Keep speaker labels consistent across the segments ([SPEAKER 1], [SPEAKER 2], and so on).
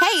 [SPEAKER 1] Hey,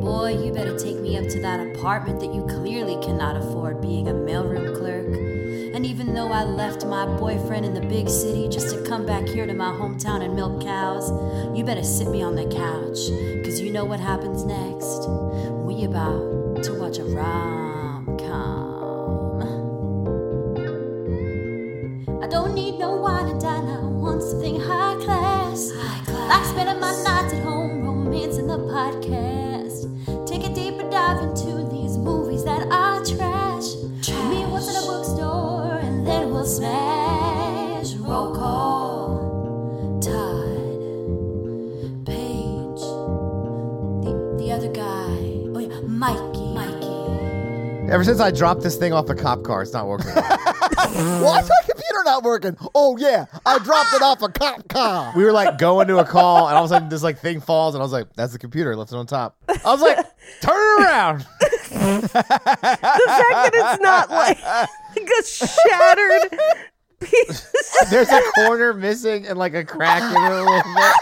[SPEAKER 2] Boy, you better take me up to that apartment that you clearly cannot afford being a mailroom clerk. And even though I left my boyfriend in the big city just to come back here to my hometown and milk cows, you better sit me on the couch, cause you know what happens next. We about to watch a rom com. I don't need no wine and dine, I want something high class. High class. Like spending my nights at home, romance in the podcast. Take a deeper dive into these movies that are trash. Meet once in a bookstore and then we'll smash. Roll call. Todd. Paige. The, the other guy. Oh yeah, Mikey. Mikey.
[SPEAKER 3] Ever since I dropped this thing off the cop car, it's not working.
[SPEAKER 4] Why is my computer not working? Oh yeah, I dropped it off a cop car.
[SPEAKER 3] we were like going to a call, and all of a sudden this like thing falls, and I was like, "That's the computer. I Left it on top." I was like, "Turn it around."
[SPEAKER 5] The fact that it's not like, like a shattered piece.
[SPEAKER 3] There's a corner missing and like a crack in it a little bit.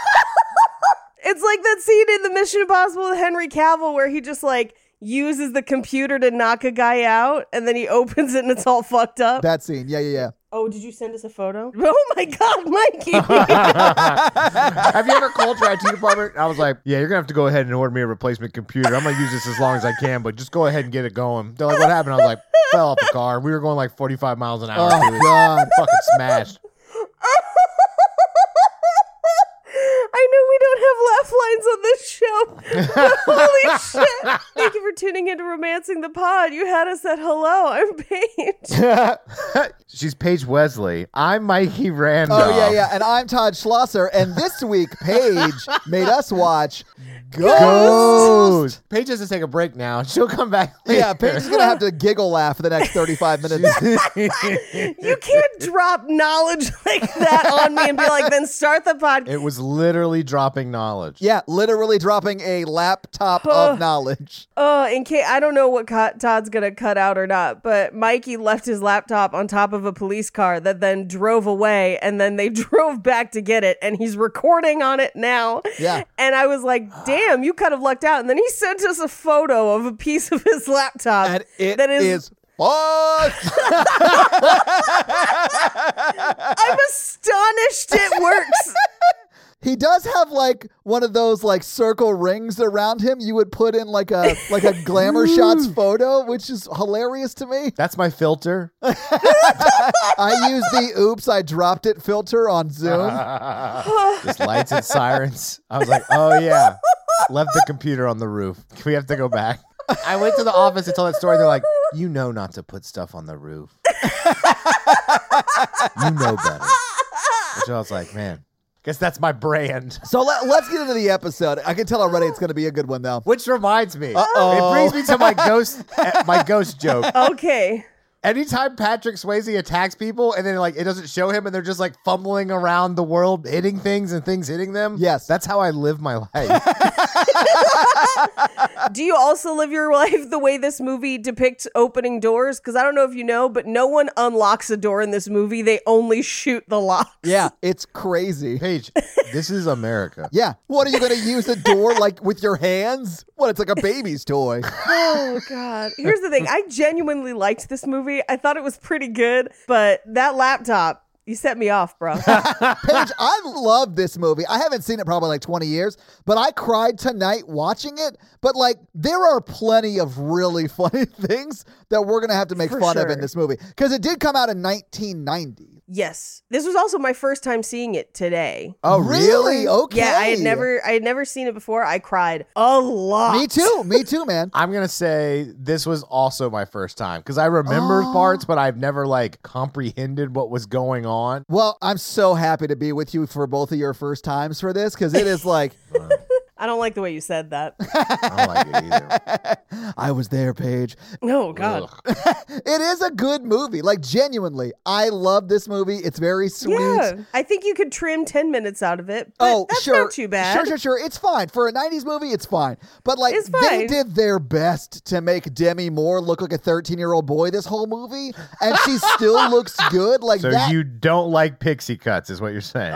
[SPEAKER 5] It's like that scene in the Mission Impossible with Henry Cavill where he just like uses the computer to knock a guy out and then he opens it and it's all fucked up.
[SPEAKER 4] That scene. Yeah, yeah, yeah.
[SPEAKER 5] oh, did you send us a photo? Oh my god, Mikey.
[SPEAKER 3] Have you ever called your IT department? And I was like, "Yeah, you're gonna have to go ahead and order me a replacement computer. I'm gonna use this as long as I can, but just go ahead and get it going." They're like, "What happened?" I was like, "Fell off a car. We were going like 45 miles an hour.
[SPEAKER 4] Oh
[SPEAKER 3] dude.
[SPEAKER 4] god.
[SPEAKER 3] Fucking smashed."
[SPEAKER 5] I know we don't have laugh lines on this show. but holy shit. Thank you for tuning into Romancing the Pod. You had us at hello. I'm Paige.
[SPEAKER 3] She's Paige Wesley. I'm Mikey Randolph.
[SPEAKER 4] Oh yeah, yeah. And I'm Todd Schlosser, and this week Paige made us watch Ghost.
[SPEAKER 3] Ghost. Paige has to take a break now. She'll come back. Later.
[SPEAKER 4] Yeah, Paige is gonna have to giggle laugh for the next 35 minutes.
[SPEAKER 5] You can't drop knowledge like that on me and be like, then start the podcast.
[SPEAKER 3] It was literally dropping knowledge.
[SPEAKER 4] yeah, literally dropping a laptop of knowledge.
[SPEAKER 5] Oh, in case I don't know what co- Todd's gonna cut out or not, but Mikey left his laptop on top of a police car that then drove away, and then they drove back to get it, and he's recording on it now.
[SPEAKER 4] Yeah.
[SPEAKER 5] And I was like, "Damn, you kind of lucked out." And then he sent us a photo of a piece of his laptop
[SPEAKER 4] And it
[SPEAKER 5] that is.
[SPEAKER 4] is fucked.
[SPEAKER 5] I'm astonished it works.
[SPEAKER 4] He does have like one of those like circle rings around him you would put in like a like a glamour shots photo, which is hilarious to me.
[SPEAKER 3] That's my filter.
[SPEAKER 4] I use the oops I dropped it filter on Zoom.
[SPEAKER 3] Just lights and sirens. I was like, oh yeah. Left the computer on the roof. We have to go back. I went to the office to tell that story. They're like, you know not to put stuff on the roof. you know better. Which I was like, man, guess that's my brand.
[SPEAKER 4] So let, let's get into the episode. I can tell already it's going to be a good one though.
[SPEAKER 3] Which reminds me,
[SPEAKER 4] Uh-oh.
[SPEAKER 3] it brings me to my ghost, my ghost joke.
[SPEAKER 5] okay.
[SPEAKER 3] Anytime Patrick Swayze attacks people and then like it doesn't show him and they're just like fumbling around the world hitting things and things hitting them.
[SPEAKER 4] Yes.
[SPEAKER 3] That's how I live my life.
[SPEAKER 5] Do you also live your life the way this movie depicts opening doors? Because I don't know if you know, but no one unlocks a door in this movie. They only shoot the lock.
[SPEAKER 4] Yeah, it's crazy.
[SPEAKER 3] Paige, this is America.
[SPEAKER 4] Yeah. What are you going to use a door like with your hands? What? It's like a baby's toy.
[SPEAKER 5] Oh, God. Here's the thing I genuinely liked this movie. I thought it was pretty good, but that laptop. You set me off, bro.
[SPEAKER 4] Paige, I love this movie. I haven't seen it probably like 20 years, but I cried tonight watching it. But like, there are plenty of really funny things that we're going to have to make
[SPEAKER 5] For
[SPEAKER 4] fun of
[SPEAKER 5] sure.
[SPEAKER 4] in this movie because it did come out in 1990.
[SPEAKER 5] yes. This was also my first time seeing it today.
[SPEAKER 6] Oh,
[SPEAKER 4] Okay.
[SPEAKER 5] Yeah, I had never I had never seen it before. I cried a lot.
[SPEAKER 4] Me too. Me too, man.
[SPEAKER 6] I'm gonna say this was also my first time because I remember
[SPEAKER 4] Oh.
[SPEAKER 6] parts, but I've never like comprehended what was going on.
[SPEAKER 4] Well, I'm so happy to be with you for both of your first times for this because it is like,
[SPEAKER 5] I don't like the way you said that.
[SPEAKER 6] I don't like it either.
[SPEAKER 4] I was there, Paige.
[SPEAKER 5] No, Oh, God.
[SPEAKER 4] It is a good movie. Like, genuinely, I love this movie. It's very sweet.
[SPEAKER 5] Yeah. I think you could trim 10 minutes out of it. But
[SPEAKER 4] oh,
[SPEAKER 5] that's
[SPEAKER 4] sure.
[SPEAKER 5] not too bad.
[SPEAKER 4] Sure, sure, sure. It's fine. For a 90s movie, it's fine. But, like,
[SPEAKER 5] It's
[SPEAKER 4] they
[SPEAKER 5] fine.
[SPEAKER 4] did their best to make Demi Moore look like a 13 year old boy this whole movie, and she still looks good. Like,
[SPEAKER 6] So
[SPEAKER 4] that. Oh.
[SPEAKER 6] you don't like pixie cuts, is what you're saying?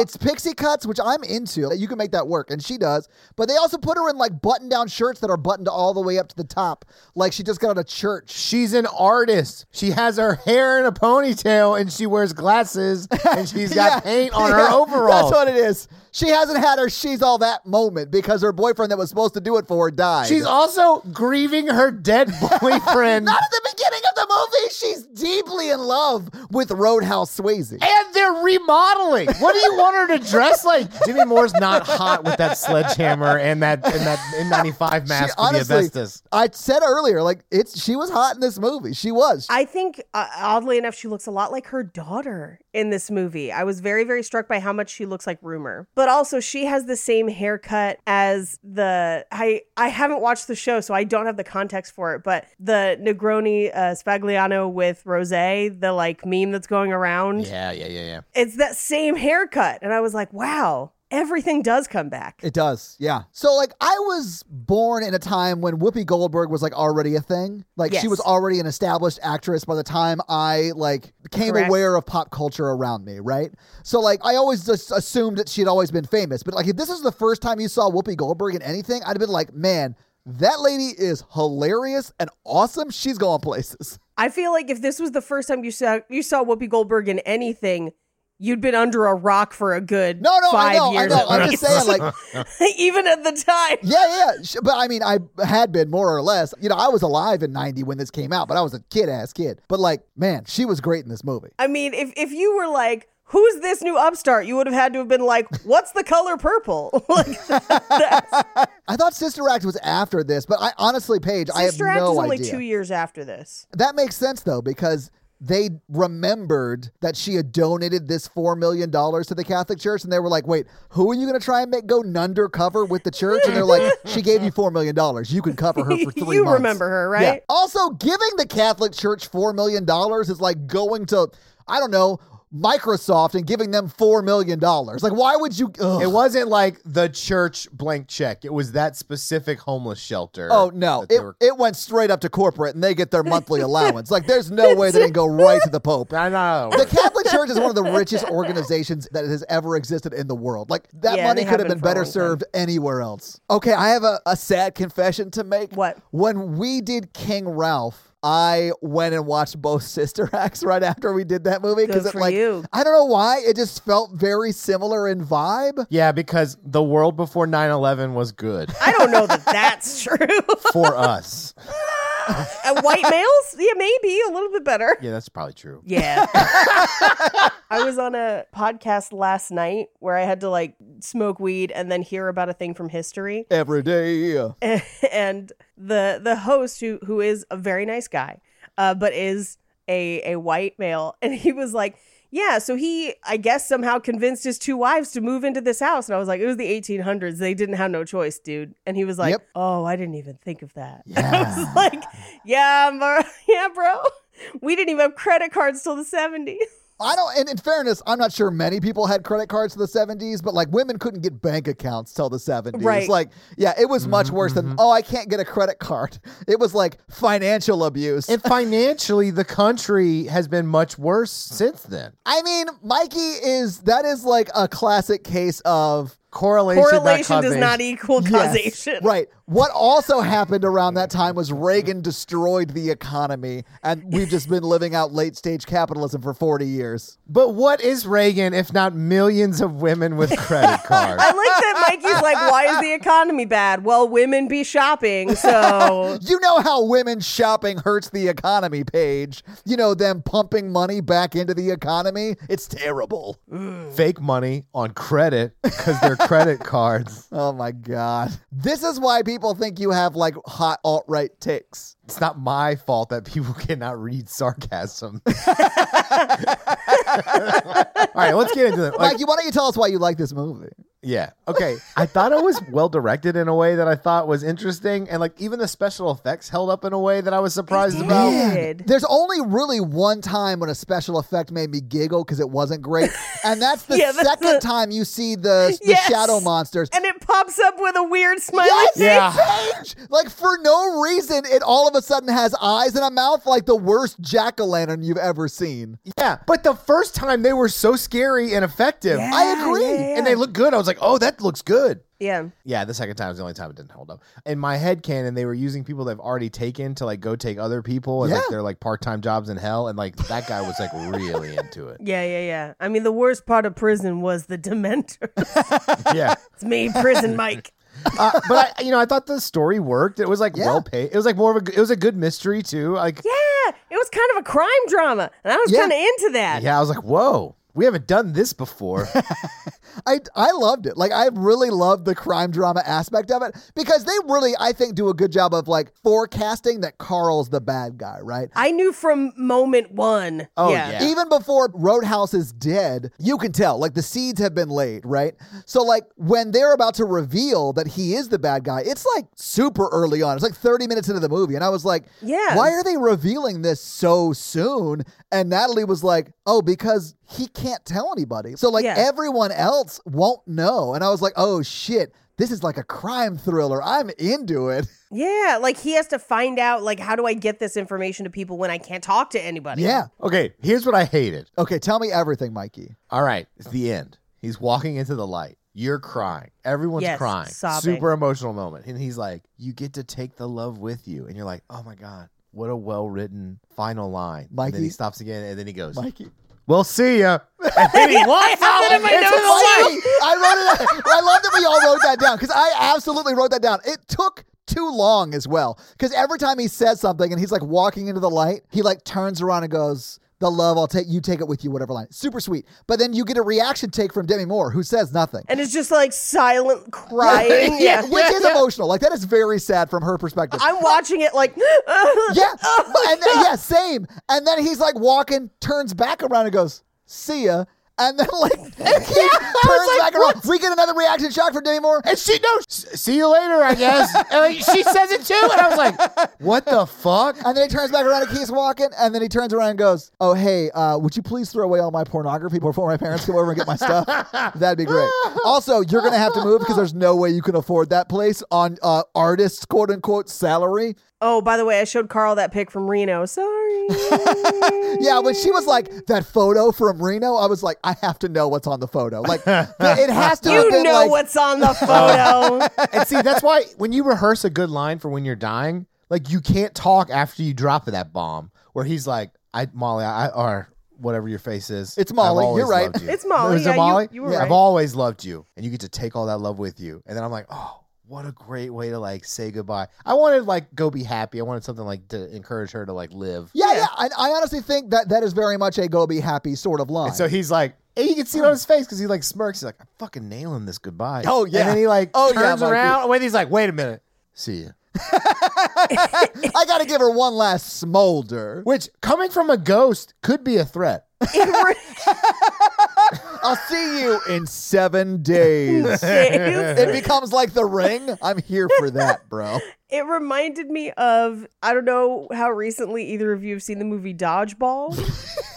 [SPEAKER 4] It's pixie cuts, which I'm into. You can make that work, and she does. But they also put her in like button-down shirts that are buttoned all the way up to the top, like she just got out of church.
[SPEAKER 6] She's an artist. She has her hair in a ponytail and she wears glasses and she's got
[SPEAKER 4] Yeah,
[SPEAKER 6] paint on
[SPEAKER 4] yeah,
[SPEAKER 6] her overalls.
[SPEAKER 4] That's what it is. She hasn't had her she's all that moment because her boyfriend that was supposed to do it for her died.
[SPEAKER 6] She's also grieving her dead boyfriend.
[SPEAKER 4] not at the beginning of the movie. She's deeply in love with Roadhouse Swayze.
[SPEAKER 6] And they're remodeling. What do you want her to dress like? Jimmy Moore's not hot with that sledgehammer and that and that N95
[SPEAKER 4] She-
[SPEAKER 6] mask for
[SPEAKER 4] honestly,
[SPEAKER 6] the asbestos.
[SPEAKER 4] I said earlier, like it's she was hot in this movie. She was.
[SPEAKER 5] I think, uh, oddly enough, she looks a lot like her daughter in this movie. I was very, very struck by how much she looks like Rumor, but also she has the same haircut as the. I I haven't watched the show, so I don't have the context for it. But the Negroni uh, Spagliano with Rose, the like meme that's going around,
[SPEAKER 6] Yeah, yeah, yeah, yeah.
[SPEAKER 5] it's that same haircut, and I was like, wow, everything does come back.
[SPEAKER 4] It does, yeah. So like I was born in a time when Whoopi Goldberg was like already a thing. Like she
[SPEAKER 5] Yes.
[SPEAKER 4] was already an established actress by the time I like became
[SPEAKER 5] Correct.
[SPEAKER 4] aware of pop culture around me, right? So like I always just assumed that she'd always been famous. But like if this is the first time you saw Whoopi Goldberg in anything, I'd have been like, man, that lady is hilarious and awesome. She's going places.
[SPEAKER 5] I feel like if this was the first time you saw you saw Whoopi Goldberg in anything, you'd been under a rock for a good
[SPEAKER 4] No, no,
[SPEAKER 5] five
[SPEAKER 4] I know, I
[SPEAKER 5] years.
[SPEAKER 4] know. I'm
[SPEAKER 5] at
[SPEAKER 4] just saying, like,
[SPEAKER 5] least. even at the time.
[SPEAKER 4] yeah, yeah. Sh- But I mean, I had been more or less. You know, I was alive in '90 when this came out, but I was a kid ass kid. But like, man, she was great in this movie.
[SPEAKER 5] I mean, if if you were like, who's this new upstart? You would have had to have been like, what's the color purple? like
[SPEAKER 4] I thought Sister Act was after this, but I honestly, Paige, I have
[SPEAKER 5] Sister Act
[SPEAKER 4] no
[SPEAKER 5] is only
[SPEAKER 4] idea.
[SPEAKER 5] two years after this.
[SPEAKER 4] that makes sense though, because they remembered that she had donated this four million dollars to the Catholic Church, and they were like, "Wait, who are you going to try and make go undercover with the church?" And they're like, "She gave you four million dollars. You can cover her for three
[SPEAKER 5] you
[SPEAKER 4] months."
[SPEAKER 5] remember her, right?
[SPEAKER 4] Yeah. Also, giving the Catholic Church four million dollars is like going to, I don't know, Microsoft and giving them four million dollars. Like, why would you? Ugh.
[SPEAKER 6] It wasn't like the church blank check. It was that specific homeless shelter.
[SPEAKER 4] Oh no!
[SPEAKER 6] that they
[SPEAKER 4] It,
[SPEAKER 6] were-
[SPEAKER 4] it went straight up to corporate, and they get their monthly allowance. Like, there's no way they didn't go right to the Pope.
[SPEAKER 6] I know.
[SPEAKER 4] The Catholic Church is one of the richest organizations that has ever existed in the world. Like that
[SPEAKER 5] Yeah,
[SPEAKER 4] money
[SPEAKER 5] they
[SPEAKER 4] could have
[SPEAKER 5] have
[SPEAKER 4] been
[SPEAKER 5] been for a
[SPEAKER 4] better
[SPEAKER 5] long time.
[SPEAKER 4] served anywhere else. Okay, I have a, a sad confession to make.
[SPEAKER 5] What?
[SPEAKER 4] When we did King Ralph, I went and watched both sister acts right after we did that movie
[SPEAKER 5] Good
[SPEAKER 4] it
[SPEAKER 5] for
[SPEAKER 4] like
[SPEAKER 5] you.
[SPEAKER 4] I don't know why it just felt very similar in vibe.
[SPEAKER 6] yeah, because the world before 9/11 was good
[SPEAKER 5] I don't know that that's true.
[SPEAKER 6] for us.
[SPEAKER 5] Uh, white males? Yeah, maybe a little bit better.
[SPEAKER 6] Yeah, that's probably true.
[SPEAKER 5] Yeah. I was on a podcast last night where I had to like smoke weed and then hear about a thing from history.
[SPEAKER 4] Every day. uh,
[SPEAKER 5] And the the host who who is a very nice guy, uh, but is a a white male, and he was like, yeah, so he I guess somehow convinced his two wives to move into this house, and I was like, it was the 1800s, they didn't have no choice, dude. And he was like,
[SPEAKER 4] Yep.
[SPEAKER 5] oh, I didn't even think of that. I
[SPEAKER 4] Yeah.
[SPEAKER 5] was like, yeah, bro, yeah, bro. We didn't even have credit cards till the 70s.
[SPEAKER 4] I don't, and in fairness, I'm not sure many people had credit cards to the 70s, but like women couldn't get bank accounts till the 70s.
[SPEAKER 5] Right. Mm-hmm.
[SPEAKER 4] Like, yeah, it was much worse than, oh, I can't get a credit card. It was like financial abuse.
[SPEAKER 6] And financially, the country has been much worse since then.
[SPEAKER 4] I mean, Mikey is, that is like a classic case of
[SPEAKER 3] Correlation, not
[SPEAKER 5] Correlation does not
[SPEAKER 3] causation.
[SPEAKER 5] e- equal
[SPEAKER 4] Yes,
[SPEAKER 5] causation.
[SPEAKER 4] Right. What also happened around that time was Reagan destroyed the economy, and we've just been living out late stage capitalism for 40 years.
[SPEAKER 3] But what is Reagan if not millions of women with credit cards?
[SPEAKER 5] I like that Mikey's like, why is the economy bad? Well, women be shopping, so
[SPEAKER 4] You know how women shopping hurts the economy, Paige. You know, them pumping money back into the economy. It's terrible.
[SPEAKER 3] Fake money on credit because they're credit cards.
[SPEAKER 4] Oh my God. This is why people think you have like hot alt right ticks.
[SPEAKER 3] It's not my fault that people cannot read sarcasm. All right, let's get into it. Like,
[SPEAKER 4] Mikey, why don't you tell us why you like this movie?
[SPEAKER 3] yeah. Okay. I thought it was well directed in a way that I thought was interesting. And like even the special effects held up in a way that I was surprised about.
[SPEAKER 5] did.
[SPEAKER 4] There's only really one time when a special effect made me giggle because it wasn't great. And that's the
[SPEAKER 5] Yeah, that's
[SPEAKER 4] second
[SPEAKER 5] the-
[SPEAKER 4] time you see the, the
[SPEAKER 5] Yes.
[SPEAKER 4] shadow monsters.
[SPEAKER 5] and it pops up with a weird smiley
[SPEAKER 4] Yes!
[SPEAKER 5] face.
[SPEAKER 3] Yeah.
[SPEAKER 4] Paige! Like for no reason, it all of a sudden has eyes and a mouth like the worst jack o' lantern you've ever seen.
[SPEAKER 3] Yeah. But the first time they were so scary and effective. I
[SPEAKER 5] Yeah,
[SPEAKER 3] agree.
[SPEAKER 5] yeah, yeah.
[SPEAKER 3] And they look good. I was like, oh, that looks good.
[SPEAKER 5] Yeah.
[SPEAKER 3] Yeah, the second time was the only time it didn't hold up. In my head canon, they were using people they've already taken to like go take other people and like
[SPEAKER 4] Yeah.
[SPEAKER 3] they're like part time jobs in hell. And like that guy was like really into it.
[SPEAKER 5] Yeah, yeah, yeah. I mean, the worst part of prison was the Dementor.
[SPEAKER 3] Yeah.
[SPEAKER 5] it's me, prison Mike.
[SPEAKER 3] Uh, but I, you know, I thought the story worked. It was like
[SPEAKER 4] Yeah.
[SPEAKER 3] well paid. It was like more of a, g- it was a good mystery too. Like, yeah.
[SPEAKER 5] Yeah, it was kind of a crime drama, and I was
[SPEAKER 4] Yeah.
[SPEAKER 5] kind of into that.
[SPEAKER 3] I was like, whoa, we haven't done this before.
[SPEAKER 4] I, I loved it. Like I really loved the crime drama aspect of it because they really I think do a good job of like forecasting that Carl's the bad guy, right?
[SPEAKER 5] I knew from moment one.
[SPEAKER 3] Oh, yeah.
[SPEAKER 4] Even before Roadhouse is dead, you can tell like the seeds have been laid, right? So like when they're about to reveal that he is the bad guy, it's like super early on. It's like 30 minutes into the movie and I was like,
[SPEAKER 5] Yeah.
[SPEAKER 4] why are they revealing this so soon?" And Natalie was like, "Oh, because he can't tell anybody." So like
[SPEAKER 5] Yeah.
[SPEAKER 4] everyone else won't know. And I was like, "Oh shit. This is like a crime thriller. I'm into it."
[SPEAKER 5] Yeah, like he has to find out, like, how do I get this information to people when I can't talk to anybody?
[SPEAKER 4] yeah.
[SPEAKER 3] okay, here's what I hated.
[SPEAKER 4] Okay, tell me everything, Mikey.
[SPEAKER 3] All right, it's the end. He's walking into the light. You're crying. Everyone's
[SPEAKER 5] Yes,
[SPEAKER 3] crying.
[SPEAKER 5] sobbing.
[SPEAKER 3] Super emotional moment. And he's like, You get to take the love with you. And you're like, Oh my God, what a well written final line. And then
[SPEAKER 4] Mikey?
[SPEAKER 3] he stops again and then he goes,
[SPEAKER 4] Mikey.
[SPEAKER 3] Well, see ya. And then he walks out.
[SPEAKER 5] in my
[SPEAKER 3] It's
[SPEAKER 5] notes,
[SPEAKER 3] a
[SPEAKER 4] Mikey, I wrote it. I love that we all wrote that down because I absolutely wrote that down. It took too long as well because every time he says something and he's like walking into the light, he like turns around and goes, "The love, I'll take you. Take it with you. Whatever line, super sweet." But then you get a reaction take from Demi Moore who says nothing.
[SPEAKER 5] And it's just like silent crying. yeah.
[SPEAKER 4] which is emotional. Like that is very sad from her perspective.
[SPEAKER 5] I'm watching it like,
[SPEAKER 4] yeah,
[SPEAKER 5] Oh
[SPEAKER 4] but- and then, yeah, same. And then he's like walking, turns back around and goes, "See ya." And then like he turns
[SPEAKER 3] like,
[SPEAKER 4] back around. We get another reaction shot from Demi Moore.
[SPEAKER 3] And she knows, see you later, I guess. And like, she says it too. And I was like, What the fuck?
[SPEAKER 4] And then he turns back around and keeps walking. And then he turns around and goes, "Oh hey, uh, would you please throw away all my pornography before my parents come over and get my stuff? That'd be great. Also, you're gonna have to move because there's no way you can afford that place on uh, artist's quote unquote salary.
[SPEAKER 5] oh, by the way, I showed Carl that pic from Reno. Sorry.
[SPEAKER 4] Yeah, when she was like that photo from Reno, I was like, I have to know what's on the photo. Like th- it has to have
[SPEAKER 5] you
[SPEAKER 4] been
[SPEAKER 5] know
[SPEAKER 4] like,
[SPEAKER 5] what's on the photo.
[SPEAKER 3] And see, that's why when you rehearse a good line for when you're dying, like you can't talk after you drop that bomb. Where he's like, "I Molly, I or whatever your face is."
[SPEAKER 4] It's Molly,
[SPEAKER 3] I've always
[SPEAKER 4] you're right.
[SPEAKER 3] loved you."
[SPEAKER 5] It's Molly,
[SPEAKER 3] Was
[SPEAKER 5] yeah,
[SPEAKER 3] it
[SPEAKER 5] you-
[SPEAKER 3] Molly?
[SPEAKER 5] you were
[SPEAKER 3] I've
[SPEAKER 5] right.
[SPEAKER 3] always loved you, and you get to take all that love with you. And then I'm like, oh. What a great way to like say goodbye. I wanted like go be happy. I wanted something like to encourage her to like live.
[SPEAKER 4] Yeah, yeah. I, I honestly think that that is very much a go be happy sort of line.
[SPEAKER 3] And so he's like, and you can see it on his face because he like smirks. He's like, I'm fucking nailing this goodbye.
[SPEAKER 4] Oh, yeah.
[SPEAKER 3] And then he like
[SPEAKER 4] Oh, yeah,
[SPEAKER 3] turns
[SPEAKER 4] Mikey.
[SPEAKER 3] around and he's like, wait a minute, see you.
[SPEAKER 4] I got to give her one last smolder.
[SPEAKER 3] Which coming from a ghost could be a threat.
[SPEAKER 5] It
[SPEAKER 4] I'll see you in seven days.
[SPEAKER 5] really
[SPEAKER 4] it becomes like the ring. I'm here for that, bro.
[SPEAKER 5] It reminded me of I don't know how recently either of you have seen the movie Dodgeball.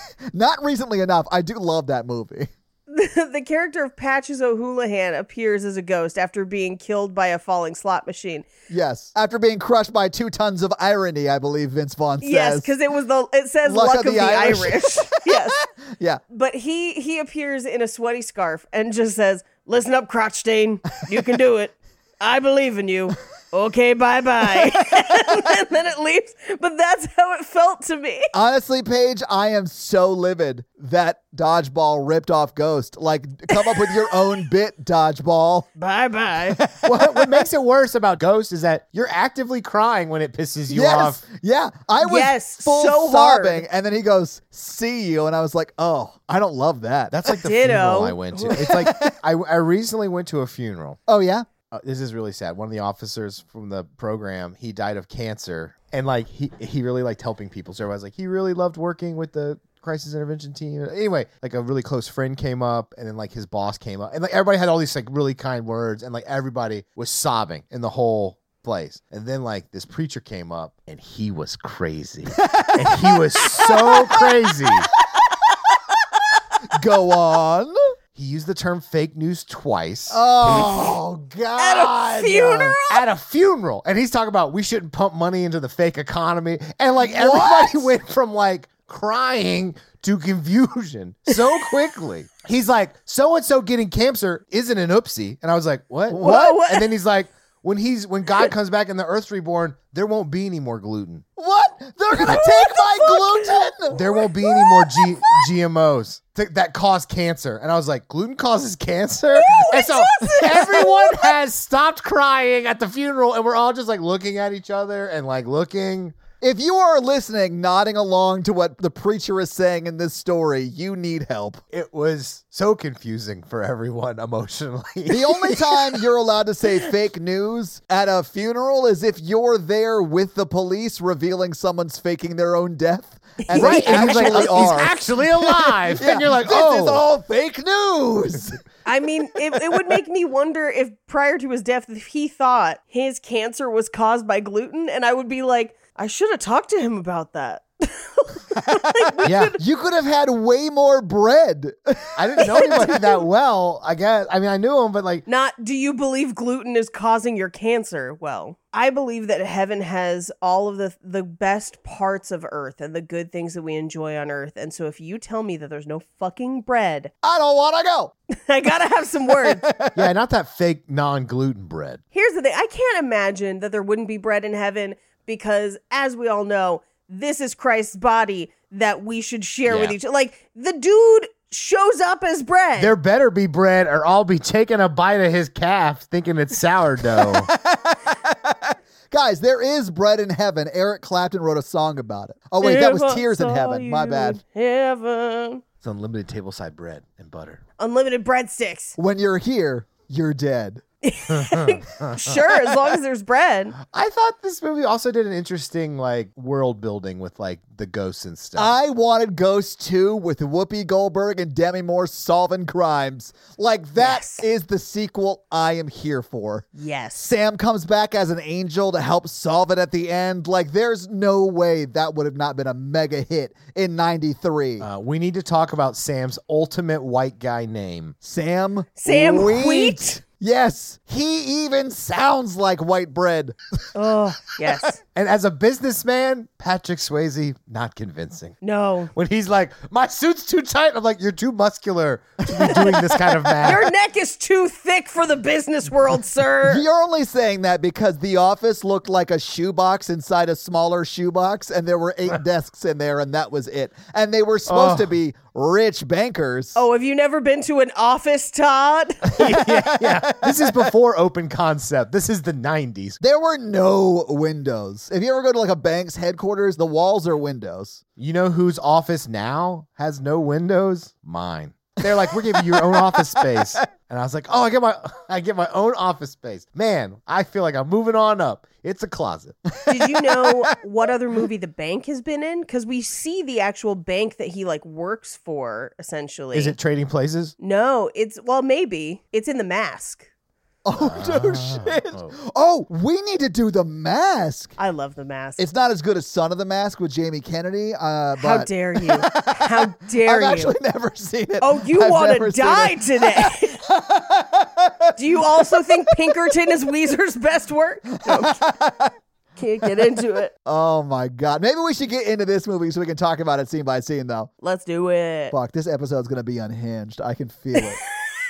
[SPEAKER 4] Not recently enough. I do love that movie.
[SPEAKER 5] the character of Patches O'Houlihan appears as a ghost after being killed by a falling slot machine.
[SPEAKER 4] Yes. After being crushed by two tons of irony, I believe Vince Vaughn says.
[SPEAKER 5] yes, because it was the it says luck, of, the, Irish. yes,
[SPEAKER 4] yeah.
[SPEAKER 5] but he he appears in a sweaty scarf and just says, Listen up, Crotchstein. You can do it. I believe in you. Okay, bye bye. and then it leaves. But that's how it felt to me.
[SPEAKER 4] Honestly, Paige, I am so livid that Dodgeball ripped off Ghost. Like, come up with your own bit, Dodgeball.
[SPEAKER 5] Bye bye.
[SPEAKER 3] what, what makes it worse about Ghost is that you're actively crying when it pisses you
[SPEAKER 4] yes.
[SPEAKER 3] off.
[SPEAKER 4] Yeah. I was
[SPEAKER 5] Yes,
[SPEAKER 4] full
[SPEAKER 5] so hard.
[SPEAKER 4] sobbing. And then he goes, see you. And I was like, oh, I don't love that.
[SPEAKER 3] That's like the
[SPEAKER 5] Ditto.
[SPEAKER 3] funeral I went to. It's like I, I recently went to a funeral.
[SPEAKER 4] oh, yeah?
[SPEAKER 3] Uh, this is really sad. One of the officers from the program, he died of cancer, and like he he really liked helping people. So I was like, he really loved working with the crisis intervention team. Anyway, like a really close friend came up, and then like his boss came up, and like everybody had all these like really kind words, and like everybody was sobbing in the whole place. And then like this preacher came up, and he was crazy, and he was so crazy.
[SPEAKER 4] Go on.
[SPEAKER 3] He used the term fake news twice
[SPEAKER 4] Oh, God.
[SPEAKER 5] Funeral.
[SPEAKER 3] at a funeral. And he's talking about we shouldn't pump money into the fake economy. And like everybody went from like crying to confusion so quickly. he's like, so and so getting cancer isn't an oopsie. And I was like, what? What?
[SPEAKER 5] what?
[SPEAKER 3] And then he's like, when he's when God comes back and the earth's reborn, there won't be any more gluten.
[SPEAKER 4] What? They're going to take my gluten.
[SPEAKER 3] There won't be any more G- GMOs th- that cause cancer. And I was like, gluten causes cancer? and so everyone has stopped crying at the funeral and we're all just like looking at each other and like looking.
[SPEAKER 4] If you are listening, nodding along to what the preacher is saying in this story, you need help.
[SPEAKER 3] It was so confusing for everyone emotionally.
[SPEAKER 4] The only time you're allowed to say fake news at a funeral is if you're there with the police revealing someone's faking their own death. And
[SPEAKER 3] Right,
[SPEAKER 4] they
[SPEAKER 3] and he's
[SPEAKER 4] actually
[SPEAKER 3] like,
[SPEAKER 4] are.
[SPEAKER 3] he's actually alive,
[SPEAKER 4] Yeah,
[SPEAKER 3] and you're like,
[SPEAKER 4] this
[SPEAKER 3] "Oh,
[SPEAKER 4] is all fake news.
[SPEAKER 5] I mean, it, it would make me wonder if prior to his death, if he thought his cancer was caused by gluten, and I would be like, I should have talked to him about that.
[SPEAKER 3] yeah."
[SPEAKER 4] you could have had way more bread.
[SPEAKER 3] I didn't know anybody that well. I guess. I mean, I knew him, but like,
[SPEAKER 5] Not, do you believe gluten is causing your cancer? Well, I believe that heaven has all of the the best parts of earth and the good things that we enjoy on earth. And so if you tell me that there's no fucking bread,
[SPEAKER 4] I don't want to go.
[SPEAKER 5] I got to have some words.
[SPEAKER 3] yeah, not that fake non-gluten bread.
[SPEAKER 5] Here's the thing I can't imagine that there wouldn't be bread in heaven because, as we all know, this is Christ's body that we should share with
[SPEAKER 3] Yeah.
[SPEAKER 5] each other. Like, the dude shows up as bread.
[SPEAKER 3] There better be bread, or I'll be taking a bite of his calf, thinking it's sourdough.
[SPEAKER 4] Guys, there is bread in heaven. Eric Clapton wrote a song about it. Oh, wait, that was Tears in Heaven. My bad.
[SPEAKER 5] Heaven.
[SPEAKER 3] It's unlimited tableside bread and butter.
[SPEAKER 5] Unlimited breadsticks.
[SPEAKER 4] When you're here, you're dead.
[SPEAKER 5] Sure, as long as there's bread.
[SPEAKER 3] I thought this movie also did an interesting like world building with like the ghosts and stuff.
[SPEAKER 4] I wanted Ghost 2 with Whoopi Goldberg and Demi Moore solving crimes. Like, that is
[SPEAKER 5] Yes.
[SPEAKER 4] the sequel I am here for.
[SPEAKER 5] Yes.
[SPEAKER 4] Sam comes back as an angel to help solve it at the end. Like, there's no way that would have not been a mega hit in 93.
[SPEAKER 3] uh, we need to talk about Sam's ultimate white guy name.
[SPEAKER 4] Sam.
[SPEAKER 5] Sam Wheat.
[SPEAKER 4] Yes, he even sounds like white bread.
[SPEAKER 5] Oh, yes.
[SPEAKER 3] And as a businessman, Patrick Swayze, not convincing.
[SPEAKER 5] No.
[SPEAKER 3] When he's like, my suit's too tight, I'm like, you're too muscular to be doing this kind of math.
[SPEAKER 5] Your neck is too thick for the business world, sir.
[SPEAKER 4] You're only saying that because the office looked like a shoebox inside a smaller shoebox, and there were eight desks in there, and that was it. And they were supposed to be rich bankers.
[SPEAKER 5] Oh, have you never been to an office, Todd?
[SPEAKER 3] this is before open concept. This is the 90s.
[SPEAKER 4] There were no windows. If you ever go to like a bank's headquarters, the walls are windows.
[SPEAKER 3] You know whose office now has no windows? Mine. They're like, we're giving you your own office space. And I was like, oh, I get my I get my own office space. Man, I feel like I'm moving on up. It's a closet.
[SPEAKER 5] Did you know what other movie the bank has been in? Because we see the actual bank that he like works for, essentially.
[SPEAKER 3] Is it trading places?
[SPEAKER 5] No, it's well, maybe it's in the mask.
[SPEAKER 4] Oh no shit! Oh, we need to do the mask.
[SPEAKER 5] I love the mask.
[SPEAKER 4] It's not as good as Son of the Mask with Jamie Kennedy. Uh, but
[SPEAKER 5] How dare you? How dare
[SPEAKER 4] I've
[SPEAKER 5] you?
[SPEAKER 4] actually never seen it.
[SPEAKER 5] oh, you
[SPEAKER 4] I've
[SPEAKER 5] want
[SPEAKER 4] never
[SPEAKER 5] to
[SPEAKER 4] seen
[SPEAKER 5] die
[SPEAKER 4] it.
[SPEAKER 5] today? Do you also think Pinkerton is Weezer's best work? No. Can't get into it.
[SPEAKER 4] Oh my god! Maybe we should get into this movie so we can talk about it scene by scene, though.
[SPEAKER 5] Let's do it.
[SPEAKER 4] Fuck, this episode's gonna be unhinged. I can feel it.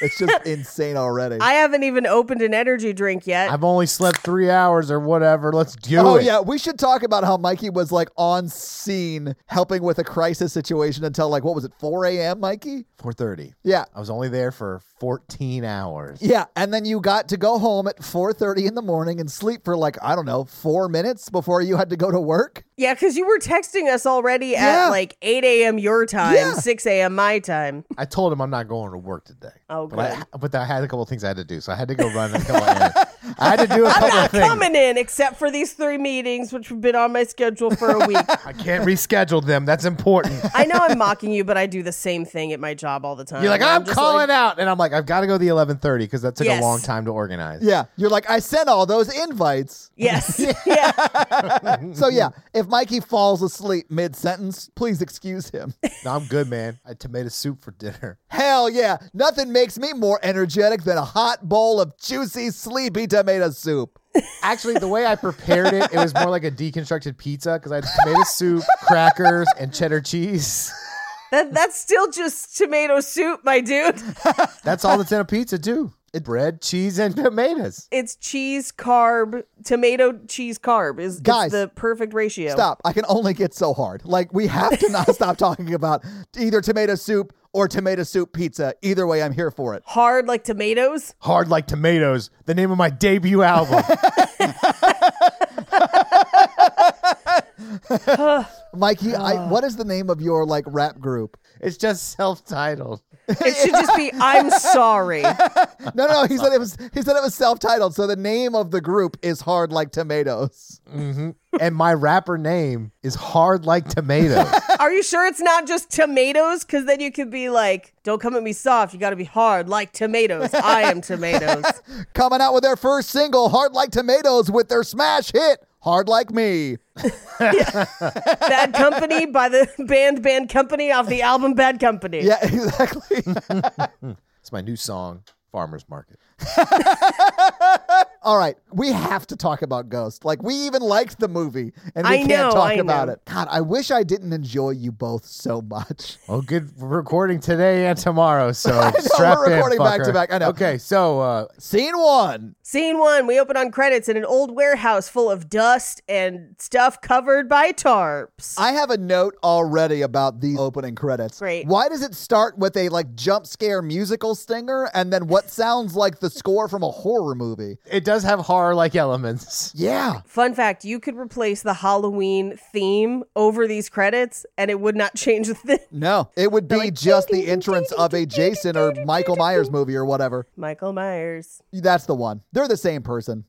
[SPEAKER 4] It's just insane already.
[SPEAKER 5] I haven't even opened an energy drink yet.
[SPEAKER 3] I've only slept three hours or whatever. Let's do
[SPEAKER 4] Oh
[SPEAKER 3] it.
[SPEAKER 4] yeah, we should talk about how Mikey was like on scene helping with a crisis situation until like what was it, 4 a.m. Mikey?
[SPEAKER 3] 4:30.
[SPEAKER 4] Yeah,
[SPEAKER 3] I was only there for 14 hours.
[SPEAKER 4] yeah, and then you got to go home at 4:30 in the morning and sleep for like I don't know four minutes before you had to go to work.
[SPEAKER 5] yeah, because you were texting us already
[SPEAKER 4] Yeah.
[SPEAKER 5] at like 8 a.m. your time,
[SPEAKER 4] Yeah.
[SPEAKER 5] 6 a.m. my time.
[SPEAKER 3] I told him I'm not going to work today.
[SPEAKER 5] Oh,
[SPEAKER 3] but I,
[SPEAKER 5] good.
[SPEAKER 3] but I had a couple of things I had to do, so I had to go run a couple errands. I had to do a couple of things.
[SPEAKER 5] Coming in, except for these three meetings, which have been on my schedule for a week.
[SPEAKER 3] I can't reschedule them. That's important.
[SPEAKER 5] I know I'm mocking you, but I do the same thing at my job all the time.
[SPEAKER 3] You're like,
[SPEAKER 5] where
[SPEAKER 3] I'm,
[SPEAKER 5] just
[SPEAKER 3] calling
[SPEAKER 5] like,
[SPEAKER 3] out, and I'm like, I've got to go the 11:30 because that took
[SPEAKER 5] Yes.
[SPEAKER 3] a long time to organize.
[SPEAKER 4] Yeah, you're like I sent all those invites.
[SPEAKER 5] Yes. yeah.
[SPEAKER 4] So yeah, if Mikey falls asleep mid sentence, please excuse him.
[SPEAKER 3] No, I'm good, man. I had tomato soup for dinner.
[SPEAKER 4] Hell yeah, nothing makes me more energetic than a hot bowl of juicy sleepy tomato soup.
[SPEAKER 3] Actually, the way I prepared it, it was more like a deconstructed pizza because I had tomato soup, crackers, and cheddar cheese.
[SPEAKER 5] That, that's still just tomato soup, my dude.
[SPEAKER 3] That's all that's in a pizza too. Bread, cheese, and tomatoes.
[SPEAKER 5] It's cheese, carb, tomato, cheese, carb is it's
[SPEAKER 4] Guys,
[SPEAKER 5] the perfect ratio.
[SPEAKER 4] Stop. I can only get so hard. Like, we have to not stop talking about either tomato soup or tomato soup pizza. Either way, I'm here for it.
[SPEAKER 5] Hard like tomatoes.
[SPEAKER 3] Hard like tomatoes. The name of my debut album.
[SPEAKER 4] Mikey, I, what is the name of your, like, rap group?
[SPEAKER 3] it's just self-titled.
[SPEAKER 5] It should just be I'm sorry.
[SPEAKER 4] No, no, he said it was he said it was self-titled, so the name of the group is Hard Like Tomatoes.
[SPEAKER 3] and my rapper name is Hard Like Tomatoes.
[SPEAKER 5] Are you sure it's not just tomatoes? Because then you could be like, don't come at me soft. You got to be hard like tomatoes. I am tomatoes.
[SPEAKER 4] Coming out with their first single, Hard Like Tomatoes, with their smash hit, Hard Like Me.
[SPEAKER 5] Bad Company by the band Band Company off the album Bad Company.
[SPEAKER 4] Yeah, exactly.
[SPEAKER 3] it's my new song, Farmers Market.
[SPEAKER 4] All right, we have to talk about Ghost. Like we even liked the movie, and we
[SPEAKER 5] I
[SPEAKER 4] can't
[SPEAKER 5] know,
[SPEAKER 4] talk
[SPEAKER 5] I
[SPEAKER 4] about
[SPEAKER 5] know.
[SPEAKER 4] it. God, I wish I didn't enjoy you both so much.
[SPEAKER 3] Well, good recording today and tomorrow. So
[SPEAKER 4] we're
[SPEAKER 3] strap in,
[SPEAKER 4] recording back
[SPEAKER 3] fucker.
[SPEAKER 4] to back, I know.
[SPEAKER 3] Okay, so uh,
[SPEAKER 4] Scene one.
[SPEAKER 5] Scene one, we open on credits in an old warehouse full of dust and stuff covered by tarps.
[SPEAKER 4] I have a note already about the opening credits.
[SPEAKER 5] Great.
[SPEAKER 4] Why does it start with a like jump scare musical stinger and then what sounds like the score from a horror movie?
[SPEAKER 3] it does have horror-like elements.
[SPEAKER 4] Yeah.
[SPEAKER 5] Fun fact you could replace the Halloween theme over these credits and it would not change a thing.
[SPEAKER 4] No, it would be just the entrance of a Jason or Michael Myers movie or whatever.
[SPEAKER 5] Michael Myers.
[SPEAKER 4] That's the one. They're the same person.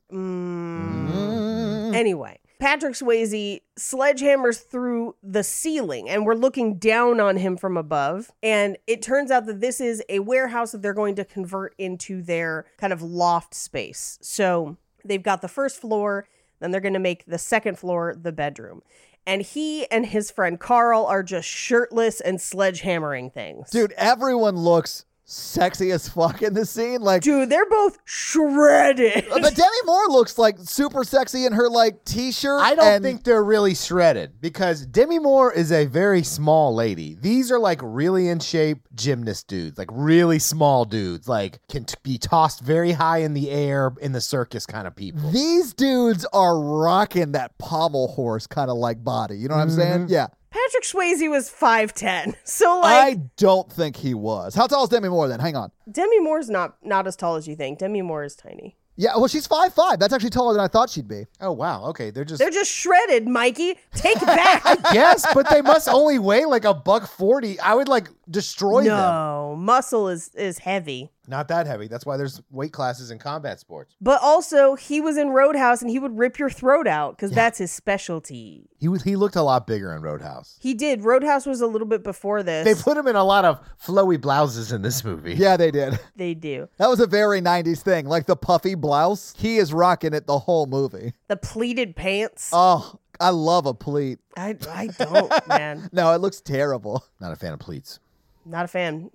[SPEAKER 5] Anyway, Patrick Swayze sledgehammers through the ceiling, and we're looking down on him from above. And it turns out that this is a warehouse that they're going to convert into their kind of loft space. So they've got the first floor, then they're going to make the second floor the bedroom. And he and his friend Carl are just shirtless and sledgehammering things.
[SPEAKER 4] Dude, everyone looks sexy as fuck in this scene. Like
[SPEAKER 5] Dude, they're both shredded.
[SPEAKER 4] But Demi Moore looks like super sexy in her like t-shirt.
[SPEAKER 3] I don't
[SPEAKER 4] and-
[SPEAKER 3] think they're really shredded because Demi Moore is a very small lady. These are like really in shape gymnast dudes, like really small dudes, like can t- be tossed very high in the air in the circus kind of people.
[SPEAKER 4] these dudes are rocking that pommel horse kind of like body. You know what I'm
[SPEAKER 3] Mm-hmm.
[SPEAKER 4] saying? Yeah.
[SPEAKER 5] Patrick Swayze was 5'10. So, like,
[SPEAKER 4] I don't think he was. How tall is Demi Moore then? Hang on.
[SPEAKER 5] Demi Moore's not not as tall as you think. Demi Moore is tiny.
[SPEAKER 4] Yeah, well, she's five five. That's actually taller than I thought she'd be.
[SPEAKER 3] Oh wow, okay, they're just
[SPEAKER 5] They're just shredded, Mikey. Take back.
[SPEAKER 3] yes, but they must only weigh like a buck forty. I would like destroy them.
[SPEAKER 5] no, muscle is is heavy.
[SPEAKER 3] Not that heavy. That's why there's weight classes in combat sports.
[SPEAKER 5] But also, he was in Roadhouse and he would rip your throat out because that's his specialty.
[SPEAKER 3] He was, he looked a lot bigger in Roadhouse.
[SPEAKER 5] He did. Roadhouse was a little bit before this.
[SPEAKER 3] They put him in a lot of flowy blouses in this movie.
[SPEAKER 4] Yeah, they did.
[SPEAKER 5] They do.
[SPEAKER 4] That was a very 90s thing. Like the puffy blouse. He is rocking it the whole movie.
[SPEAKER 5] The pleated pants.
[SPEAKER 4] Oh, I love a pleat.
[SPEAKER 5] I, I don't, man.
[SPEAKER 4] No, it looks terrible.
[SPEAKER 3] Not a fan of pleats.
[SPEAKER 5] Not a fan.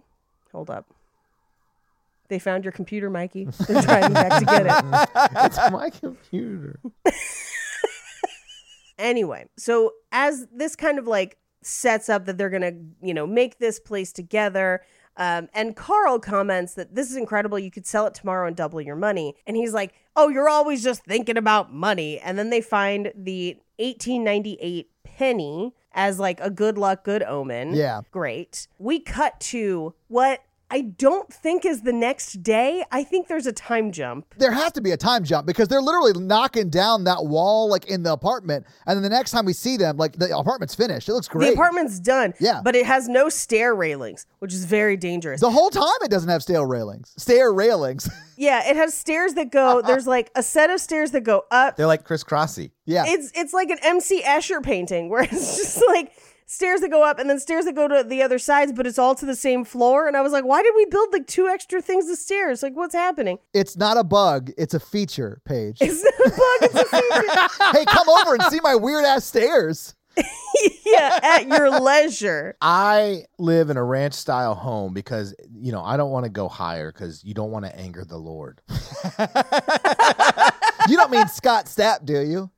[SPEAKER 5] Hold up. They found your computer, Mikey. They're driving back to get it.
[SPEAKER 3] It's my computer.
[SPEAKER 5] Anyway, so as this kind of like sets up that they're going to, you know, make this place together, Um, and Carl comments that this is incredible. You could sell it tomorrow and double your money. And he's like, oh, you're always just thinking about money. And then they find the 1898 penny as like a good luck, good omen.
[SPEAKER 4] Yeah.
[SPEAKER 5] Great. We cut to what I don't think is the next day. I think there's a time jump.
[SPEAKER 4] There has to be a time jump because they're literally knocking down that wall like in the apartment, and then the next time we see them, like the apartment's finished. It looks great.
[SPEAKER 5] The apartment's done.
[SPEAKER 4] Yeah.
[SPEAKER 5] But it has no stair railings, which is very dangerous.
[SPEAKER 4] The whole time it doesn't have stair railings. Stair railings.
[SPEAKER 5] yeah, it has stairs that go, there's like a set of stairs that go up.
[SPEAKER 3] They're like crisscrossy.
[SPEAKER 4] yeah.
[SPEAKER 5] It's it's like an MC Escher painting where it's just like stairs that go up and then stairs that go to the other sides, but it's all to the same floor. And I was like, why did we build like two extra things of stairs? Like, what's happening?
[SPEAKER 4] it's not a bug, it's a feature page.
[SPEAKER 5] It's not a bug, it's a feature.
[SPEAKER 4] hey, come over and see my weird ass stairs.
[SPEAKER 5] yeah, at your leisure.
[SPEAKER 3] I live in a ranch style home because you know I don't want to go higher because you don't want to anger the Lord.
[SPEAKER 4] You don't mean Scott Stapp, do you?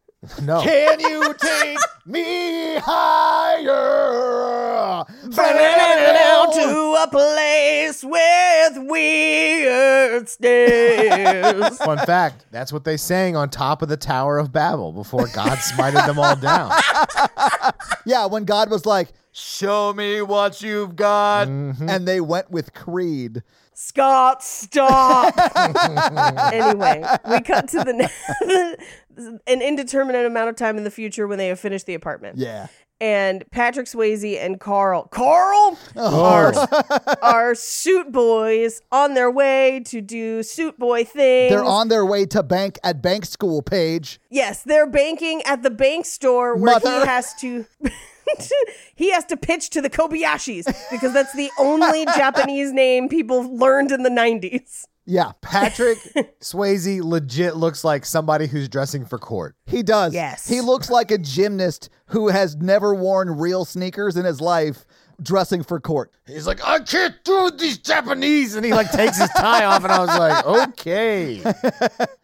[SPEAKER 3] No,
[SPEAKER 6] Can you take me higher?
[SPEAKER 5] Down to a place with weird stairs.
[SPEAKER 3] fun fact that's what they sang on top of the Tower of Babel before God smited them all down.
[SPEAKER 4] Yeah, when God was like,
[SPEAKER 6] Show me what you've got.
[SPEAKER 4] and they went with Creed.
[SPEAKER 5] Scott, stop. anyway, we cut to the ne- an indeterminate amount of time in the future when they have finished the apartment.
[SPEAKER 4] Yeah.
[SPEAKER 5] And Patrick Swayze and Carl, Carl,
[SPEAKER 4] Oh.
[SPEAKER 5] Are, are suit boys on their way to do suit boy things.
[SPEAKER 4] They're on their way to bank at bank school, Paige.
[SPEAKER 5] Yes, they're banking at the bank store where he
[SPEAKER 4] Mother.
[SPEAKER 5] has to he has to pitch to the Kobayashis because that's the only Japanese name people learned in the 90s.
[SPEAKER 4] Yeah.
[SPEAKER 3] Patrick Swayze legit looks like somebody who's dressing for court.
[SPEAKER 4] He does.
[SPEAKER 5] Yes.
[SPEAKER 4] He looks like a gymnast who has never worn real sneakers in his life dressing for court.
[SPEAKER 6] He's like, I can't do these Japanese. And he like takes his tie off. And I was like,
[SPEAKER 3] Okay,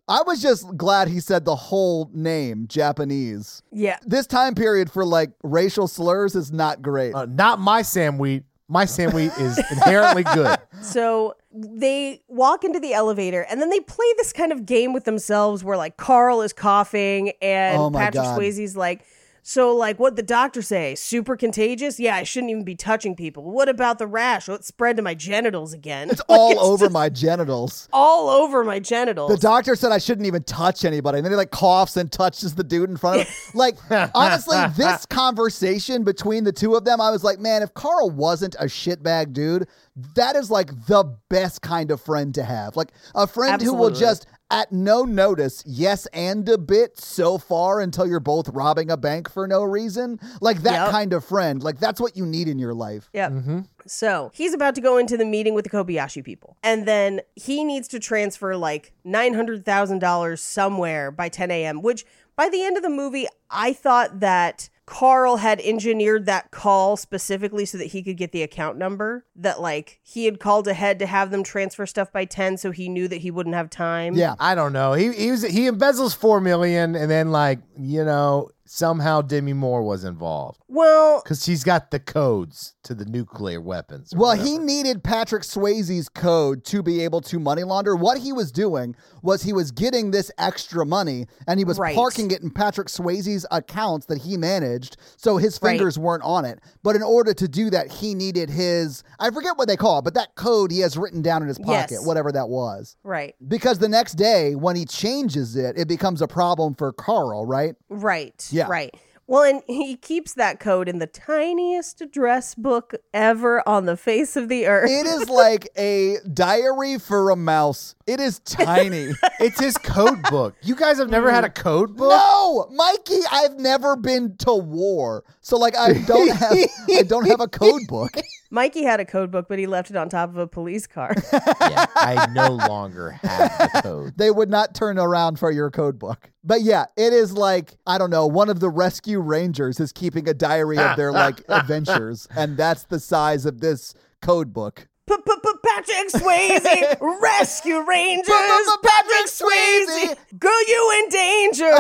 [SPEAKER 4] I was just glad he said the whole name Japanese.
[SPEAKER 5] Yeah.
[SPEAKER 4] This time period for like racial slurs is not great.
[SPEAKER 3] Uh, not my Sam Wheat. My Sam Wheat is inherently good.
[SPEAKER 5] So they walk into the elevator and then they play this kind of game with themselves where like Carl is coughing and
[SPEAKER 4] Oh my
[SPEAKER 5] Patrick
[SPEAKER 4] God.
[SPEAKER 5] Swayze's like, so like what the doctor say? Super contagious? Yeah, I shouldn't even be touching people. What about the rash? Oh, it spread to my genitals again. It's
[SPEAKER 4] All over my genitals.
[SPEAKER 5] all over my genitals.
[SPEAKER 4] The doctor said I shouldn't even touch anybody. And then he like coughs and touches the dude in front of him. Like, honestly, this conversation between the two of them, I was like, man, if Carl wasn't a shitbag dude, that is like the best kind of friend to have. Like a friend who will
[SPEAKER 5] Absolutely.
[SPEAKER 4] just at no notice, yes and a bit so far until you're both robbing a bank for no reason. Like that
[SPEAKER 5] Yep.
[SPEAKER 4] kind of friend. Like that's what you need in your life.
[SPEAKER 5] Yep. So he's about to go into the meeting with the Kobayashi people. And then he needs to transfer like $900,000 somewhere by 10 a.m., which by the end of the movie, I thought that Carl had engineered that call specifically so that he could get the account number. That like he had called ahead to have them transfer stuff by 10 so he knew that he wouldn't have time.
[SPEAKER 4] Yeah.
[SPEAKER 3] I don't know. He he was he embezzles four million, and then like you know somehow Demi Moore was involved
[SPEAKER 5] Well,
[SPEAKER 3] because she's got the codes to the nuclear weapons. or
[SPEAKER 4] Well,
[SPEAKER 3] whatever.
[SPEAKER 4] he needed Patrick Swayze's code to be able to money launder. What he was doing was he was getting this extra money and he was
[SPEAKER 5] Right.
[SPEAKER 4] parking it in Patrick Swayze's accounts that he managed, so his fingers weren't on it. But in order to do that, he needed his I forget what they call it, but that code he has written down in his pocket,
[SPEAKER 5] Yes.
[SPEAKER 4] whatever that was.
[SPEAKER 5] right,
[SPEAKER 4] Because the next day when he changes it, it becomes a problem for Carl, right?
[SPEAKER 5] right,
[SPEAKER 4] Yeah.
[SPEAKER 5] right. Well, and he keeps that code in the tiniest address book ever on the face of the earth.
[SPEAKER 4] It is like a diary for a mouse. It is tiny.
[SPEAKER 3] it's his code book. You guys have never had a code book.
[SPEAKER 4] No, Mikey, I've never been to war, so like I don't have I don't have a code book.
[SPEAKER 5] Mikey had a code book, but he left it on top of a police car.
[SPEAKER 3] Yeah, I no longer have the code.
[SPEAKER 4] They would not turn around for your code book. But yeah, it is like I don't know. One of the rescue rangers is keeping a diary of their like adventures, and that's the size of this code book.
[SPEAKER 5] Patrick Swayze, Rescue Rangers. Patrick Swayze, girl, you in danger.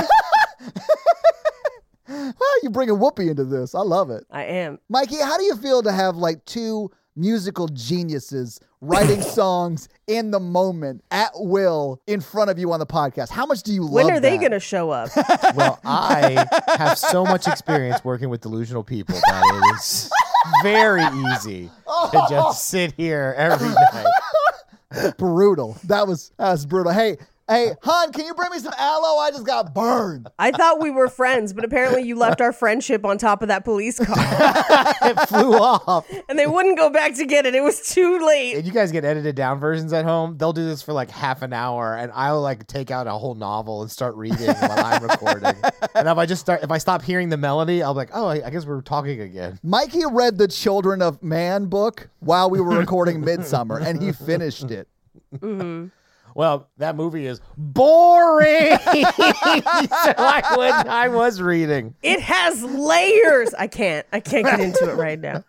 [SPEAKER 4] Well, you Ah, bring a whoopee into this. I love it,
[SPEAKER 5] I am.
[SPEAKER 4] Mikey. How do you feel to have like two musical geniuses writing songs in the moment at will in front of you on the podcast. How much do you love
[SPEAKER 5] When are they
[SPEAKER 4] that?
[SPEAKER 5] going to show up?
[SPEAKER 3] Well, I have so much experience working with delusional people that it is very easy to just sit here every night.
[SPEAKER 4] brutal. That was that was brutal. Hey, hey, hon, can you bring me some aloe? I just got burned.
[SPEAKER 5] I thought we were friends, but apparently you left our friendship on top of that police car.
[SPEAKER 3] It flew off.
[SPEAKER 5] and they wouldn't go back to get it. It was too late.
[SPEAKER 3] And you guys get edited down versions at home. They'll do this for like half an hour, and I'll like take out a whole novel and start reading while I'm recording. And if I just start, if I stop hearing the melody, I'll be like, oh, I I guess we're talking again.
[SPEAKER 4] Mikey read the Children of Man book while we were recording Midsummer, and he finished it.
[SPEAKER 3] Well, that movie is boring. so I, would, I was reading.
[SPEAKER 5] It has layers. I can't. I can't get into it right now.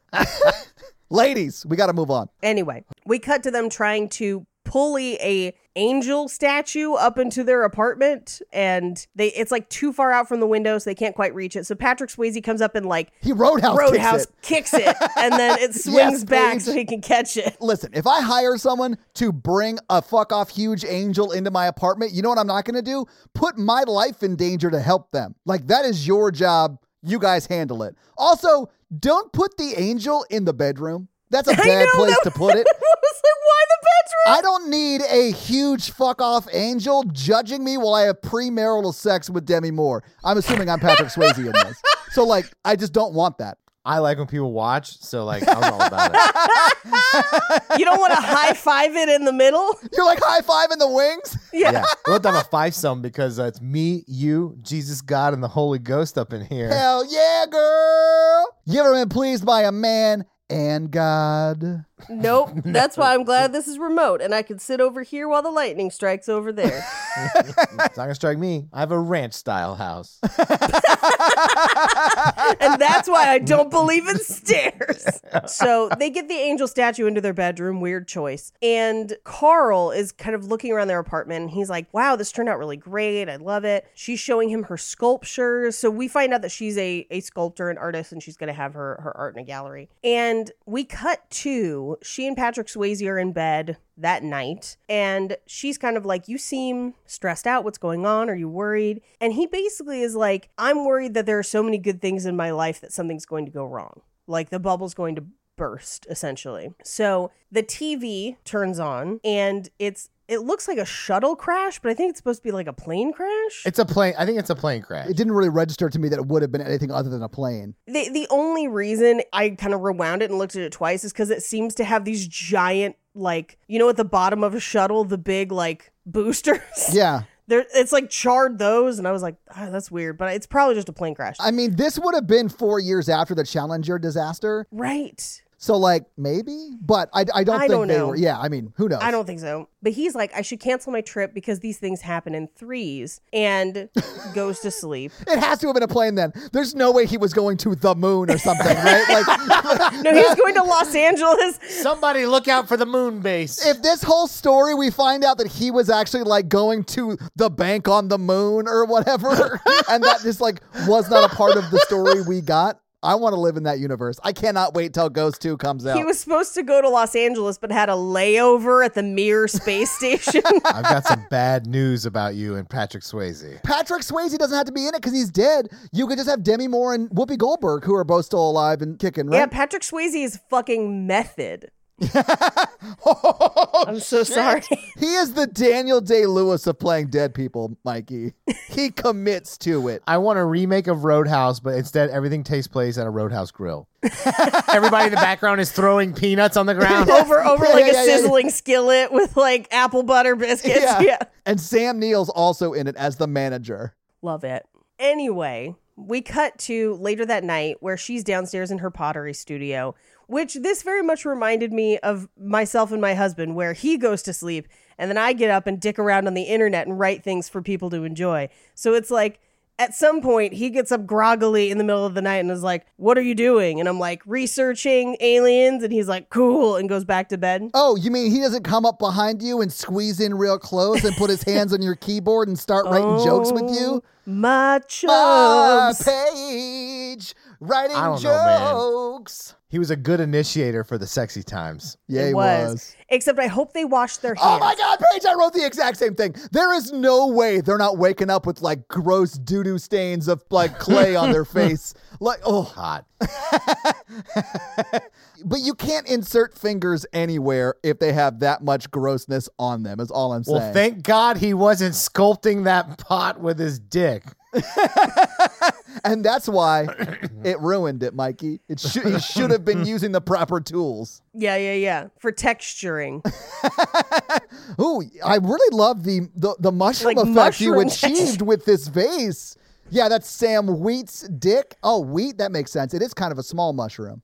[SPEAKER 4] Ladies, we got to move on.
[SPEAKER 5] Anyway, we cut to them trying to pulley a angel statue up into their apartment and they it's like too far out from the window so they can't quite reach it. So Patrick Swayze comes up and like
[SPEAKER 4] He roadhouse. kicks
[SPEAKER 5] Roadhouse
[SPEAKER 4] it.
[SPEAKER 5] kicks it. and then it swings back
[SPEAKER 4] please.
[SPEAKER 5] so he can catch it.
[SPEAKER 4] Listen, if I hire someone to bring a fuck off huge angel into my apartment, you know what I'm not going to do? Put my life in danger to help them. Like, that is your job. You guys handle it. Also, don't put the angel in the bedroom. That's a bad
[SPEAKER 5] know,
[SPEAKER 4] place to
[SPEAKER 5] that-
[SPEAKER 4] put it.
[SPEAKER 5] I was like, why the bedroom?
[SPEAKER 4] I don't need a huge fuck off angel judging me while I have premarital sex with Demi Moore. I'm assuming I'm Patrick Swayze in this. So, like, I just don't want that.
[SPEAKER 3] I like when people watch, so like I was all about it.
[SPEAKER 5] You don't want to high five it in the middle?
[SPEAKER 4] You're like high five in the wings?
[SPEAKER 3] Yeah, we'll have to have a five sum because uh, it's me, you, Jesus, God, and the Holy Ghost up in here.
[SPEAKER 4] Hell yeah, girl. You ever been pleased by a man and God?
[SPEAKER 5] Nope. That's why I'm glad this is remote and I can sit over here while the lightning strikes over there.
[SPEAKER 3] It's not gonna strike me. I have a ranch style house.
[SPEAKER 5] and that's why I don't believe in stairs. So they get the angel statue into their bedroom, weird choice. And Carl is kind of looking around their apartment and he's like, wow, this turned out really great. I love it. She's showing him her sculptures. So we find out that she's a, a sculptor and artist and she's going to have her, her art in a gallery. And we cut to she and Patrick Swayze are in bed that night. And she's kind of like, You seem stressed out. What's going on? Are you worried? And he basically is like, I'm worried that there are so many good things in my life that something's going to go wrong. Like the bubble's going to burst, essentially. So the TV turns on and it's. It looks like a shuttle crash, but I think it's supposed to be like a plane crash.
[SPEAKER 3] It's a plane. I think it's a plane crash.
[SPEAKER 4] It didn't really register to me that it would have been anything other than a plane.
[SPEAKER 5] The the only reason I kind of rewound it and looked at it twice is because it seems to have these giant like you know at the bottom of a shuttle the big like boosters.
[SPEAKER 4] Yeah.
[SPEAKER 5] There it's like charred those and I was like oh, that's weird, but it's probably just a plane crash.
[SPEAKER 4] I mean, this would have been four years after the Challenger disaster.
[SPEAKER 5] right.
[SPEAKER 4] So, like, maybe, but I, I don't
[SPEAKER 5] I
[SPEAKER 4] think
[SPEAKER 5] don't
[SPEAKER 4] they
[SPEAKER 5] know.
[SPEAKER 4] were. Yeah, I mean, who knows?
[SPEAKER 5] I don't think so. But he's like I should cancel my trip because these things happen in threes and goes to sleep.
[SPEAKER 4] It has to have been a plane then. There's no way he was going to the moon or something, right? Like,
[SPEAKER 5] No, he's going to Los Angeles.
[SPEAKER 3] Somebody look out for the moon base.
[SPEAKER 4] if this whole story we find out that he was actually like going to the bank on the moon or whatever and that just like was not a part of the story we got i want to live in that universe i cannot wait till ghost 2 comes out
[SPEAKER 5] He was supposed to go to Los Angeles but had a layover at the Mir space station.
[SPEAKER 3] I've got some bad news about you and Patrick Swayze.
[SPEAKER 4] patrick swayze doesn't have to be in it because he's dead you could just have demi moore and whoopi goldberg who are both still alive and kicking
[SPEAKER 5] Yeah,
[SPEAKER 4] right
[SPEAKER 5] Patrick Swayze is fucking method. I'm so sorry.
[SPEAKER 4] he is the daniel day lewis of playing dead people mikey he commits to it
[SPEAKER 3] I want a remake of Roadhouse, but instead everything takes place at a Roadhouse grill. Everybody in the background is throwing peanuts on the ground.
[SPEAKER 5] over over
[SPEAKER 4] Yeah,
[SPEAKER 5] like
[SPEAKER 4] yeah, yeah,
[SPEAKER 5] a
[SPEAKER 4] yeah.
[SPEAKER 5] sizzling skillet with like apple butter biscuits. Yeah.
[SPEAKER 4] and sam neill's also in it as the manager
[SPEAKER 5] Love it. Anyway, we cut to later that night where she's downstairs in her pottery studio, which this very much reminded me of myself and my husband, where he goes to sleep and then I get up and dick around on the internet and write things for people to enjoy. So it's like at some point he gets up groggily in the middle of the night and is like, What are you doing? And I'm like, researching aliens. And he's like, Cool, and goes back to bed.
[SPEAKER 4] Oh, you mean he doesn't come up behind you and squeeze in real close and put his hands on your keyboard
[SPEAKER 3] Oh.
[SPEAKER 4] and start writing jokes with you?
[SPEAKER 5] My
[SPEAKER 4] Ah,
[SPEAKER 5] chubs.
[SPEAKER 4] Paige, writing
[SPEAKER 3] I don't know,
[SPEAKER 4] jokes.
[SPEAKER 3] He was a good initiator for the sexy times.
[SPEAKER 4] yeah, he was.
[SPEAKER 5] Except I hope they washed their hands.
[SPEAKER 4] Oh my God, Paige, I wrote the exact same thing. There is no way they're not waking up with like gross doo doo stains of like clay on their face. Like, oh,
[SPEAKER 3] Hot.
[SPEAKER 4] but you can't insert fingers anywhere if they have that much grossness on them, is all I'm saying.
[SPEAKER 3] Well, thank God he wasn't sculpting that pot with his dick.
[SPEAKER 4] and that's why it ruined it, Mikey. It should he should have been using the proper tools.
[SPEAKER 5] Yeah, yeah, yeah. For texturing.
[SPEAKER 4] Ooh, I really love the the, the mushroom
[SPEAKER 5] Like
[SPEAKER 4] effect you
[SPEAKER 5] mushroom
[SPEAKER 4] achieved with this vase. Yeah, that's Sam Wheat's dick. Oh, wheat, that makes sense. It is kind of a small mushroom.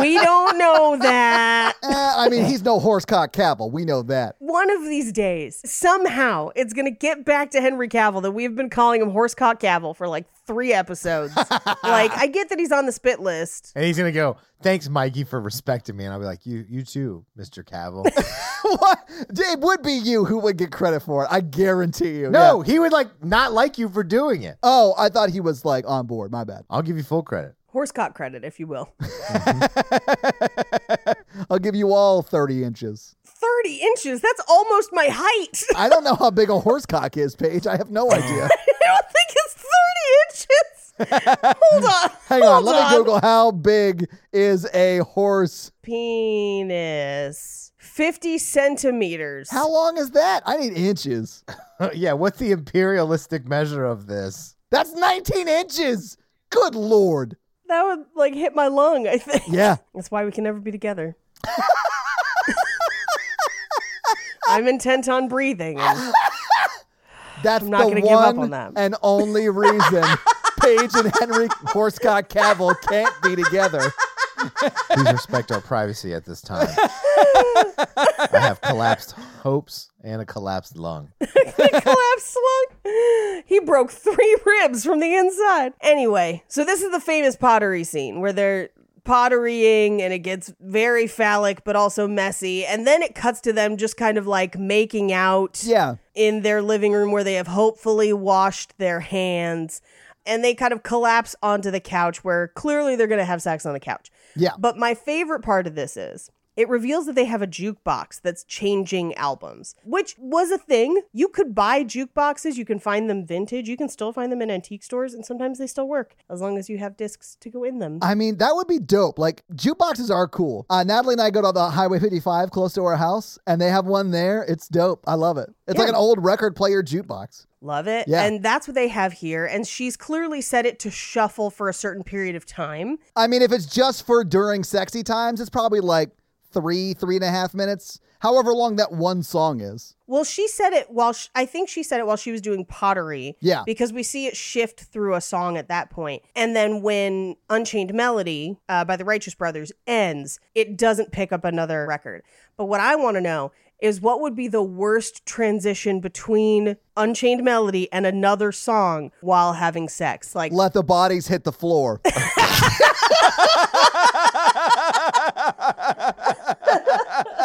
[SPEAKER 5] we don't know that.
[SPEAKER 4] Eh, I mean, he's no horsecock cavil. We know that.
[SPEAKER 5] One of these days, somehow, it's going to get back to Henry Cavill that we've been calling him Horsecock Cavill for like three episodes. like, I get that he's on the spit list.
[SPEAKER 3] And he's gonna go, thanks, Mikey, for respecting me. And I'll be like, you, you too, Mr. Cavill.
[SPEAKER 4] what? It would be you who would get credit for it. I guarantee you.
[SPEAKER 3] no,
[SPEAKER 4] Yeah.
[SPEAKER 3] he would like not like you for doing it.
[SPEAKER 4] Oh, I thought he was like on board. My bad.
[SPEAKER 3] I'll give you full credit.
[SPEAKER 5] Horsecock credit, if you will.
[SPEAKER 4] I'll give you all 30 inches.
[SPEAKER 5] 30 inches. That's almost my height.
[SPEAKER 4] I don't know how big a horsecock is, Paige. I have no idea.
[SPEAKER 5] I don't think it's 30 inches. Hold on.
[SPEAKER 4] Hang on.
[SPEAKER 5] Hold
[SPEAKER 4] Let me Google how big is a horse.
[SPEAKER 5] Penis. 50 centimeters.
[SPEAKER 4] How long is that? I need inches.
[SPEAKER 3] yeah, what's the imperialistic measure of this?
[SPEAKER 4] That's 19 inches. Good lord.
[SPEAKER 5] That would like hit my lung, I think.
[SPEAKER 4] Yeah.
[SPEAKER 5] That's why we can never be together. I'm intent on breathing. and
[SPEAKER 4] That's
[SPEAKER 5] I'm not
[SPEAKER 4] the
[SPEAKER 5] gonna give up
[SPEAKER 4] one
[SPEAKER 5] on that.
[SPEAKER 4] and only reason Paige and Henry Horsecock Cavill can't be together.
[SPEAKER 3] Please respect our privacy at this time. I have collapsed hopes and a collapsed lung.
[SPEAKER 5] collapsed lung. He broke three ribs from the inside. Anyway, so this is the famous pottery scene where they're potterying and it gets very phallic but also messy. And then it cuts to them just kind of like making out.
[SPEAKER 4] Yeah.
[SPEAKER 5] in their living room where they have hopefully washed their hands and they kind of collapse onto the couch where clearly they're going to have sex on the couch.
[SPEAKER 4] Yeah.
[SPEAKER 5] But my favorite part of this is it reveals that they have a jukebox that's changing albums, which was a thing. You could buy jukeboxes, you can find them vintage, you can still find them in antique stores, and sometimes they still work as long as you have discs to go in them.
[SPEAKER 4] I mean, that would be dope. Like, jukeboxes are cool. Uh, Natalie and I go to the Highway 55 close to our house, and they have one there. It's dope. I love it. It's like an old record player jukebox.
[SPEAKER 5] Love it.
[SPEAKER 4] Yeah.
[SPEAKER 5] And that's what they have here. And she's clearly set it to shuffle for a certain period of time.
[SPEAKER 4] I mean, if it's just for during sexy times, it's probably like three, three and a half minutes, however long that one song is.
[SPEAKER 5] Well, she said it while sh I think she said it while she was doing pottery.
[SPEAKER 4] Yeah.
[SPEAKER 5] Because we see it shift through a song at that point. And then when Unchained Melody uh, by the Righteous Brothers ends, it doesn't pick up another record. But what I want to know is what would be the worst transition between Unchained Melody and another song while having sex? Like,
[SPEAKER 4] Let the bodies hit the floor.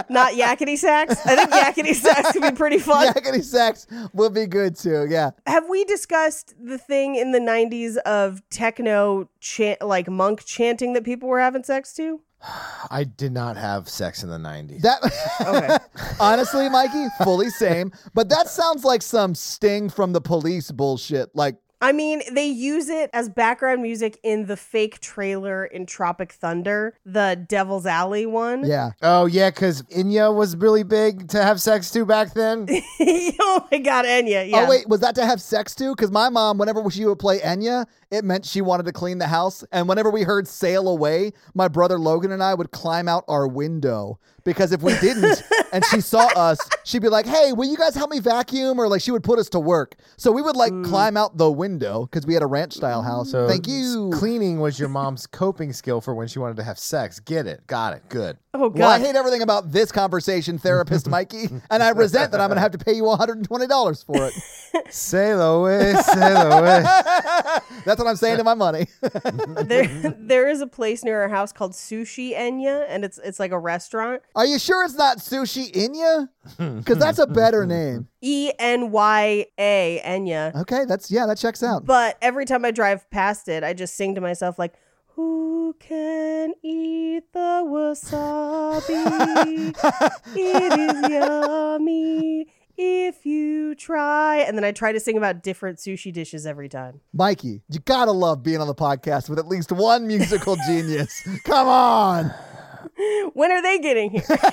[SPEAKER 5] not Yakety Sax? I think Yakety Sax could be pretty fun.
[SPEAKER 4] Yakety sax will be good too. Yeah.
[SPEAKER 5] have we discussed the thing in the 90s of techno chant like monk chanting that people were having sex to
[SPEAKER 3] I did not have sex in the 90s.
[SPEAKER 4] That
[SPEAKER 5] okay
[SPEAKER 4] honestly, Mikey, fully same. But that sounds like some sting from the police bullshit. Like,
[SPEAKER 5] i mean they use it as background music in the fake trailer in tropic thunder the devil's alley one
[SPEAKER 4] yeah.
[SPEAKER 3] oh, yeah, because Inya was really big to have sex to back then.
[SPEAKER 5] oh my god enya yeah
[SPEAKER 4] Oh wait, was that to have sex too? Because my mom, whenever she would play Enya, it meant she wanted to clean the house. And whenever we heard "Sail Away," my brother Logan and I would climb out our window because if we didn't, and she saw us, she'd be like, "Hey, will you guys help me vacuum?" Or like she would put us to work. So we would like
[SPEAKER 5] Mm.
[SPEAKER 4] climb out the window because we had a ranch style house.
[SPEAKER 3] So
[SPEAKER 4] Thank you.
[SPEAKER 3] Cleaning was your mom's coping skill for when she wanted to have sex. Get it. Got it. Good.
[SPEAKER 5] Oh
[SPEAKER 4] Well, I
[SPEAKER 5] god.
[SPEAKER 4] hate everything about this conversation, therapist Mikey, and I resent that I'm going to have to pay you $120 for it.
[SPEAKER 3] Sail away, sail away.
[SPEAKER 4] That's what I'm saying to my money.
[SPEAKER 5] there there is a place near our house called Sushi Enya and it's it's like a restaurant.
[SPEAKER 4] Are you sure it's not Sushi Inya? Because that's a better name.
[SPEAKER 5] E N Y A Enya.
[SPEAKER 4] Okay, that's yeah, that checks out.
[SPEAKER 5] But every time I drive past it, I just sing to myself like, "Who can eat the wasabi? it is yummy if you try." And then I try to sing about different sushi dishes every time.
[SPEAKER 4] Mikey, you gotta love being on the podcast with at least one musical genius. Come on.
[SPEAKER 5] When are they getting here?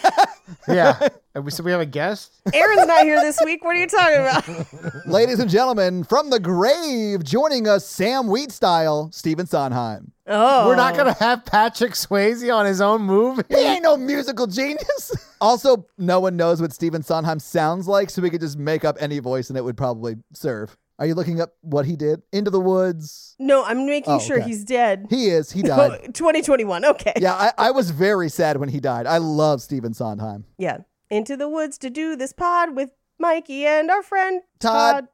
[SPEAKER 3] Yeah. And Uh, we so we have a guest?
[SPEAKER 5] Aaron's not here this week. What are you talking about?
[SPEAKER 4] Ladies and gentlemen, from the grave, joining us Sam Wheat style, Steven Sondheim.
[SPEAKER 5] Oh,
[SPEAKER 3] We're not gonna have Patrick Swayze on his own movie.
[SPEAKER 4] He ain't no musical genius. also, no one knows what Steven Sondheim sounds like, so we could just make up any voice and it would probably serve. Are you looking up what he did? Into the Woods.
[SPEAKER 5] No, I'm making
[SPEAKER 4] Oh,
[SPEAKER 5] sure
[SPEAKER 4] okay.
[SPEAKER 5] he's dead.
[SPEAKER 4] He is. He
[SPEAKER 5] Oh,
[SPEAKER 4] died.
[SPEAKER 5] 2021. Okay.
[SPEAKER 4] yeah, I, I was very sad when he died. I love Steven Sondheim.
[SPEAKER 5] Yeah. Into the woods to do this pod with Mikey and our friend
[SPEAKER 4] Todd,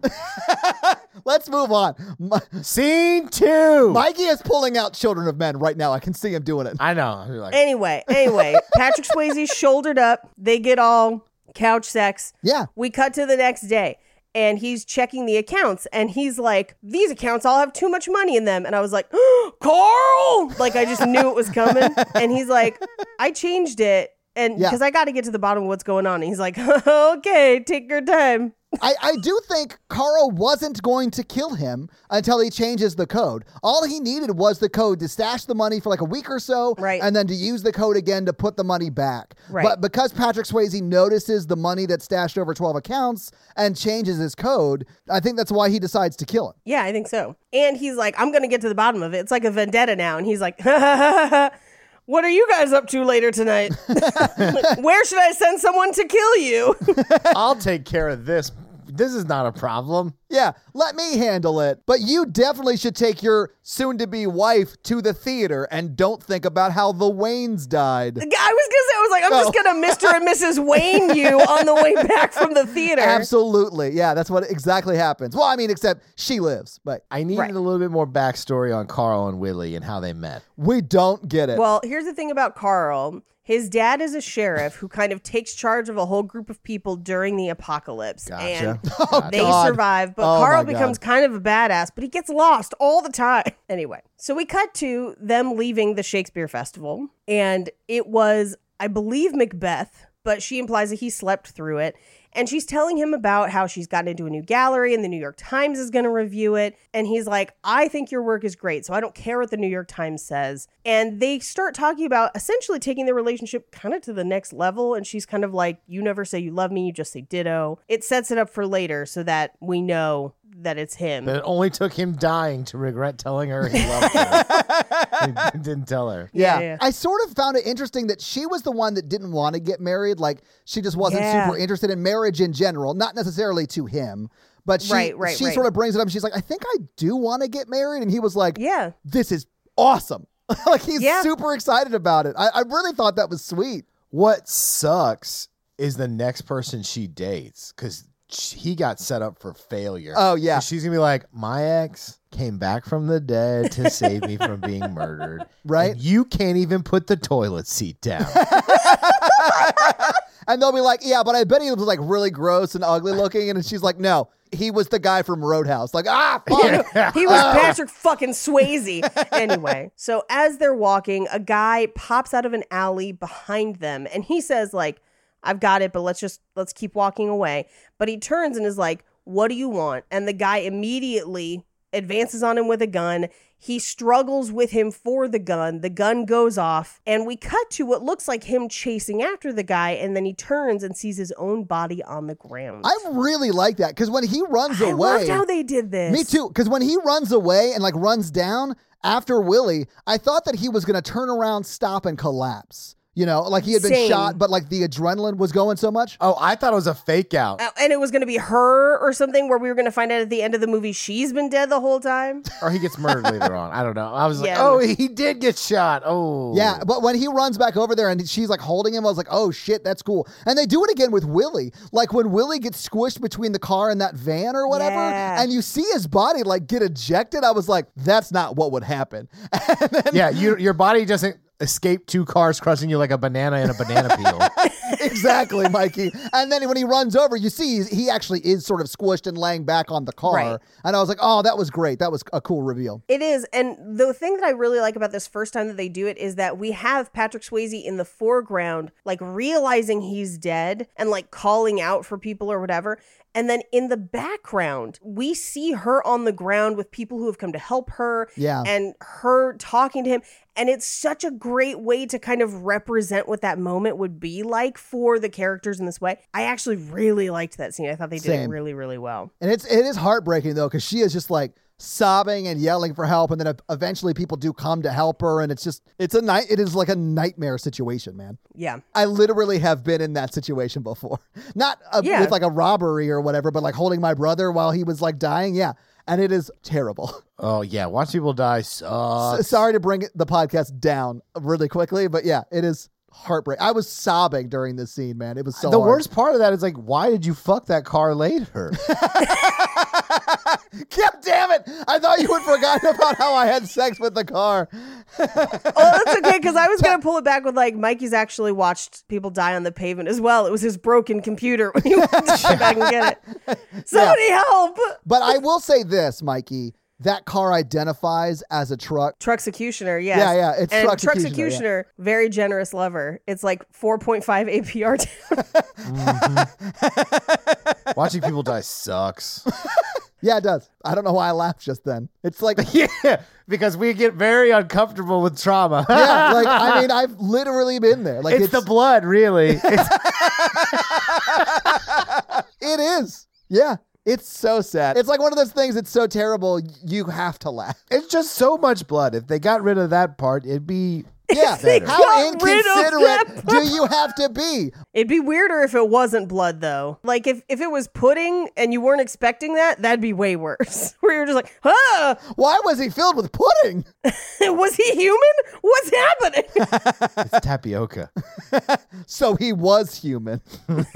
[SPEAKER 4] let's move on. Mi-
[SPEAKER 3] Scene two.
[SPEAKER 4] Mikey is pulling out Children of Men right now. I can see him doing it.
[SPEAKER 3] I know. You're like,
[SPEAKER 5] Anyway, anyway, Patrick Swayze's shouldered up. They get all couch sex.
[SPEAKER 4] Yeah.
[SPEAKER 5] We cut to the next day and he's checking the accounts and he's like, These accounts all have too much money in them. And I was like, Carl! Like I just knew it was coming. And he's like, I changed it. And
[SPEAKER 4] Yeah.
[SPEAKER 5] because I got to get to the bottom of what's going on. And he's like, Okay, take your time.
[SPEAKER 4] I, I do think Carl wasn't going to kill him until he changes the code. All he needed was the code to stash the money for like a week or so,
[SPEAKER 5] Right.
[SPEAKER 4] and then to use the code again to put the money back.
[SPEAKER 5] Right.
[SPEAKER 4] But because Patrick Swayze notices the money that's stashed over 12 accounts and changes his code, I think that's why he decides to kill him.
[SPEAKER 5] Yeah, I think so. And he's like, I'm going to get to the bottom of it. It's like a vendetta now. And he's like, What are you guys up to later tonight? Where should I send someone to kill you?
[SPEAKER 3] I'll take care of this. This is not a problem.
[SPEAKER 4] Yeah, let me handle it. But you definitely should take your soon to be wife to the theater and don't think about how the Waynes died.
[SPEAKER 5] I was going to say, I was like, I'm just going to Mr. and Mrs. Wayne you on the way back from the theater.
[SPEAKER 4] Absolutely. Yeah, that's what exactly happens. Well, I mean, except she lives, but
[SPEAKER 3] I needed
[SPEAKER 5] Right.
[SPEAKER 3] a little bit more backstory on Carl and Willie and how they met.
[SPEAKER 4] we don't get it.
[SPEAKER 5] Well, here's the thing about Carl. His dad is a sheriff who kind of takes charge of a whole group of people during the apocalypse. And
[SPEAKER 4] Oh,
[SPEAKER 5] they
[SPEAKER 4] God.
[SPEAKER 5] survive, but
[SPEAKER 4] Oh,
[SPEAKER 5] Carl
[SPEAKER 4] my
[SPEAKER 5] becomes kind of a badass, but he gets lost all the time. Anyway, so we cut to them leaving the Shakespeare Festival, and it was, I believe, Macbeth, but she implies that he slept through it. And she's telling him about how she's gotten into a new gallery and the New York Times is going to review it. And he's like, I think your work is great. So I don't care what the New York Times says. And they start talking about essentially taking their relationship kind of to the next level. And she's kind of like, You never say you love me, you just say ditto. It sets it up for later so that we know that it's him.
[SPEAKER 3] But it only took him dying to regret telling her he loved her. he didn't tell her.
[SPEAKER 4] yeah.
[SPEAKER 5] yeah, yeah.
[SPEAKER 4] I sort of found it interesting that she was the one that didn't want to get married. Like she just wasn't
[SPEAKER 5] Yeah.
[SPEAKER 4] super interested in marriage in general, not necessarily to him, but she
[SPEAKER 5] Right, right,
[SPEAKER 4] she
[SPEAKER 5] right.
[SPEAKER 4] sort of brings it up. and She's like, "I think I do want to get married," and he was like,
[SPEAKER 5] yeah.
[SPEAKER 4] "This is awesome." like he's
[SPEAKER 5] Yeah.
[SPEAKER 4] super excited about it. I, I really thought that was sweet.
[SPEAKER 3] What sucks is the next person she dates because he got set up for failure.
[SPEAKER 4] Oh, yeah.
[SPEAKER 3] And she's gonna be like, my ex came back from the dead to save me from being murdered.
[SPEAKER 4] Right.
[SPEAKER 3] And you can't even put the toilet seat down.
[SPEAKER 4] And they'll be like, yeah, but I bet he was like really gross and ugly looking. And she's like, no, he was the guy from Roadhouse. Like, ah, fuck.
[SPEAKER 5] He was
[SPEAKER 4] Oh.
[SPEAKER 5] Patrick fucking Swayze. anyway, so as they're walking, a guy pops out of an alley behind them and he says, like, I've got it, but let's just let's keep walking away. But he turns and is like, What do you want? And the guy immediately advances on him with a gun. He struggles with him for the gun. The gun goes off, and we cut to what looks like him chasing after the guy, and then he turns and sees his own body on the ground.
[SPEAKER 4] I really like that because when he runs
[SPEAKER 5] I
[SPEAKER 4] away,
[SPEAKER 5] loved how they did this.
[SPEAKER 4] me too. Because when he runs away and like runs down after Willie, I thought that he was going to turn around, stop, and collapse. You You know, like he had been
[SPEAKER 5] Same.
[SPEAKER 4] shot, but like the adrenaline was going so much.
[SPEAKER 3] Oh, I thought it was a fake out.
[SPEAKER 5] Uh, and it was going to be her or something where we were going to find out at the end of the movie she's been dead the whole time.
[SPEAKER 3] or he gets murdered later on. I don't know. I was
[SPEAKER 5] Yeah.
[SPEAKER 3] like, oh, he did get shot. Oh.
[SPEAKER 4] Yeah, but when he runs back over there and she's like holding him, I was like, oh shit, that's cool. And they do it again with Willie. Like when Willie gets squished between the car and that van or whatever,
[SPEAKER 5] Yeah.
[SPEAKER 4] and you see his body like get ejected, I was like, that's not what would happen. And then-
[SPEAKER 3] Yeah, you, your body doesn't escape two cars crushing you like a banana in a banana peel.
[SPEAKER 4] exactly, Mikey. And then when he runs over, you see he's, he actually is sort of squished and laying back on the car.
[SPEAKER 5] Right.
[SPEAKER 4] And I was like, oh, that was great. That was a cool reveal.
[SPEAKER 5] It is. And the thing that I really like about this first time that they do it is that we have Patrick Swayze in the foreground, like realizing he's dead and like calling out for people or whatever. And then in the background, we see her on the ground with people who have come to help her
[SPEAKER 4] Yeah.
[SPEAKER 5] and her talking to him. And it's such a great way to kind of represent what that moment would be like for the characters in this way. I actually really liked that scene. I thought they did
[SPEAKER 4] Same.
[SPEAKER 5] it really, really well.
[SPEAKER 4] And it's it is heartbreaking though because she is just like sobbing and yelling for help, and then ev- eventually people do come to help her, and it's just it's a night it is like a nightmare situation, man.
[SPEAKER 5] Yeah.
[SPEAKER 4] I literally have been in that situation before, not uh
[SPEAKER 5] Yeah.
[SPEAKER 4] with like a robbery or whatever, but like holding my brother while he was like dying, yeah. And it is terrible.
[SPEAKER 3] oh, yeah. Watch people die
[SPEAKER 4] S-
[SPEAKER 3] sucks.
[SPEAKER 4] Sorry to bring the podcast down really quickly, but yeah, it is heartbreak. I was sobbing during this scene, man. It was so
[SPEAKER 3] the
[SPEAKER 4] hard.
[SPEAKER 3] worst part of that is like, why did you fuck that car later?
[SPEAKER 4] God damn it! I thought you had forgotten about how I had sex with the car.
[SPEAKER 5] Oh, that's okay because I was gonna pull it back with like Mikey's actually watched people die on the pavement as well. It was his broken computer when he went to go back and get it. Somebody help!
[SPEAKER 4] But I will say this, Mikey. That car identifies as a truck.
[SPEAKER 5] Truxecutioner, yes.
[SPEAKER 4] Yeah, yeah, it's
[SPEAKER 5] and
[SPEAKER 4] Truxecutioner,
[SPEAKER 5] Truxecutioner, very generous lover. It's like 4.5 APR. down.
[SPEAKER 3] Watching people die sucks.
[SPEAKER 4] Yeah, it does. I don't know why I laughed just then. It's like,
[SPEAKER 3] yeah, because we get very uncomfortable with trauma.
[SPEAKER 4] yeah, like I mean, I've literally been there. Like
[SPEAKER 3] it's, the blood, really. It's,
[SPEAKER 4] it is. Yeah, it's so sad. It's like one of those things. that's so terrible. You have to laugh.
[SPEAKER 3] it's just so much blood. If they got rid of that part, it'd be
[SPEAKER 4] Yeah,
[SPEAKER 3] They
[SPEAKER 4] how
[SPEAKER 5] got rid of
[SPEAKER 4] inconsiderate
[SPEAKER 5] that
[SPEAKER 4] do you have to be?
[SPEAKER 5] It'd be weirder if it wasn't blood though. Like if, if it was pudding and you weren't expecting that, that'd be way worse. Where you're just like, huh?
[SPEAKER 4] Why was he filled with pudding?
[SPEAKER 5] Was he human? What's happening?
[SPEAKER 3] it's tapioca.
[SPEAKER 4] So he was human.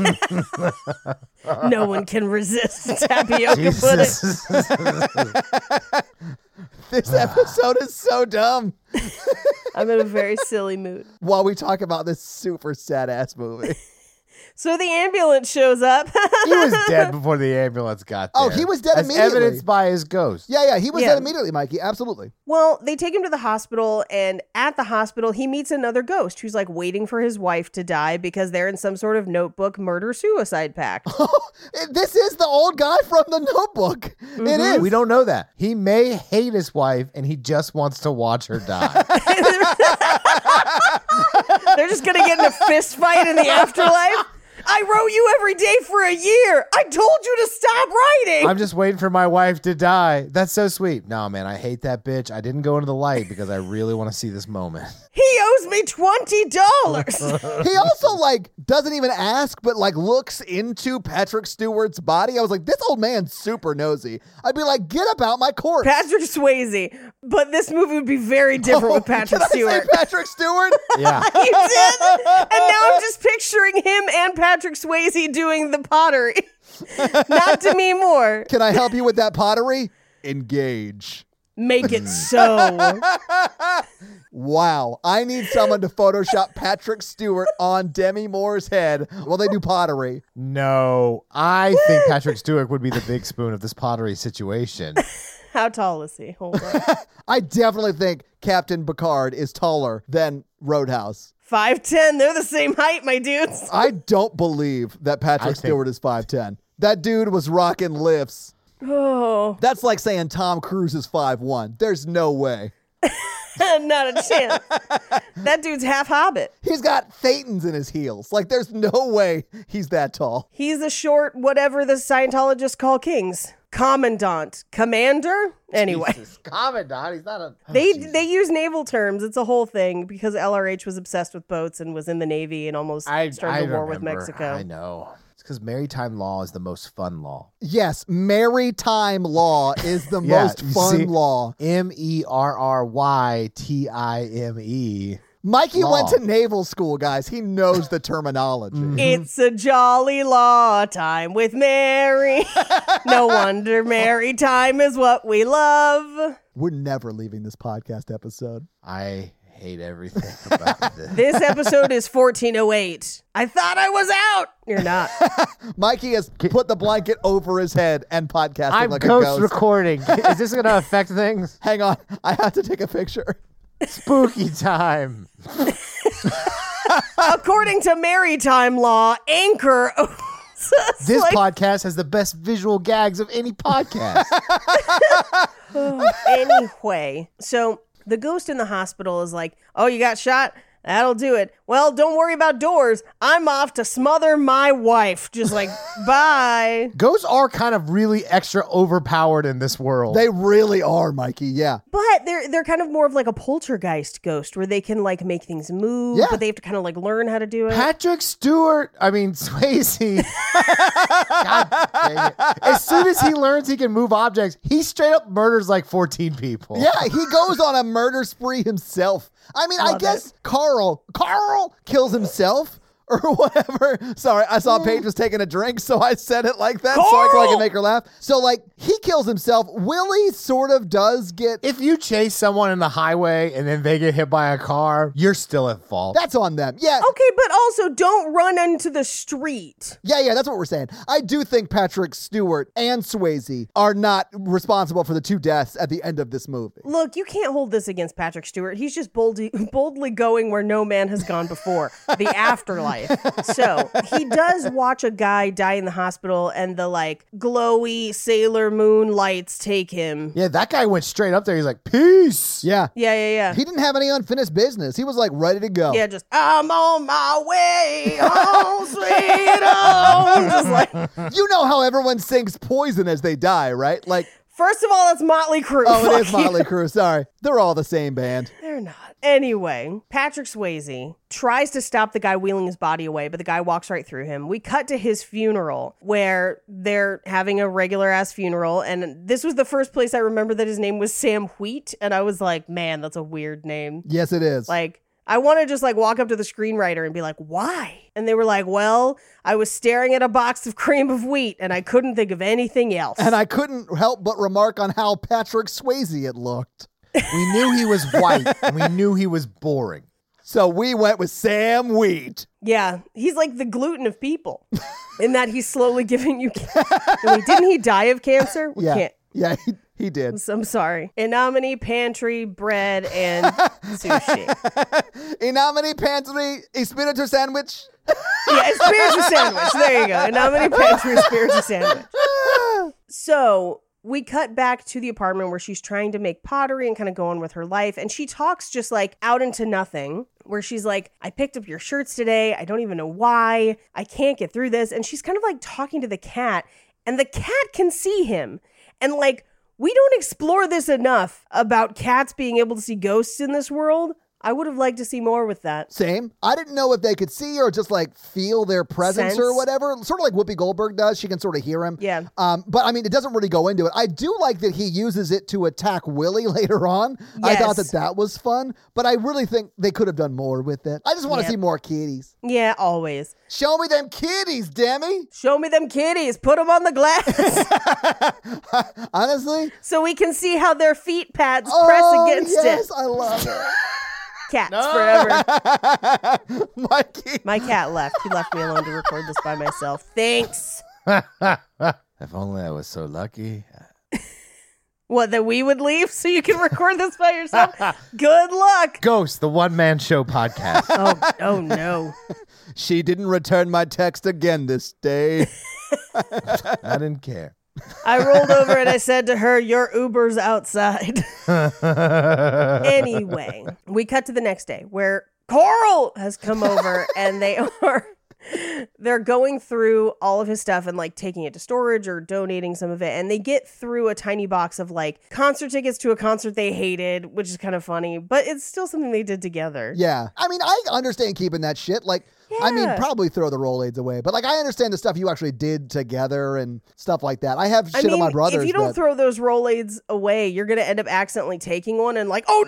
[SPEAKER 5] no one can resist tapioca pudding.
[SPEAKER 3] Jesus.
[SPEAKER 4] This episode is so dumb.
[SPEAKER 5] I'm in a very silly mood.
[SPEAKER 4] While we talk about this super sad ass movie.
[SPEAKER 5] So the ambulance shows up.
[SPEAKER 3] he was dead before the ambulance got there.
[SPEAKER 4] Oh, he was dead
[SPEAKER 3] As
[SPEAKER 4] immediately.
[SPEAKER 3] evidenced by his ghost.
[SPEAKER 4] Yeah, yeah, he was
[SPEAKER 5] Yeah.
[SPEAKER 4] dead immediately, Mikey. Absolutely.
[SPEAKER 5] well, they take him to the hospital, and at the hospital, he meets another ghost who's like waiting for his wife to die because they're in some sort of notebook murder suicide pact.
[SPEAKER 4] this is the old guy from the Notebook. It is.
[SPEAKER 3] Mm-hmm. We don't know that. He may hate his wife and he just wants to watch her die.
[SPEAKER 5] they're just gonna get in a fist fight in the afterlife. I wrote you every day for a year. I told you to stop writing.
[SPEAKER 3] I'm just waiting for my wife to die. That's so sweet. No, man, I hate that bitch. I didn't go into the light because I really want to see this moment.
[SPEAKER 5] he owes me twenty dollars.
[SPEAKER 4] He also like doesn't even ask, but like looks into Patrick Stewart's body. I was like, this old man's super nosy. I'd be like, get up out my corpse.
[SPEAKER 5] Patrick Swayze, but this movie would be very different with Patrick
[SPEAKER 4] Did Oh, I say
[SPEAKER 5] Stewart.
[SPEAKER 4] Patrick Stewart.
[SPEAKER 3] Yeah.
[SPEAKER 5] you did. And now I'm just picturing him and Patrick Swayze doing the pottery. Not to me more.
[SPEAKER 4] Can I help you with that pottery? Engage.
[SPEAKER 5] Make it so.
[SPEAKER 4] Wow. I need someone to Photoshop Patrick Stewart on Demi Moore's head while they do pottery.
[SPEAKER 3] No, I think Patrick Stewart would be the big spoon of this pottery situation.
[SPEAKER 5] How tall is he? Hold on.
[SPEAKER 4] I definitely think Captain Picard is taller than Roadhouse.
[SPEAKER 5] 5'10. They're the same height, my dudes.
[SPEAKER 4] I don't believe that
[SPEAKER 3] I
[SPEAKER 4] Patrick
[SPEAKER 3] think-
[SPEAKER 4] Stewart is 5'10. That dude was rocking lifts.
[SPEAKER 5] Oh,
[SPEAKER 4] That's like saying Tom Cruise is 5'1. There's no way.
[SPEAKER 5] not a chance. That dude's half hobbit.
[SPEAKER 4] He's got thetans in his heels. Like, there's no way he's that tall.
[SPEAKER 5] He's a short, whatever the Scientologists call kings. commandant, commander. Anyway,
[SPEAKER 3] Jesus, Commandant, he's not a. oh,
[SPEAKER 5] they
[SPEAKER 3] Jesus.
[SPEAKER 5] they use naval terms. It's a whole thing because LRH was obsessed with boats and was in the navy and almost
[SPEAKER 3] I,
[SPEAKER 5] started
[SPEAKER 3] I
[SPEAKER 5] a war with
[SPEAKER 3] remember.
[SPEAKER 5] Mexico.
[SPEAKER 3] I know. It's because maritime law is the most fun law.
[SPEAKER 4] Yes, maritime law is the
[SPEAKER 3] Yeah,
[SPEAKER 4] most
[SPEAKER 3] you
[SPEAKER 4] fun
[SPEAKER 3] see-
[SPEAKER 4] law.
[SPEAKER 3] M E R R Y T I M E.
[SPEAKER 4] Mikey
[SPEAKER 3] Law.
[SPEAKER 4] went to naval school, guys. He knows the terminology.
[SPEAKER 3] Mm.
[SPEAKER 5] It's a jolly law time with Mary. no wonder Mary time is what we love.
[SPEAKER 4] We're never leaving this podcast episode.
[SPEAKER 3] I hate everything about this.
[SPEAKER 5] This episode is 1408. I thought I was out. You're not.
[SPEAKER 4] Mikey has put the blanket over his head and podcasting
[SPEAKER 3] I'm
[SPEAKER 4] like
[SPEAKER 3] ghost,
[SPEAKER 4] a ghost.
[SPEAKER 3] recording. Is this going to affect things?
[SPEAKER 4] Hang on, I have to take a picture.
[SPEAKER 3] Spooky time.
[SPEAKER 5] According to maritime law, anchor owns us
[SPEAKER 3] This
[SPEAKER 5] like
[SPEAKER 3] podcast has the best visual gags of any podcast.
[SPEAKER 5] anyway. So the ghost in the hospital is like, "Oh, you got shot? That'll do it. Well, don't worry about doors. I'm off to smother my wife. Just like, bye."
[SPEAKER 3] Ghosts are kind of really extra overpowered in this world.
[SPEAKER 4] They really are, Mikey. Yeah.
[SPEAKER 5] But they're they're kind of more of like a poltergeist ghost where they can like make things move,
[SPEAKER 4] Yeah.
[SPEAKER 5] but they have to kind of like learn how to do it.
[SPEAKER 3] Patrick Stewart, I mean Swayze. God dang it. As soon as he learns he can move objects, he straight up murders like 14 people.
[SPEAKER 4] Yeah, he goes on a murder spree himself. I mean, I
[SPEAKER 5] Love
[SPEAKER 4] guess Carl, Carl kills himself or whatever. Sorry, I
[SPEAKER 5] Mm.
[SPEAKER 4] saw Paige was taking a drink, so I said it like that so I, so I can make her laugh. So, like, he kills himself. Willie sort of does get.
[SPEAKER 3] If you chase someone in the highway and then they get hit by a car, you're still at fault.
[SPEAKER 4] that's on them. Yeah.
[SPEAKER 5] Okay, but also don't run into the street.
[SPEAKER 4] Yeah, yeah, that's what we're saying. I do think Patrick Stewart and Swayze are not responsible for the two deaths at the end of this movie.
[SPEAKER 5] Look, you can't hold this against Patrick Stewart. He's just boldly, boldly going where no man has gone before the afterlife. So he does watch a guy die in the hospital, and the like glowy Sailor Moon lights take him.
[SPEAKER 3] yeah, that guy went straight up there. He's like, peace.
[SPEAKER 4] Yeah.
[SPEAKER 5] Yeah, yeah, yeah.
[SPEAKER 4] He didn't have any unfinished business. He was like ready to go.
[SPEAKER 5] Yeah, just I'm on my way home, sweet home. Just like
[SPEAKER 4] You know how everyone sings poison as they die, right? Like,
[SPEAKER 5] First of all, that's Motley Crue.
[SPEAKER 4] oh, it is
[SPEAKER 5] Fuck you.
[SPEAKER 4] Motley Crue. Sorry. They're all the same band.
[SPEAKER 5] They're not. Anyway, Patrick Swayze tries to stop the guy wheeling his body away, but the guy walks right through him. We cut to his funeral where they're having a regular ass funeral. And this was the first place I remember that his name was Sam Wheat. And I was like, man, that's a weird name.
[SPEAKER 4] Yes, it is.
[SPEAKER 5] Like, I want to just like walk up to the screenwriter and be like, why? And they were like, well, I was staring at a box of cream of wheat and I couldn't think of anything else.
[SPEAKER 4] and I couldn't help but remark on how Patrick Swayze it looked.
[SPEAKER 3] We knew he was white and we knew he was boring.
[SPEAKER 4] So we went with Sam Wheat.
[SPEAKER 5] Yeah, he's like the gluten of people, in that he's slowly giving you. Can- Wait, didn't he die of cancer? We
[SPEAKER 4] Yeah.
[SPEAKER 5] can't.
[SPEAKER 4] Yeah, he, he did.
[SPEAKER 5] I'm sorry. Inomini, pantry, bread, and sushi.
[SPEAKER 4] Inomini Pantry Espiritu Sandwich.
[SPEAKER 5] Yeah, it's spiritual sandwich. There you go. Inomini, pantry, spiritual sandwich. So we cut back to the apartment where she's trying to make pottery and kind of go on with her life. And she talks just like out into nothing, where she's like, I picked up your shirts today. I don't even know why. I can't get through this. And she's kind of like talking to the cat, and the cat can see him. And like, we don't explore this enough about cats being able to see ghosts in this world. I would have liked to see more with that.
[SPEAKER 4] Same. I didn't know if they could see or just like feel their presence or
[SPEAKER 5] Sense.
[SPEAKER 4] whatever. Sort of like Whoopi Goldberg does. She can sort of hear him.
[SPEAKER 5] Yeah.
[SPEAKER 4] Um, but I mean, it doesn't really go into it. I do like that he uses it to attack Willie later on. I thought
[SPEAKER 5] Yes.
[SPEAKER 4] that that was fun, but I really think they could have done more with it. I just want to
[SPEAKER 5] Yep.
[SPEAKER 4] see more kitties.
[SPEAKER 5] Yeah, always.
[SPEAKER 4] Show me them kitties, Demi.
[SPEAKER 5] Show me them kitties. Put them on the glass.
[SPEAKER 4] Honestly,
[SPEAKER 5] so we can see how their feet pads
[SPEAKER 4] Oh,
[SPEAKER 5] press against
[SPEAKER 4] yes,
[SPEAKER 5] it.
[SPEAKER 4] I love it.
[SPEAKER 5] Cats forever.
[SPEAKER 4] Mikey.
[SPEAKER 5] My cat left. He left me alone to record this by myself. Thanks.
[SPEAKER 3] If only I was so lucky.
[SPEAKER 5] What, that we would leave so you can record this by yourself? Good luck.
[SPEAKER 3] Ghost, the one man show podcast.
[SPEAKER 5] Oh, oh no.
[SPEAKER 4] She didn't return my text again this day.
[SPEAKER 3] I didn't care.
[SPEAKER 5] I rolled over and I said to her, Your Uber's outside. anyway, we cut to the next day where Coral has come over and they are they're going through all of his stuff and like taking it to storage or donating some of it and they get through a tiny box of like concert tickets to a concert they hated which is kind of funny but it's still something they did together
[SPEAKER 4] Yeah. I mean, I understand keeping that shit. Like, I mean,
[SPEAKER 5] Yeah.
[SPEAKER 4] probably throw the Rolaids away, but like, I understand the stuff you actually did together and stuff like that. I have
[SPEAKER 5] I
[SPEAKER 4] shit
[SPEAKER 5] mean,
[SPEAKER 4] on my brothers.
[SPEAKER 5] if you don't
[SPEAKER 4] but-
[SPEAKER 5] throw those Rolaids away, you're gonna end up accidentally taking one and like, oh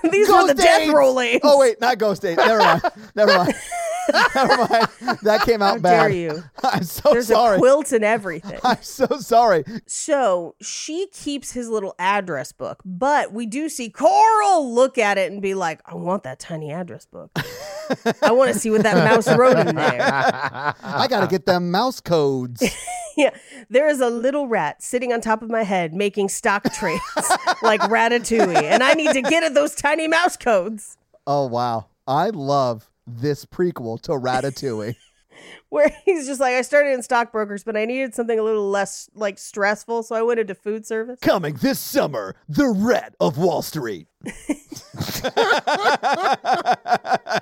[SPEAKER 5] no, these are
[SPEAKER 4] Ghost
[SPEAKER 5] the death
[SPEAKER 4] Aids!
[SPEAKER 5] Rolaids.
[SPEAKER 4] Oh wait, not Ghost Aids. Never mind. Never mind. Never mind. That came out
[SPEAKER 5] How
[SPEAKER 4] bad.
[SPEAKER 5] dare you.
[SPEAKER 4] I'm so
[SPEAKER 5] there's
[SPEAKER 4] sorry.
[SPEAKER 5] a quilt and everything.
[SPEAKER 4] I'm so sorry.
[SPEAKER 5] so she keeps his little address book, but we do see Coral look at it and be like, I want that tiny address book. I want to see what that mouse wrote in there.
[SPEAKER 4] I gotta get them mouse codes.
[SPEAKER 5] Yeah. There is a little rat sitting on top of my head making stock trades like Ratatouille, and I need to get at those tiny mouse codes.
[SPEAKER 4] Oh wow, I love this prequel to Ratatouille.
[SPEAKER 5] where he's just like, I started in stockbrokers, but I needed something a little less like stressful, so I went into food service.
[SPEAKER 4] Coming this summer, the Rat of Wall Street.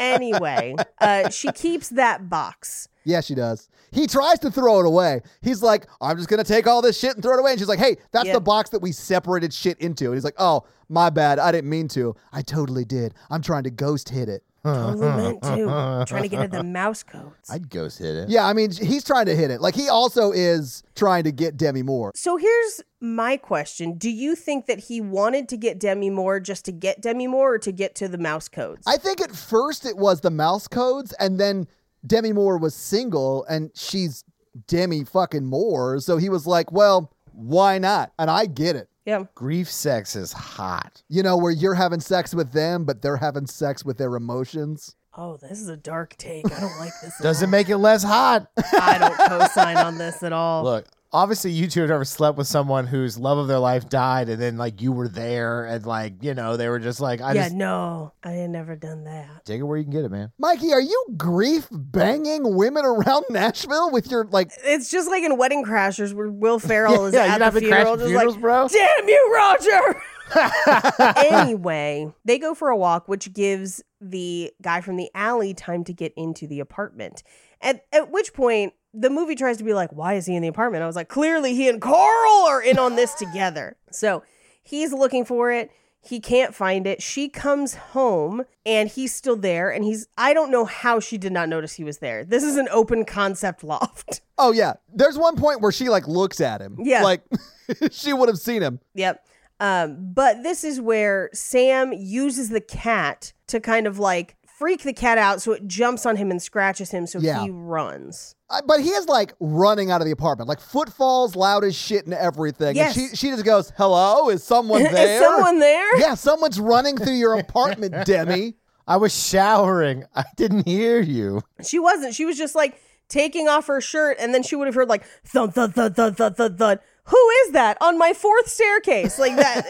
[SPEAKER 5] anyway, uh, she keeps that box.
[SPEAKER 4] Yeah, she does. He tries to throw it away. He's like, I'm just gonna take all this shit and throw it away. And she's like, Hey, that's
[SPEAKER 5] Yeah.
[SPEAKER 4] the box that we separated shit into. And he's like, Oh, my bad. I didn't mean to. I totally did. I'm trying to ghost hit it.
[SPEAKER 3] Oh,
[SPEAKER 5] Totally meant to. Trying to get at the mouse codes.
[SPEAKER 3] I'd ghost hit it.
[SPEAKER 4] Yeah, I mean, he's trying to hit it. Like he also is trying to get Demi Moore.
[SPEAKER 5] So here's my question. Do you think that he wanted to get Demi Moore just to get Demi Moore or to get to the mouse codes?
[SPEAKER 4] I think at first it was the mouse codes, and then Demi Moore was single, and she's Demi fucking Moore. So he was like, well, why not? And I get it.
[SPEAKER 5] yeah.
[SPEAKER 3] Grief sex is hot.
[SPEAKER 4] You know, where you're having sex with them, but they're having sex with their emotions.
[SPEAKER 5] Oh, this is a dark take. I don't like this.
[SPEAKER 3] Does it make it less hot?
[SPEAKER 5] I don't co-sign on this at all.
[SPEAKER 3] Look, obviously, you two have never slept with someone whose love of their life died, and then like you were there, and like you know they were just like, I
[SPEAKER 5] yeah,
[SPEAKER 3] just
[SPEAKER 5] no, I had never done that.
[SPEAKER 3] take it where you can get it, man.
[SPEAKER 4] Mikey, are you grief banging women around Nashville with your, like,
[SPEAKER 5] It's just like in Wedding Crashers where Will Ferrell is
[SPEAKER 3] yeah, you're
[SPEAKER 5] at
[SPEAKER 3] not
[SPEAKER 5] the
[SPEAKER 3] been crashing
[SPEAKER 5] funeral,
[SPEAKER 3] funerals,
[SPEAKER 5] just like,
[SPEAKER 3] bro.
[SPEAKER 5] damn you, Roger. anyway, they go for a walk, which gives the guy from the alley time to get into the apartment. At at which point, the movie tries to be like, why is he in the apartment? I was like, clearly he and Carl are in on this together. So he's looking for it. He can't find it. She comes home and he's still there. And he's, I don't know how she did not notice he was there. This is an open concept loft.
[SPEAKER 4] oh, yeah. There's one point where she, like, looks at him.
[SPEAKER 5] Yeah.
[SPEAKER 4] Like, she would have seen him.
[SPEAKER 5] Yep. Um, but this is where Sam uses the cat to kind of like freak the cat out so it jumps on him and scratches him so
[SPEAKER 4] Yeah.
[SPEAKER 5] he runs.
[SPEAKER 4] Uh, But he is like running out of the apartment, like footfalls loud as shit and everything.
[SPEAKER 5] Yes.
[SPEAKER 4] And she, she just goes, Hello, is someone
[SPEAKER 5] Is
[SPEAKER 4] there?
[SPEAKER 5] someone there?
[SPEAKER 4] Yeah, someone's running through your apartment, Demi.
[SPEAKER 3] I was showering. I didn't hear you.
[SPEAKER 5] She wasn't. She was just like taking off her shirt and then she would have heard like thud thud thud thud thud thud thud. Who is that on my fourth staircase? Like that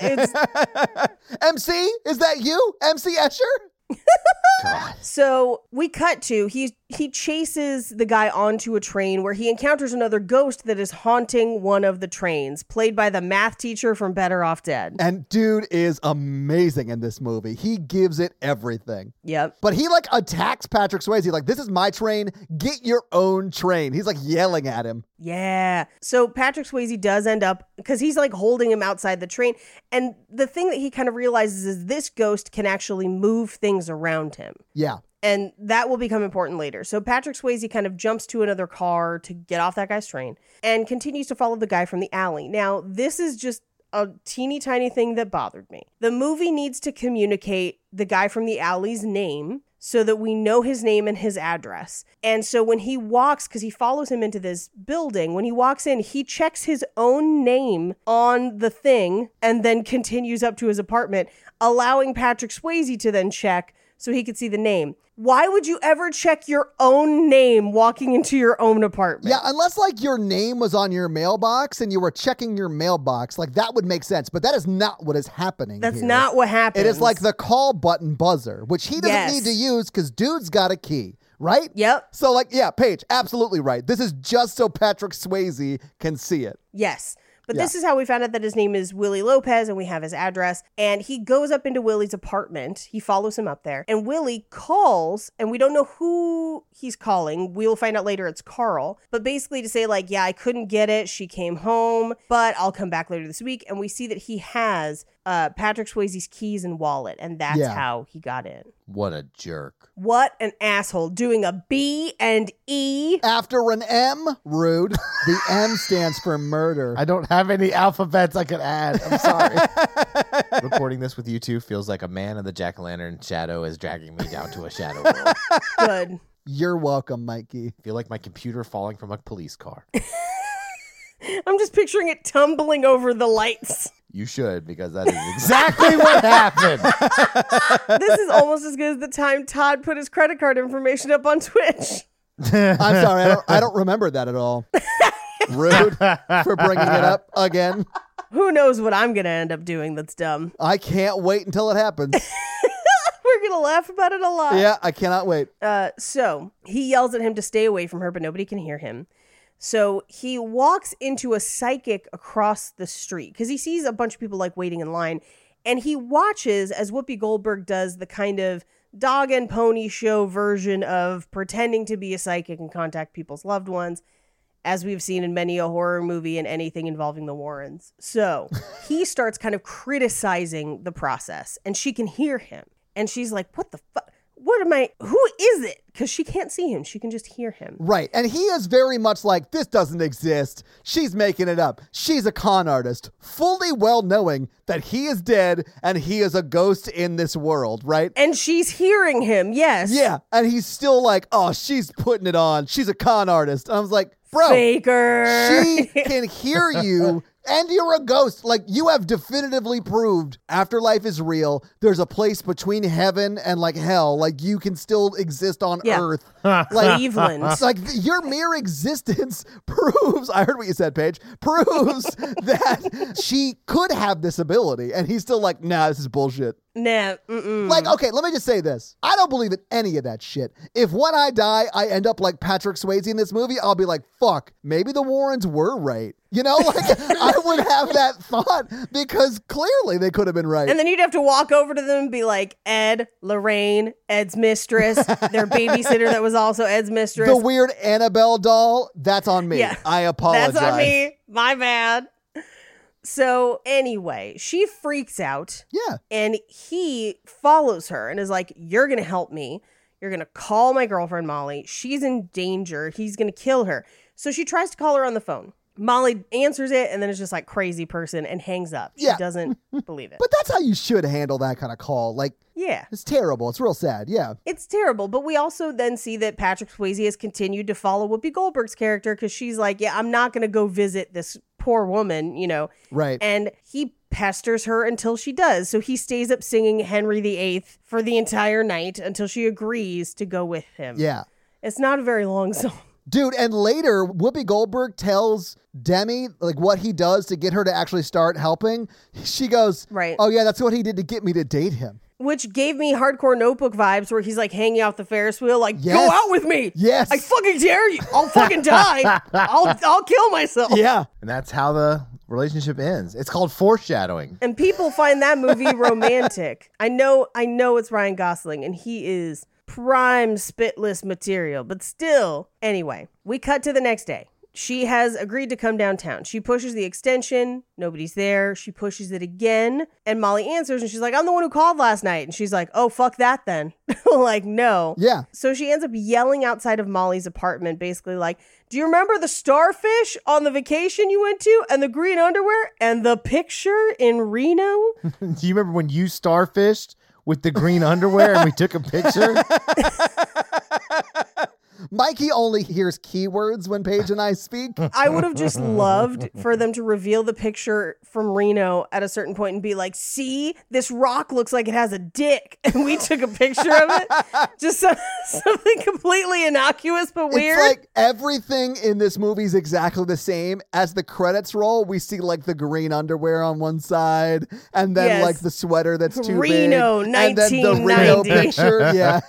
[SPEAKER 5] it's
[SPEAKER 4] MC, is that you? MC Escher?
[SPEAKER 5] So we cut to he he chases the guy onto a train where he encounters another ghost that is haunting one of the trains, played by the math teacher from Better Off Dead.
[SPEAKER 4] And dude is amazing in this movie. He gives it everything.
[SPEAKER 5] Yep.
[SPEAKER 4] But he like attacks Patrick Swayze. Like, this is my train. Get your own train. He's like yelling at him.
[SPEAKER 5] Yeah. So Patrick Swayze does end up because he's like holding him outside the train. And the thing that he kind of realizes is this ghost can actually move things around him.
[SPEAKER 4] Yeah.
[SPEAKER 5] And that will become important later. So Patrick Swayze kind of jumps to another car to get off that guy's train and continues to follow the guy from the alley. Now, this is just a teeny tiny thing that bothered me. The movie needs to communicate the guy from the alley's name so that we know his name and his address. And so when he walks, because he follows him into this building, when he walks in, he checks his own name on the thing and then continues up to his apartment, allowing Patrick Swayze to then check so he could see the name. Why would you ever check your own name walking into your own apartment?
[SPEAKER 4] Yeah, unless like your name was on your mailbox and you were checking your mailbox, like that would make sense. But that is not what is happening.
[SPEAKER 5] That's
[SPEAKER 4] here.
[SPEAKER 5] not what happened.
[SPEAKER 4] It is like the call button buzzer, which he doesn't
[SPEAKER 5] Yes.
[SPEAKER 4] need to use because dude's got a key, right?
[SPEAKER 5] Yep.
[SPEAKER 4] So like, yeah, Paige, absolutely right. This is just so Patrick Swayze can see it.
[SPEAKER 5] Yes. But this is how we found out that his name is Willie Lopez and we have his address. And he goes up into Willie's apartment. He follows him up there. And Willie calls, and we don't know who he's calling. We'll find out later it's Carl. But basically to say, like, yeah, I couldn't get it. She came home, but I'll come back later this week. And we see that he has uh, Patrick Swayze's keys and wallet. And that's
[SPEAKER 4] Yeah.
[SPEAKER 5] how he got in.
[SPEAKER 3] What a jerk.
[SPEAKER 5] What an asshole doing a B and E.
[SPEAKER 4] After an M, rude. The M stands for murder.
[SPEAKER 3] I don't have any alphabets I could add. I'm sorry. Recording this with you two feels like a man in the jack o' lantern shadow is dragging me down to a shadow world. I
[SPEAKER 5] Good.
[SPEAKER 4] You're welcome, Mikey.
[SPEAKER 3] feel like my computer falling from a police car.
[SPEAKER 5] I'm just picturing it tumbling over the lights.
[SPEAKER 3] You should, because that is exactly what happened.
[SPEAKER 5] This is almost as good as the time Todd put his credit card information up on Twitch.
[SPEAKER 4] I'm sorry. I don't, I don't remember that at all. rude for bringing it up again.
[SPEAKER 5] Who knows what I'm going to end up doing that's dumb.
[SPEAKER 4] I can't wait until it happens.
[SPEAKER 5] We're going to laugh about it a lot.
[SPEAKER 4] Yeah, I cannot wait.
[SPEAKER 5] Uh, so he yells at him to stay away from her, but nobody can hear him. So he walks into a psychic across the street because he sees a bunch of people like waiting in line. And he watches as Whoopi Goldberg does the kind of dog and pony show version of pretending to be a psychic and contact people's loved ones, as we've seen in many a horror movie and anything involving the Warrens. So he starts kind of criticizing the process, and she can hear him. And she's like, What the fuck? What am I? Who is it? Because she can't see him. She can just hear him.
[SPEAKER 4] Right. And he is very much like, this doesn't exist. She's making it up. She's a con artist, fully well knowing that he is dead and he is a ghost in this world, right?
[SPEAKER 5] And she's hearing him. Yes.
[SPEAKER 4] Yeah. And he's still like, oh, she's putting it on. She's a con artist. And I was like, bro,
[SPEAKER 5] Faker.
[SPEAKER 4] she can hear you and you're a ghost. Like, you have definitively proved afterlife is real. There's a place between heaven and like hell. Like, you can still exist on
[SPEAKER 5] Yeah.
[SPEAKER 4] earth. Like,
[SPEAKER 5] Cleveland.
[SPEAKER 4] It's like th- your mere existence proves. I heard what you said, Paige. Proves that she could have this ability, and he's still like, "Nah, this is bullshit."
[SPEAKER 5] nah. Mm-mm.
[SPEAKER 4] Like, okay, let me just say this: I don't believe in any of that shit. If when I die, I end up like Patrick Swayze in this movie, I'll be like, "Fuck, maybe the Warrens were right." You know, like I would have that thought because clearly they could have been right.
[SPEAKER 5] And then you'd have to walk over to them and be like, Ed, Lorraine, Ed's mistress, their babysitter that was also Ed's mistress.
[SPEAKER 4] the weird Annabelle doll, that's on me.
[SPEAKER 5] Yeah.
[SPEAKER 4] I apologize.
[SPEAKER 5] That's on me. My bad. So anyway, she freaks out
[SPEAKER 4] Yeah.
[SPEAKER 5] and he follows her and is like, You're going to help me. You're going to call my girlfriend Molly. She's in danger. He's going to kill her. So she tries to call her on the phone. Molly answers it and then is just like crazy person and hangs up. She
[SPEAKER 4] Yeah.
[SPEAKER 5] doesn't believe it.
[SPEAKER 4] But that's how you should handle that kind of call. Like,
[SPEAKER 5] yeah.
[SPEAKER 4] It's terrible. It's real sad. Yeah.
[SPEAKER 5] It's terrible, but we also then see that Patrick Swayze has continued to follow Whoopi Goldberg's character because she's like, Yeah, I'm not going to go visit this poor woman, you know.
[SPEAKER 4] Right.
[SPEAKER 5] And he pesters her until she does. So he stays up singing Henry VIII for the entire night until she agrees to go with him.
[SPEAKER 4] yeah.
[SPEAKER 5] It's not a very long song.
[SPEAKER 4] Dude, and later Whoopi Goldberg tells Demi like what he does to get her to actually start helping. She goes,
[SPEAKER 5] Right.
[SPEAKER 4] Oh yeah, that's what he did to get me to date him.
[SPEAKER 5] Which gave me hardcore notebook vibes where he's like hanging off the Ferris wheel, like,
[SPEAKER 4] Yes.
[SPEAKER 5] go out with me.
[SPEAKER 4] Yes.
[SPEAKER 5] I fucking dare you. I'll fucking die. I'll, I'll kill myself.
[SPEAKER 4] Yeah.
[SPEAKER 3] And that's how the relationship ends. It's called foreshadowing.
[SPEAKER 5] and people find that movie romantic. I know, I know it's Ryan Gosling, and he is prime spitless material, but still. Anyway, we cut to the next day. She has agreed to come downtown. She pushes the extension. Nobody's there. She pushes it again. And Molly answers and she's like, I'm the one who called last night. And she's like, oh, fuck that then. like, no.
[SPEAKER 4] Yeah.
[SPEAKER 5] So she ends up yelling outside of Molly's apartment, basically like, Do you remember the starfish on the vacation you went to and the green underwear and the picture in Reno?
[SPEAKER 3] Do you remember when you starfished with the green underwear and we took a picture?
[SPEAKER 4] Mikey only hears keywords when Paige and I speak.
[SPEAKER 5] I would have just loved for them to reveal the picture from Reno at a certain point and be like, See, this rock looks like it has a dick. And we took a picture of it. Just so- something completely innocuous but weird.
[SPEAKER 4] It's like everything in this movie is exactly the same. As the credits roll, we see like the green underwear on one side, and then
[SPEAKER 5] Yes.
[SPEAKER 4] like the sweater that's too
[SPEAKER 5] Reno,
[SPEAKER 4] big, and then the Reno
[SPEAKER 5] 1990.
[SPEAKER 4] picture. Yeah,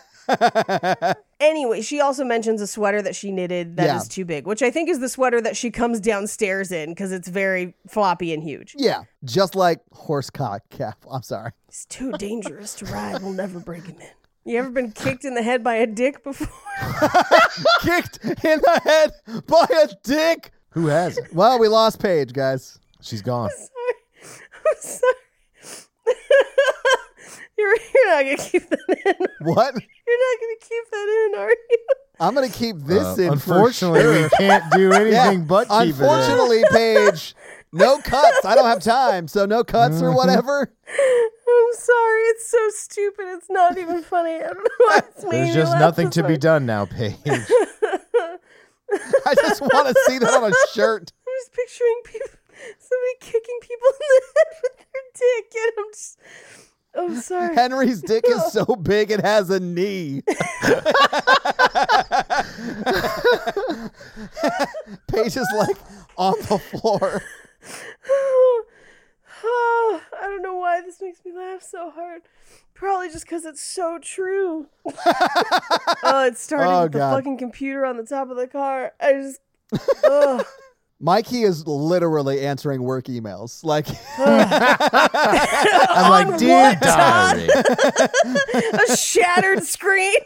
[SPEAKER 5] Anyway, she also mentions a sweater that she knitted that is
[SPEAKER 4] Yeah.
[SPEAKER 5] too big, which I think is the sweater that she comes downstairs in because it's very floppy and huge.
[SPEAKER 4] Yeah, just like horse cock cap. I'm sorry.
[SPEAKER 5] It's too dangerous to ride. We'll never break him in. You ever been kicked in the head by a dick before?
[SPEAKER 4] Kicked in the head by a dick.
[SPEAKER 6] Who has it?
[SPEAKER 4] Well, we lost Paige, guys.
[SPEAKER 6] She's gone.
[SPEAKER 5] I'm sorry. you're, you're not gonna keep that in.
[SPEAKER 4] What?
[SPEAKER 5] You're not gonna keep that in, are you?
[SPEAKER 4] I'm gonna keep this
[SPEAKER 6] Uh,
[SPEAKER 4] in. for
[SPEAKER 6] unfortunately,
[SPEAKER 4] sure.
[SPEAKER 6] we can't do anything
[SPEAKER 4] Yeah.
[SPEAKER 6] but keep it.
[SPEAKER 4] Unfortunately, Paige, no cuts. I don't have time, so no cuts
[SPEAKER 6] Mm-hmm.
[SPEAKER 4] or whatever.
[SPEAKER 5] I'm sorry. It's so stupid. It's not even funny. I don't know why it's
[SPEAKER 6] In.
[SPEAKER 5] making me
[SPEAKER 6] There's just
[SPEAKER 5] laugh
[SPEAKER 6] nothing
[SPEAKER 5] this
[SPEAKER 6] to be
[SPEAKER 5] hard.
[SPEAKER 6] done now, Paige.
[SPEAKER 4] I just want to see that on a shirt.
[SPEAKER 5] I'm just picturing people, somebody kicking people in the head with their dick, and I'm just. I'm sorry.
[SPEAKER 4] Henry's dick is so big it has a knee. Paige is like on the floor.
[SPEAKER 5] Oh, oh, I don't know why this makes me laugh so hard. Probably just because it's so true. oh, it started
[SPEAKER 4] Oh,
[SPEAKER 5] with the
[SPEAKER 4] God.
[SPEAKER 5] fucking computer on the top of the car. I just. Ugh.
[SPEAKER 4] Mikey is literally answering work emails. Like
[SPEAKER 6] I'm like, dear
[SPEAKER 5] what,
[SPEAKER 6] diary.
[SPEAKER 5] a shattered screen.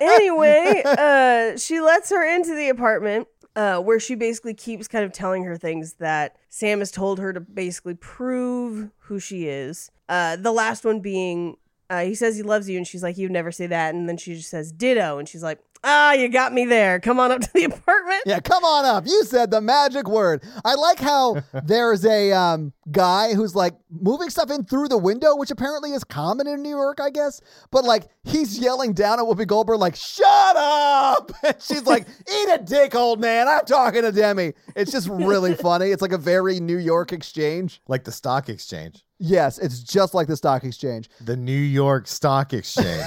[SPEAKER 5] anyway, uh, she lets her into the apartment uh, where she basically keeps kind of telling her things that Sam has told her to basically prove who she is. Uh, the last one being, uh, he says he loves you, and she's like, you never say that. And then she just says, ditto. And she's like, ah, you got me there. Come on up to the apartment.
[SPEAKER 4] Yeah, come on up. You said the magic word. I like how there's a um, guy who's like moving stuff in through the window, which apparently is common in New York, I guess. But like he's yelling down at Whoopi Goldberg, like "Shut up!" And she's like, "Eat a dick, old man. I'm talking to Demi." It's just really funny. It's like a very New York exchange.
[SPEAKER 6] like the stock exchange.
[SPEAKER 4] Yes, it's just like the stock exchange.
[SPEAKER 6] The New York Stock Exchange.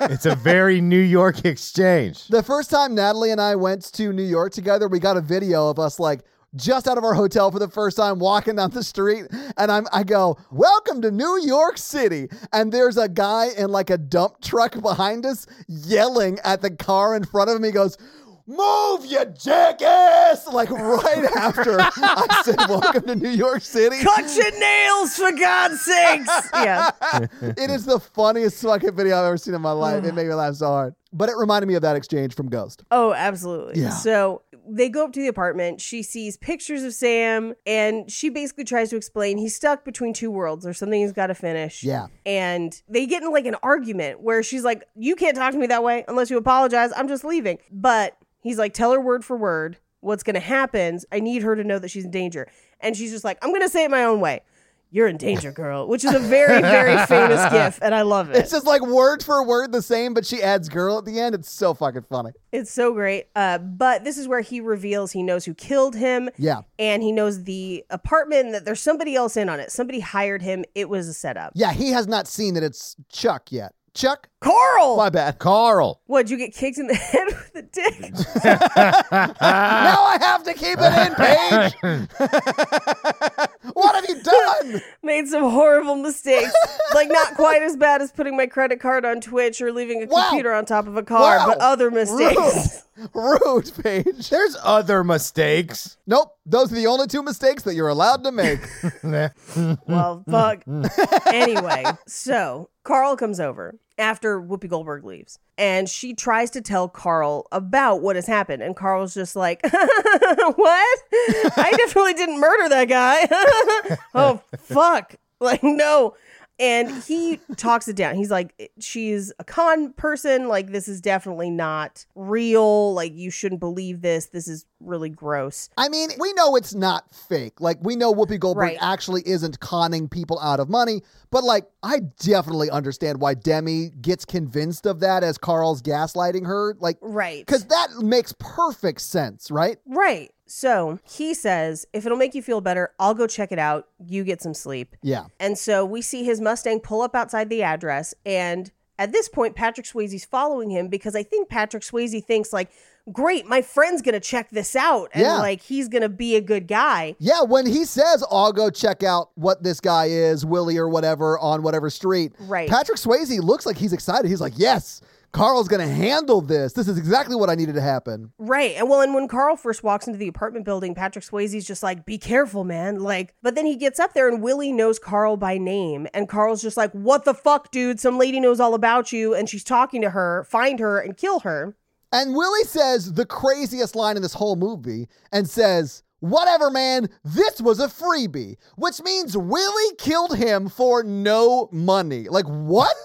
[SPEAKER 6] it's a very New York exchange.
[SPEAKER 4] The first time Natalie and I went to New York together, we got a video of us like just out of our hotel for the first time walking down the street and I'm I go, "Welcome to New York City." And there's a guy in like a dump truck behind us yelling at the car in front of him. He goes, Move, you jackass! Like right after I said, Welcome to New York City.
[SPEAKER 5] Cut your nails, for God's sakes. Yeah.
[SPEAKER 4] It is the funniest fucking video I've ever seen in my life. It made me laugh so hard. But it reminded me of that exchange from Ghost.
[SPEAKER 5] Oh, absolutely.
[SPEAKER 4] Yeah.
[SPEAKER 5] So they go up to the apartment. She sees pictures of Sam, and she basically tries to explain he's stuck between two worlds or something he's got to finish.
[SPEAKER 4] Yeah.
[SPEAKER 5] And they get in like an argument where she's like, You can't talk to me that way unless you apologize. I'm just leaving. But he's like, Tell her word for word what's going to happen. I need her to know that she's in danger. And she's just like, I'm going to say it my own way. You're in danger, girl, which is a very, very famous gif, and I love it.
[SPEAKER 4] It's just like word for word the same, but she adds girl at the end. It's so fucking funny.
[SPEAKER 5] It's so great. Uh, but this is where he reveals he knows who killed him.
[SPEAKER 4] Yeah.
[SPEAKER 5] And he knows the apartment that there's somebody else in on it. Somebody hired him. It was a setup.
[SPEAKER 4] Yeah, he has not seen that it's Chuck yet. Chuck?
[SPEAKER 5] Carl!
[SPEAKER 4] My bad.
[SPEAKER 6] Carl.
[SPEAKER 5] What, you get kicked in the head with a dick?
[SPEAKER 4] now I have to keep it in, Paige. what have you done?
[SPEAKER 5] Made some horrible mistakes. like, not quite as bad as putting my credit card on Twitch or leaving a
[SPEAKER 4] Wow.
[SPEAKER 5] computer on top of a car,
[SPEAKER 4] Wow.
[SPEAKER 5] but other mistakes.
[SPEAKER 4] Rude, Paige.
[SPEAKER 6] There's other mistakes.
[SPEAKER 4] Nope. Those are the only two mistakes that you're allowed to make.
[SPEAKER 5] well, fuck. anyway, so Carl comes over after Whoopi Goldberg leaves, and she tries to tell Carl about what has happened, and Carl's just like, "What? I definitely didn't murder that guy. oh fuck! Like no." And he talks it down. He's like, she's a con person. Like, this is definitely not real. Like, you shouldn't believe this. This is really gross.
[SPEAKER 4] I mean, we know it's not fake. Like, we know Whoopi Goldberg
[SPEAKER 5] Right.
[SPEAKER 4] actually isn't conning people out of money. But, like, I definitely understand why Demi gets convinced of that as Carl's gaslighting her. Like,
[SPEAKER 5] Right.
[SPEAKER 4] Because that makes perfect sense, right?
[SPEAKER 5] Right. So he says, if it'll make you feel better, I'll go check it out. You get some sleep.
[SPEAKER 4] Yeah.
[SPEAKER 5] And so we see his Mustang pull up outside the address. And at this point, Patrick Swayze's following him because I think Patrick Swayze thinks, like, great, my friend's going to check this out. And,
[SPEAKER 4] Yeah.
[SPEAKER 5] like, he's going to be a good guy.
[SPEAKER 4] Yeah, when he says, I'll go check out what this guy is, Willie or whatever, on whatever street,
[SPEAKER 5] Right.
[SPEAKER 4] Patrick Swayze looks like he's excited. He's like, Yes, Carl's going to handle this. This is exactly what I needed to happen.
[SPEAKER 5] Right. And well, and when Carl first walks into the apartment building, Patrick Swayze's just like, be careful, man. Like, but then he gets up there and Willie knows Carl by name. And Carl's just like, what the fuck, dude? Some lady knows all about you and she's talking to her. Find her and kill her.
[SPEAKER 4] And Willie says the craziest line in this whole movie and says, Whatever, man, this was a freebie, which means Willie killed him for no money. Like, what?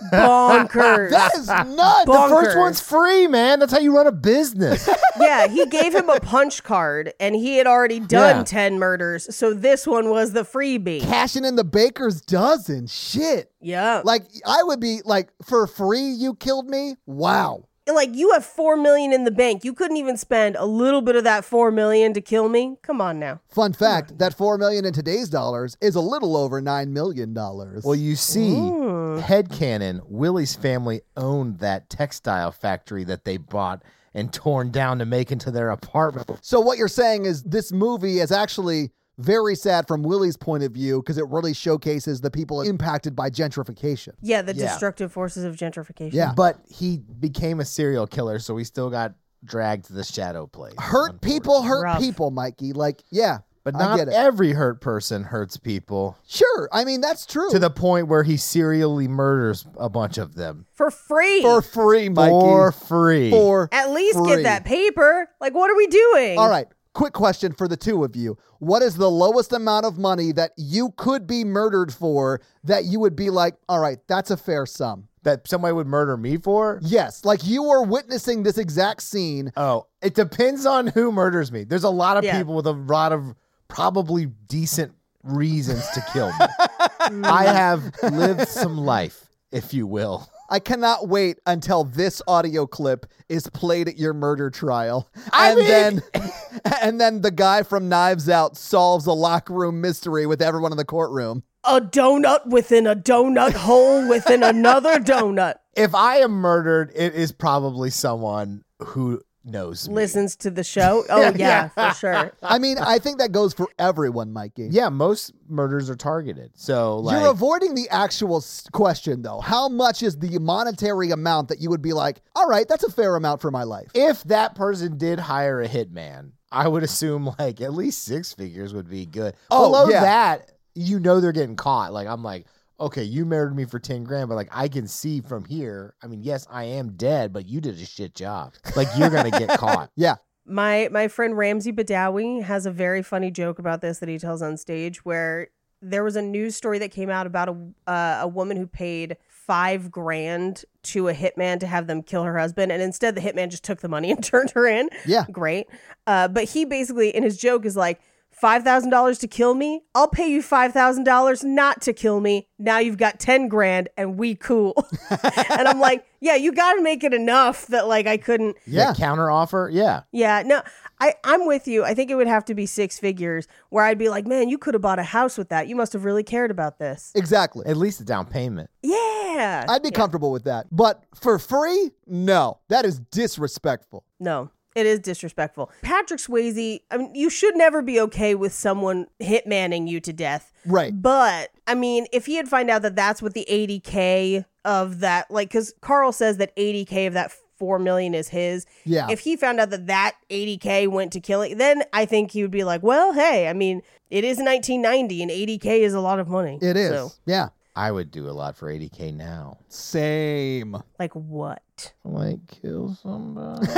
[SPEAKER 5] Bonkers.
[SPEAKER 4] that is nuts.
[SPEAKER 3] The first one's free, man. That's how you run a business.
[SPEAKER 5] yeah, he gave him a punch card and he had already done
[SPEAKER 3] Yeah.
[SPEAKER 5] 10 murders. So this one was the freebie.
[SPEAKER 4] Cashing in the baker's dozen. Shit.
[SPEAKER 5] Yeah.
[SPEAKER 4] Like, I would be like, for free, you killed me? Wow.
[SPEAKER 5] like you have 4 million in the bank. You couldn't even spend a little bit of that 4 million to kill me. Come on now.
[SPEAKER 4] Fun fact that four million in today's dollars is a little over nine million dollars.
[SPEAKER 3] well, you see, headcanon, Willie's family owned that textile factory that they bought and torn down to make into their apartment.
[SPEAKER 4] So what you're saying is this movie is actually very sad from Willie's point of view because it really showcases the people impacted by gentrification.
[SPEAKER 5] Yeah, the
[SPEAKER 3] Yeah.
[SPEAKER 5] destructive forces of gentrification.
[SPEAKER 4] Yeah.
[SPEAKER 3] But he became a serial killer, so he still got dragged to the shadow place.
[SPEAKER 4] Hurt people hurt
[SPEAKER 5] Rough.
[SPEAKER 4] people, Mikey. Like, yeah,
[SPEAKER 3] But
[SPEAKER 4] I
[SPEAKER 3] not e-
[SPEAKER 4] get it.
[SPEAKER 3] every hurt person hurts people
[SPEAKER 4] sure. I mean, that's true.
[SPEAKER 3] to the point where he serially murders a bunch of them
[SPEAKER 5] For free.
[SPEAKER 4] for free, Mikey.
[SPEAKER 3] for free.
[SPEAKER 4] For
[SPEAKER 5] At least
[SPEAKER 4] free.
[SPEAKER 5] get that paper. Like, what are we doing?
[SPEAKER 4] All right. Quick question for the two of you. What is the lowest amount of money that you could be murdered for that you would be like, all right, that's a fair sum?
[SPEAKER 3] that somebody would murder me for?
[SPEAKER 4] Yes, like you were witnessing this exact scene.
[SPEAKER 3] Oh, it depends on who murders me. There's a lot of
[SPEAKER 5] Yeah.
[SPEAKER 3] people with a lot of probably decent reasons to kill me. I have lived some life, if you will.
[SPEAKER 4] I cannot wait until this audio clip is played at your murder trial.
[SPEAKER 3] I
[SPEAKER 4] and
[SPEAKER 3] mean-
[SPEAKER 4] then and then the guy from Knives Out solves a locker room mystery with everyone in the courtroom.
[SPEAKER 5] A donut within a donut hole within another donut
[SPEAKER 3] If I am murdered, it is probably someone who knows me.
[SPEAKER 5] listens to the show. Oh, yeah, for sure.
[SPEAKER 3] Uh,
[SPEAKER 4] I mean, I think that goes for everyone, Mikey.
[SPEAKER 3] Yeah, most murders are targeted. So like
[SPEAKER 4] You're avoiding the actual s- question though. How much is the monetary amount that you would be like, "All right, that's a fair amount for my life."
[SPEAKER 3] if that person did hire a hitman, I would assume like at least six figures would be good.
[SPEAKER 4] Oh,
[SPEAKER 3] Below
[SPEAKER 4] yeah.
[SPEAKER 3] that, you know they're getting caught. Like I'm like, okay, you married me for ten grand, but like I can see from here. I mean, yes, I am dead, but you did a shit job. Like you're gonna get caught.
[SPEAKER 4] Yeah.
[SPEAKER 5] My my friend Ramsey Badawi has a very funny joke about this that he tells on stage where there was a news story that came out about a uh, a woman who paid 5 grand to a hitman to have them kill her husband and instead the hitman just took the money and turned her in.
[SPEAKER 4] Yeah.
[SPEAKER 5] Great. Uh, but he basically in his joke is like $5,000 to kill me. I'll pay you $5,000 not to kill me. Now you've got 10 grand and we cool. and I'm like, yeah, you got to make it enough that like I couldn't
[SPEAKER 4] Yeah.
[SPEAKER 3] counter offer. Yeah.
[SPEAKER 5] yeah, no, I, I'm with you. I think it would have to be six figures where I'd be like, man, you could have bought a house with that. You must have really cared about this.
[SPEAKER 4] Exactly.
[SPEAKER 3] At least a down payment.
[SPEAKER 5] Yeah.
[SPEAKER 4] I'd be comfortable with that. But for free? No. That is disrespectful.
[SPEAKER 5] no, it is disrespectful. Patrick Swayze, I mean, you should never be okay with someone hitmanning you to death.
[SPEAKER 4] Right.
[SPEAKER 5] But I mean, if he had find out that that's what the 80K of that, like, because Carl says that 80K of that 4 million is his.
[SPEAKER 4] Yeah.
[SPEAKER 5] If he found out that that 80K went to killing, then I think he would be like, well, hey, I mean, it is 1990 and 80K is a lot of money.
[SPEAKER 4] It is.
[SPEAKER 5] So,
[SPEAKER 4] Yeah.
[SPEAKER 3] I would do a lot for 80k now.
[SPEAKER 4] Same.
[SPEAKER 5] like, what?
[SPEAKER 3] Like kill somebody.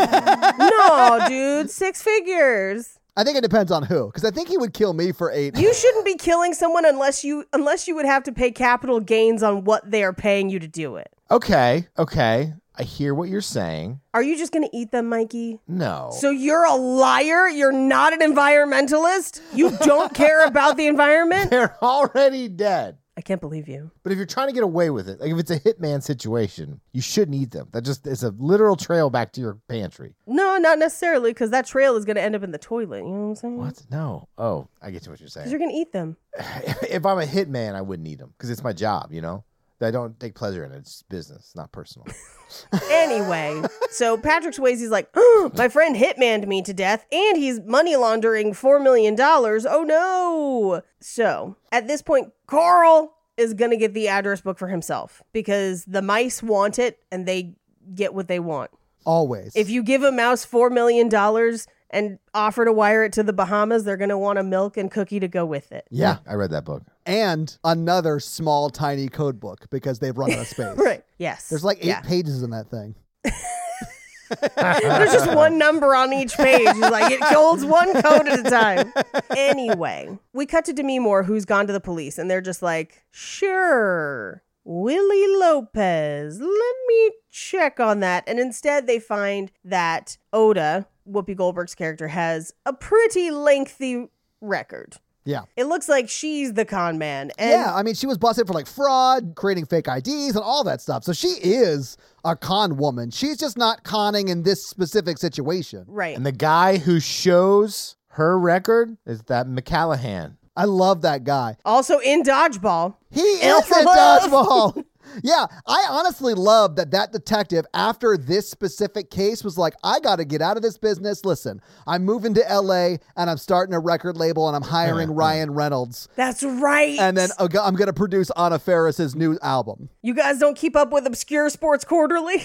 [SPEAKER 5] no, dude, six figures.
[SPEAKER 4] I think it depends on who, because I think he would kill me for eight.
[SPEAKER 5] You shouldn't be killing someone unless you unless you would have to pay capital gains on what they are paying you to do it.
[SPEAKER 3] okay. Okay. I hear what you're saying.
[SPEAKER 5] Are you just going to eat them, Mikey?
[SPEAKER 3] No.
[SPEAKER 5] So you're a liar. You're not an environmentalist. You don't care about the environment.
[SPEAKER 3] they're already dead.
[SPEAKER 5] I can't believe you.
[SPEAKER 3] But if you're trying to get away with it, like if it's a hitman situation, you shouldn't eat them. That just is a literal trail back to your pantry.
[SPEAKER 5] No, not necessarily, because that trail is going to end up in the toilet. You know what I'm saying?
[SPEAKER 3] What? No. Oh, I get to what you're
[SPEAKER 5] Because
[SPEAKER 3] saying.
[SPEAKER 5] you're going to eat them.
[SPEAKER 3] if I'm a hitman, I wouldn't eat them because it's my job. You know, I don't take pleasure in it. It's business, not personal.
[SPEAKER 5] Anyway, so Patrick Swayze's like, "Oh, my friend hitmaned me to death, and he's money laundering $4 million. Oh no. So at this point, Carl is going to get the address book for himself because the mice want it and they get what they want.
[SPEAKER 4] Always.
[SPEAKER 5] If you give a mouse $4 million and offer to wire it to the Bahamas, they're going to want a milk and cookie to go with it.
[SPEAKER 4] yeah.
[SPEAKER 3] I read that book.
[SPEAKER 4] And another small, tiny code book because they've run out of space.
[SPEAKER 5] Right. Yes.
[SPEAKER 4] There's like eight
[SPEAKER 5] Yeah.
[SPEAKER 4] pages in that thing.
[SPEAKER 5] There's just one number on each page. It's like it holds one code at a time. Anyway, we cut to Demi Moore, who's gone to the police, and they're just like, sure, Willie Lopez, let me check on that. And instead, they find that Oda, Whoopi Goldberg's character, has a pretty lengthy record.
[SPEAKER 4] Yeah.
[SPEAKER 5] It looks like she's the con man. And
[SPEAKER 4] yeah, I mean, she was busted for like fraud, creating fake IDs, and all that stuff. So she is a con woman. She's just not conning in this specific situation.
[SPEAKER 5] Right.
[SPEAKER 3] And the guy who shows her record is that McCallahan.
[SPEAKER 4] I love that guy.
[SPEAKER 5] also in Dodgeball.
[SPEAKER 4] He is a dodgeball. yeah, I honestly love that that detective, after this specific case, was like, I got to get out of this business. Listen, I'm moving to LA and I'm starting a record label and I'm hiring Ryan Reynolds.
[SPEAKER 5] That's right.
[SPEAKER 4] And then uh, I'm going to produce Anna Ferris's new album.
[SPEAKER 5] you guys don't keep up with Obscure Sports Quarterly?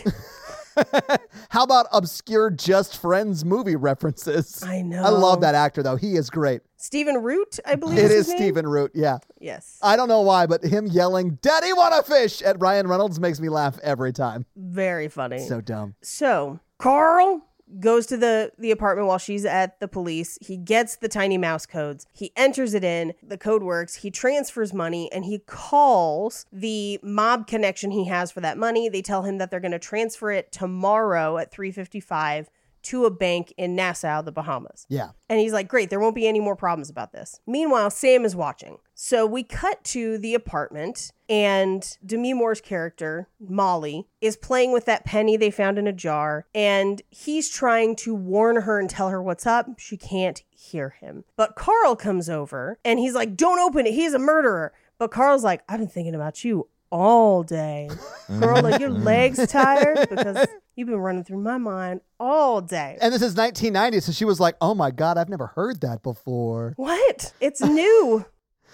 [SPEAKER 4] How about obscure Just Friends movie references?
[SPEAKER 5] I know.
[SPEAKER 4] I love that actor, though. He is great.
[SPEAKER 5] Stephen Root, I believe.
[SPEAKER 4] It is
[SPEAKER 5] his name?
[SPEAKER 4] Stephen Root. Yeah.
[SPEAKER 5] Yes.
[SPEAKER 4] I don't know why, but him yelling, Daddy, want a fish at Ryan Reynolds makes me laugh
[SPEAKER 3] e-,
[SPEAKER 4] every time.
[SPEAKER 5] Very funny.
[SPEAKER 4] So dumb.
[SPEAKER 5] So Carl goes to the the apartment while she's at the police. He gets the tiny mouse codes. He enters it in. The code works. He transfers money and he calls the mob connection he has for that money. They tell him that they're going to transfer it tomorrow at 3:55 to a bank in Nassau, the Bahamas.
[SPEAKER 4] Yeah.
[SPEAKER 5] And he's like, great, there won't be any more problems about this. Meanwhile, Sam is watching. So we cut to the apartment, and Demi Moore's character, Molly, is playing with that penny they found in a jar, and he's trying to warn her and tell her what's up. She can't hear him. But Carl comes over and he's like, don't open it. He's a murderer. But Carl's like, I've been thinking about you all day. Girl, are your legs tired? Because you've been running through my mind all day.
[SPEAKER 4] And this is 1990, so she was like, "Oh my god, I've never heard that before."
[SPEAKER 5] What? It's new.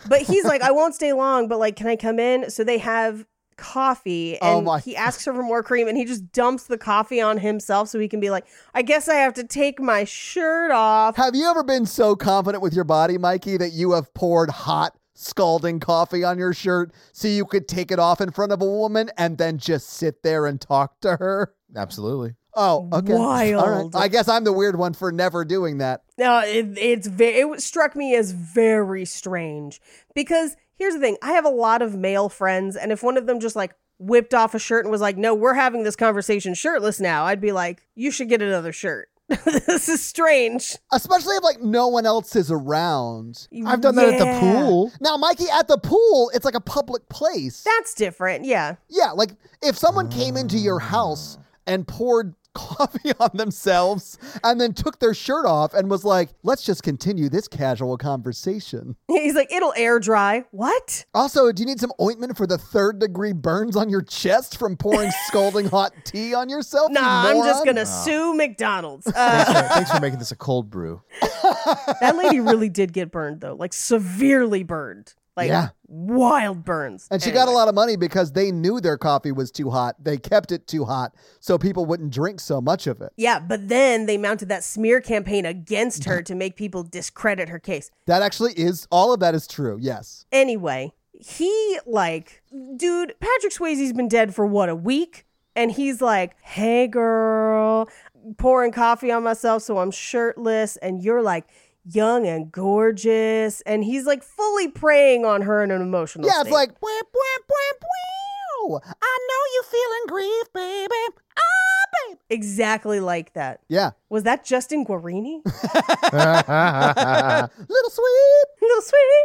[SPEAKER 5] but he's like, I won't stay long, but like, can I come in? So they have coffee and
[SPEAKER 4] Oh my-
[SPEAKER 5] he asks her for more cream and he just dumps the coffee on himself so he can be like, I guess I have to take my shirt off.
[SPEAKER 4] Have you ever been so confident with your body, Mikey, that you have poured hot, scalding coffee on your shirt so you could take it off in front of a woman and then just sit there and talk to her?
[SPEAKER 3] Absolutely.
[SPEAKER 4] Oh, okay. All right.
[SPEAKER 5] Wild.
[SPEAKER 4] I guess I'm the weird one for never doing that.
[SPEAKER 5] No, it, it's ve- it struck me as very strange because here's the thing: I have a lot of male friends, and if one of them just like whipped off a shirt and was like, "No, we're having this conversation shirtless now," I'd be like, "You should get another shirt. this is strange."
[SPEAKER 4] Especially if like no one else is around.
[SPEAKER 3] I've done that at the
[SPEAKER 5] Yeah.
[SPEAKER 3] pool.
[SPEAKER 4] Now, Mikey, at the pool, it's like a public place.
[SPEAKER 5] That's different. Yeah.
[SPEAKER 4] Yeah, like if someone came into your house
[SPEAKER 5] Ah.
[SPEAKER 4] and poured coffee on themselves and then took their shirt off and was like, let's just continue this casual conversation.
[SPEAKER 5] He's like, it'll air dry. What?
[SPEAKER 4] Also, do you need some ointment for the third degree burns on your chest from pouring scalding hot tea on yourself? you
[SPEAKER 5] Nah, I'm just
[SPEAKER 4] moron?
[SPEAKER 5] gonna sue McDonald's. Uh,
[SPEAKER 3] Thanks for making this a cold brew.
[SPEAKER 5] that lady really did get burned though, like severely burned, like
[SPEAKER 4] Yeah.
[SPEAKER 5] wild burns.
[SPEAKER 4] And she got a lot of money because they knew their coffee was too hot. They kept it too hot so people wouldn't drink so much of it.
[SPEAKER 5] Yeah, but then they mounted that smear campaign against her to make people discredit her case.
[SPEAKER 4] That actually is, all of that is true. Yes.
[SPEAKER 5] Anyway, he like, dude, Patrick Swayze's been dead for what a week, and he's like, "Hey, girl, pouring coffee on myself, so I'm shirtless," and you're like. Young and gorgeous, and he's like fully preying on her in an emotional.
[SPEAKER 4] Yeah, it's
[SPEAKER 5] state.
[SPEAKER 4] like, wah, wah, wah, wah. I know you feeling grief, baby. Ah,
[SPEAKER 5] exactly like that.
[SPEAKER 4] Yeah.
[SPEAKER 5] Was that Justin Guarini?
[SPEAKER 4] Little sweet.
[SPEAKER 5] Little sweetie,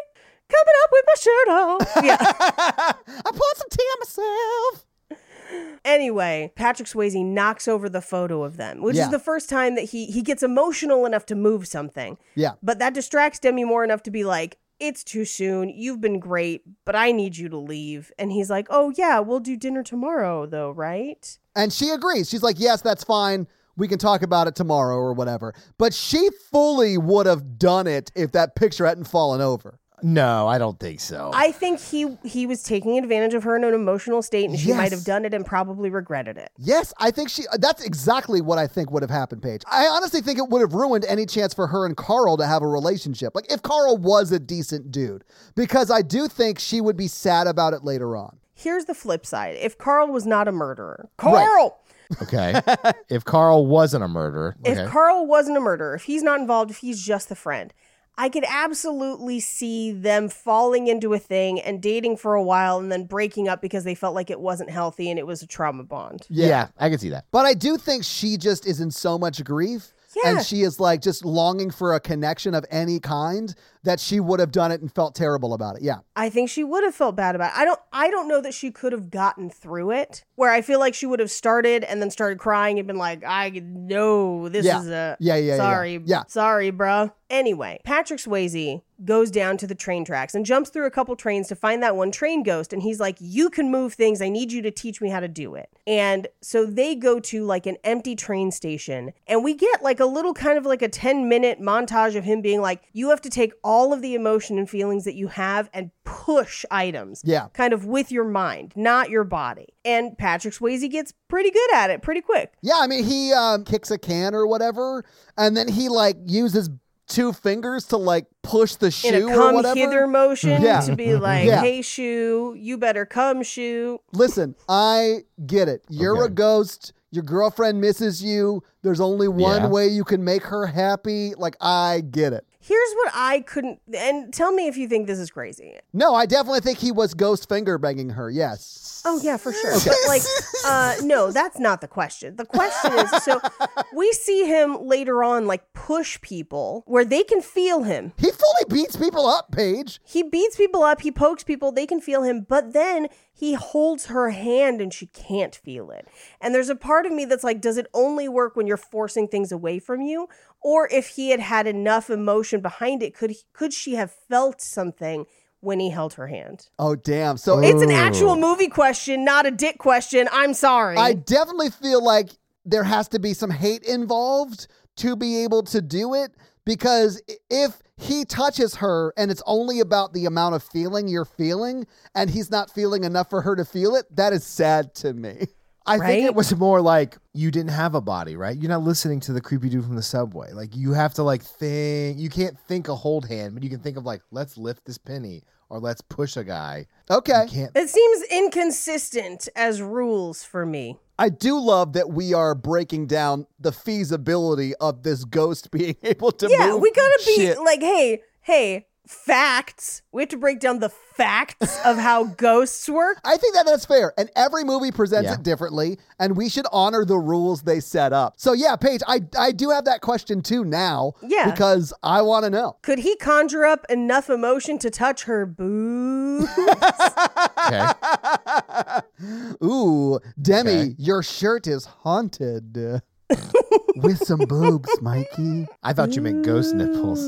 [SPEAKER 5] coming up with my shirt off. Yeah.
[SPEAKER 4] I poured some tea on myself.
[SPEAKER 5] Anyway, Patrick Swayze knocks over the photo of them, which
[SPEAKER 4] Yeah.
[SPEAKER 5] is the first time that he he gets emotional enough to move something.
[SPEAKER 4] Yeah.
[SPEAKER 5] But that distracts Demi Moore enough to be like, "It's too soon. You've been great, but I need you to leave." And he's like, "Oh yeah, we'll do dinner tomorrow though, right?"
[SPEAKER 4] And she agrees. She's like, yes, that's fine. We can talk about it tomorrow or whatever. But she fully would have done it if that picture hadn't fallen over.
[SPEAKER 3] No, I don't think so.
[SPEAKER 5] I think he he was taking advantage of her in an emotional state, and she might have
[SPEAKER 4] Yes.
[SPEAKER 5] done it and probably regretted it.
[SPEAKER 4] Yes, I think she. uh, That's exactly what I think would have happened, Paige. I honestly think it would have ruined any chance for her and Carl to have a relationship. Like if Carl was a decent dude, because I do think she would be sad about it later on.
[SPEAKER 5] Here's the flip side: if Carl was not a murderer, Carl,
[SPEAKER 3] okay. if Carl wasn't a murderer, okay.
[SPEAKER 5] if Carl wasn't a murderer, if he's not involved, if he's just a friend, I could absolutely see them falling into a thing and dating for a while and then breaking up because they felt like it wasn't healthy and it was a trauma bond.
[SPEAKER 3] yeah. I can see that.
[SPEAKER 4] But I do think she just is in so much grief.
[SPEAKER 5] Yeah.
[SPEAKER 4] And she is like just longing for a connection of any kind that she would have done it and felt terrible about it. Yeah.
[SPEAKER 5] I think she would have felt bad about it. I don't I don't know that she could have gotten through it. Where I feel like she would have started and then started crying and been like, I no, this
[SPEAKER 4] Yeah.
[SPEAKER 5] is a
[SPEAKER 4] Yeah, yeah, yeah, yeah.
[SPEAKER 5] sorry,
[SPEAKER 4] Yeah.
[SPEAKER 5] sorry, bruh. Anyway, Patrick Swayze goes down to the train tracks and jumps through a couple trains to find that one train ghost. And he's like, You can move things. I need you to teach me how to do it. And so they go to like an empty train station. And we get like a little kind of like a 10 minute montage of him being like, You have to take all of the emotion and feelings that you have and push items.
[SPEAKER 4] Yeah.
[SPEAKER 5] Kind of with your mind, not your body. And Patrick Swayze gets pretty good at it pretty quick.
[SPEAKER 4] Yeah. I mean, he um, kicks a can or whatever, and then he like uses two fingers to like push the shoe
[SPEAKER 5] in a
[SPEAKER 4] or
[SPEAKER 5] come
[SPEAKER 4] whatever.
[SPEAKER 5] hither motion
[SPEAKER 4] Yeah. Mm-hmm.
[SPEAKER 5] to be like,
[SPEAKER 4] Yeah.
[SPEAKER 5] hey, shoe, you better come, shoe.
[SPEAKER 4] Listen, I get it. You're a
[SPEAKER 3] Okay.
[SPEAKER 4] ghost. Your girlfriend misses you. There's only one
[SPEAKER 3] Yeah.
[SPEAKER 4] way you can make her happy. Like, I get it.
[SPEAKER 5] Here's what I couldn't, and tell me if you think this is crazy.
[SPEAKER 4] No, I definitely think he was ghost finger banging her. Yes.
[SPEAKER 5] Oh, yeah, for sure. But like, uh, no, that's not the question. The question is so we see him later on, like, push people where they can feel him.
[SPEAKER 4] He fully beats people up, Paige.
[SPEAKER 5] He beats people up, he pokes people, they can feel him, but then he holds her hand and she can't feel it. And there's a part of me that's like, does it only work when you're forcing things away from you? Or if he had had enough emotion behind it, could he, could she have felt something when he held her hand?
[SPEAKER 4] Oh, damn. So
[SPEAKER 5] It's an actual movie question, not a dick question. I'm sorry.
[SPEAKER 4] I definitely feel like there has to be some hate involved to be able to do it because i- if he touches her and it's only about the amount of feeling you're feeling and he's not feeling enough for her to feel it, that is sad to me.
[SPEAKER 3] I think
[SPEAKER 5] Right?
[SPEAKER 3] it was more like you didn't have a body, right? You're not listening to the creepy dude from the subway. Like you have to like think. You can't think a hold hand, but you can think of like let's lift this penny or let's push a guy.
[SPEAKER 4] Okay.
[SPEAKER 3] You can't.
[SPEAKER 5] it seems inconsistent as rules for me.
[SPEAKER 4] I do love that we are breaking down the feasibility of this ghost being able to
[SPEAKER 5] Yeah,
[SPEAKER 4] move
[SPEAKER 5] we gotta be
[SPEAKER 4] shit.
[SPEAKER 5] like, hey, hey, facts. We have to break down the facts of how ghosts work.
[SPEAKER 4] I think that that's fair. And every movie presents
[SPEAKER 3] Yeah.
[SPEAKER 4] it differently, and we should honor the rules they set up. So yeah, Paige, I I do have that question too now.
[SPEAKER 5] Yeah.
[SPEAKER 4] Because I want to know.
[SPEAKER 5] Could he conjure up enough emotion to touch her boo?
[SPEAKER 3] Okay.
[SPEAKER 4] Ooh, Demi,
[SPEAKER 3] Okay.
[SPEAKER 4] your shirt is haunted. With some boobs, Mikey.
[SPEAKER 3] I thought you meant ghost nipples.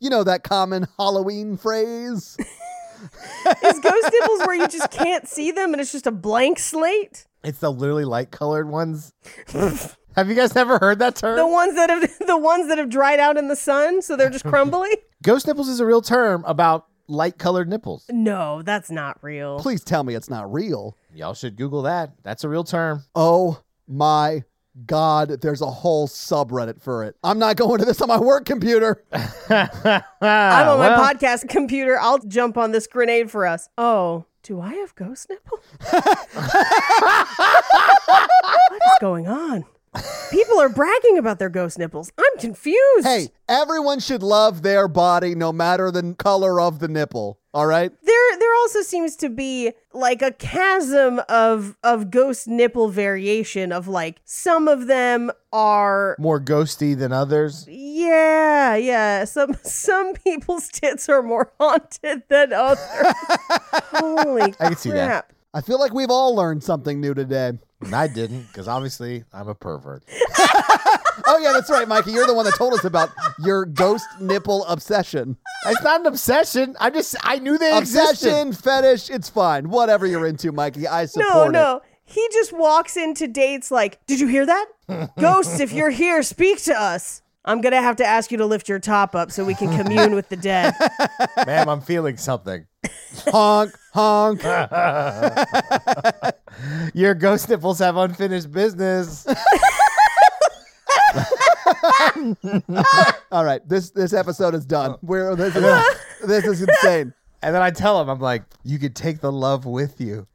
[SPEAKER 4] You know that common Halloween phrase?
[SPEAKER 5] Is ghost nipples where you just can't see them and it's just a blank slate?
[SPEAKER 3] It's the literally light colored ones. have you guys never heard that term?
[SPEAKER 5] The ones that have the ones that have dried out in the sun, so they're just crumbly?
[SPEAKER 3] Ghost nipples is a real term about light colored nipples.
[SPEAKER 5] No, that's not real.
[SPEAKER 4] Please tell me it's not real.
[SPEAKER 3] Y'all should Google that. That's a real term.
[SPEAKER 4] Oh my God, there's a whole subreddit for it. I'm not going to this on my work computer.
[SPEAKER 5] I'm on
[SPEAKER 3] Ah, well.
[SPEAKER 5] my podcast computer. I'll jump on this grenade for us. Oh, do I have ghost nipples? what is going on? People are bragging about their ghost nipples. I'm confused.
[SPEAKER 4] Hey, everyone should love their body no matter the color of the nipple. All right?
[SPEAKER 5] There there also seems to be like a chasm of of ghost nipple variation of like some of them are
[SPEAKER 3] More ghosty than others.
[SPEAKER 5] yeah, yeah. Some some people's tits are more haunted than others. Holy
[SPEAKER 3] I can see that.
[SPEAKER 5] crap.
[SPEAKER 4] I feel like we've all learned something new today.
[SPEAKER 3] And I didn't, because obviously I'm a pervert.
[SPEAKER 4] Oh, yeah, that's right, Mikey. You're the one that told us about your ghost nipple obsession.
[SPEAKER 3] It's not an obsession. I just I knew they existed.
[SPEAKER 4] Obsession, fetish, it's fine. Whatever you're into, Mikey, I
[SPEAKER 5] No,
[SPEAKER 4] support it.
[SPEAKER 5] no. He just walks into dates like, "Did you hear that? Ghosts, if you're here, speak to us." I'm gonna have to ask you to lift your top up so we can commune with the dead.
[SPEAKER 3] Ma'am, I'm feeling something. honk, honk. Your ghost nipples have unfinished business.
[SPEAKER 4] All right, this this episode is done.
[SPEAKER 3] Oh.
[SPEAKER 4] We're this is, this is insane.
[SPEAKER 3] And then I tell him, I'm like, you could take the love with you.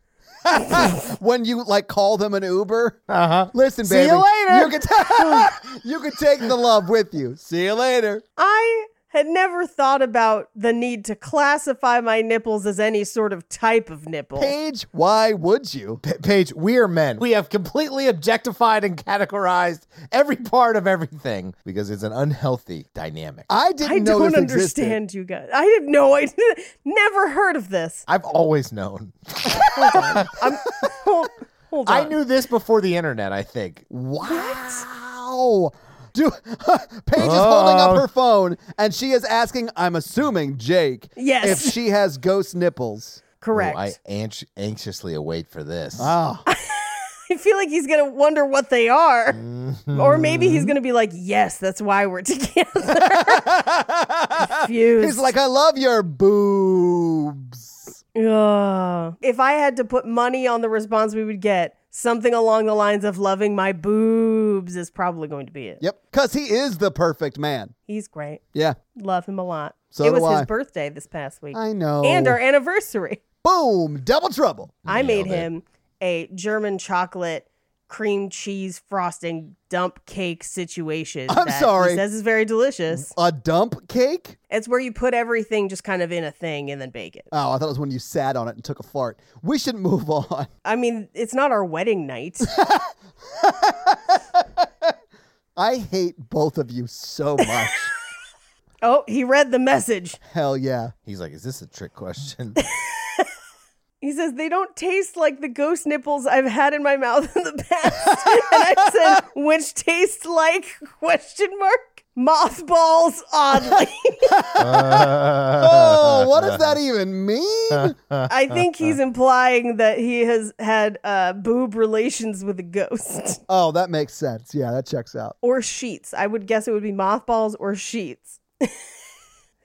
[SPEAKER 4] When you like call them an Uber, uh-huh. listen,
[SPEAKER 3] See you
[SPEAKER 4] baby,
[SPEAKER 3] later.
[SPEAKER 4] You can ta- you can take the love with you. See you later.
[SPEAKER 5] I had never thought about the need to classify my nipples as any sort of type of nipple.
[SPEAKER 4] Paige, why would you?
[SPEAKER 3] P- Paige, we are men. We have completely objectified and categorized every part of everything because it's an unhealthy dynamic.
[SPEAKER 4] I didn't
[SPEAKER 5] I
[SPEAKER 4] know
[SPEAKER 5] don't
[SPEAKER 4] this existed.
[SPEAKER 5] understand you guys. I didn't know. I never heard of this.
[SPEAKER 3] I've always known.
[SPEAKER 5] I'm, hold, hold on.
[SPEAKER 3] I knew this before the internet, I think.
[SPEAKER 4] Wow. Do, Paige is holding up her phone and she is asking, I'm assuming Jake,
[SPEAKER 5] Yes.
[SPEAKER 4] if she has ghost nipples.
[SPEAKER 5] Correct.
[SPEAKER 3] Oh, I anx- anxiously await for this.
[SPEAKER 4] Oh,
[SPEAKER 5] I feel like he's gonna wonder what they are, or maybe he's gonna be like, "Yes, that's why we're together." Confused.
[SPEAKER 4] he's like, I love your boobs.
[SPEAKER 5] Ugh. if I had to put money on the response we would get, something along the lines of "loving my boobs" is probably going to be it.
[SPEAKER 4] Yep. Because he is the perfect man.
[SPEAKER 5] He's great.
[SPEAKER 4] Yeah.
[SPEAKER 5] Love him a lot.
[SPEAKER 4] So
[SPEAKER 5] it
[SPEAKER 4] do
[SPEAKER 5] was his
[SPEAKER 4] I.
[SPEAKER 5] birthday this past week,
[SPEAKER 4] I know.
[SPEAKER 5] and our anniversary.
[SPEAKER 4] boom, double trouble.
[SPEAKER 5] I made him a German chocolate cream cheese frosting dump cake situation.
[SPEAKER 4] I'm
[SPEAKER 5] that he
[SPEAKER 4] sorry.
[SPEAKER 5] says is very delicious.
[SPEAKER 4] A dump cake?
[SPEAKER 5] It's where you put everything just kind of in a thing and then bake it.
[SPEAKER 4] Oh, I thought it was when you sat on it and took a fart. We should move on.
[SPEAKER 5] I mean, it's not our wedding night.
[SPEAKER 4] I hate both of you so much.
[SPEAKER 5] oh, he read the message.
[SPEAKER 4] Hell yeah.
[SPEAKER 3] He's like, is this a trick question?
[SPEAKER 5] He says they don't taste like the ghost nipples I've had in my mouth in the past. and I said, which tastes like question mark? Mothballs oddly.
[SPEAKER 3] Uh,
[SPEAKER 4] Oh, what does that even mean?
[SPEAKER 5] I think he's implying that he has had uh, boob relations with a ghost
[SPEAKER 4] Oh, that makes sense. Yeah, that checks out.
[SPEAKER 5] or sheets. I would guess it would be mothballs or sheets.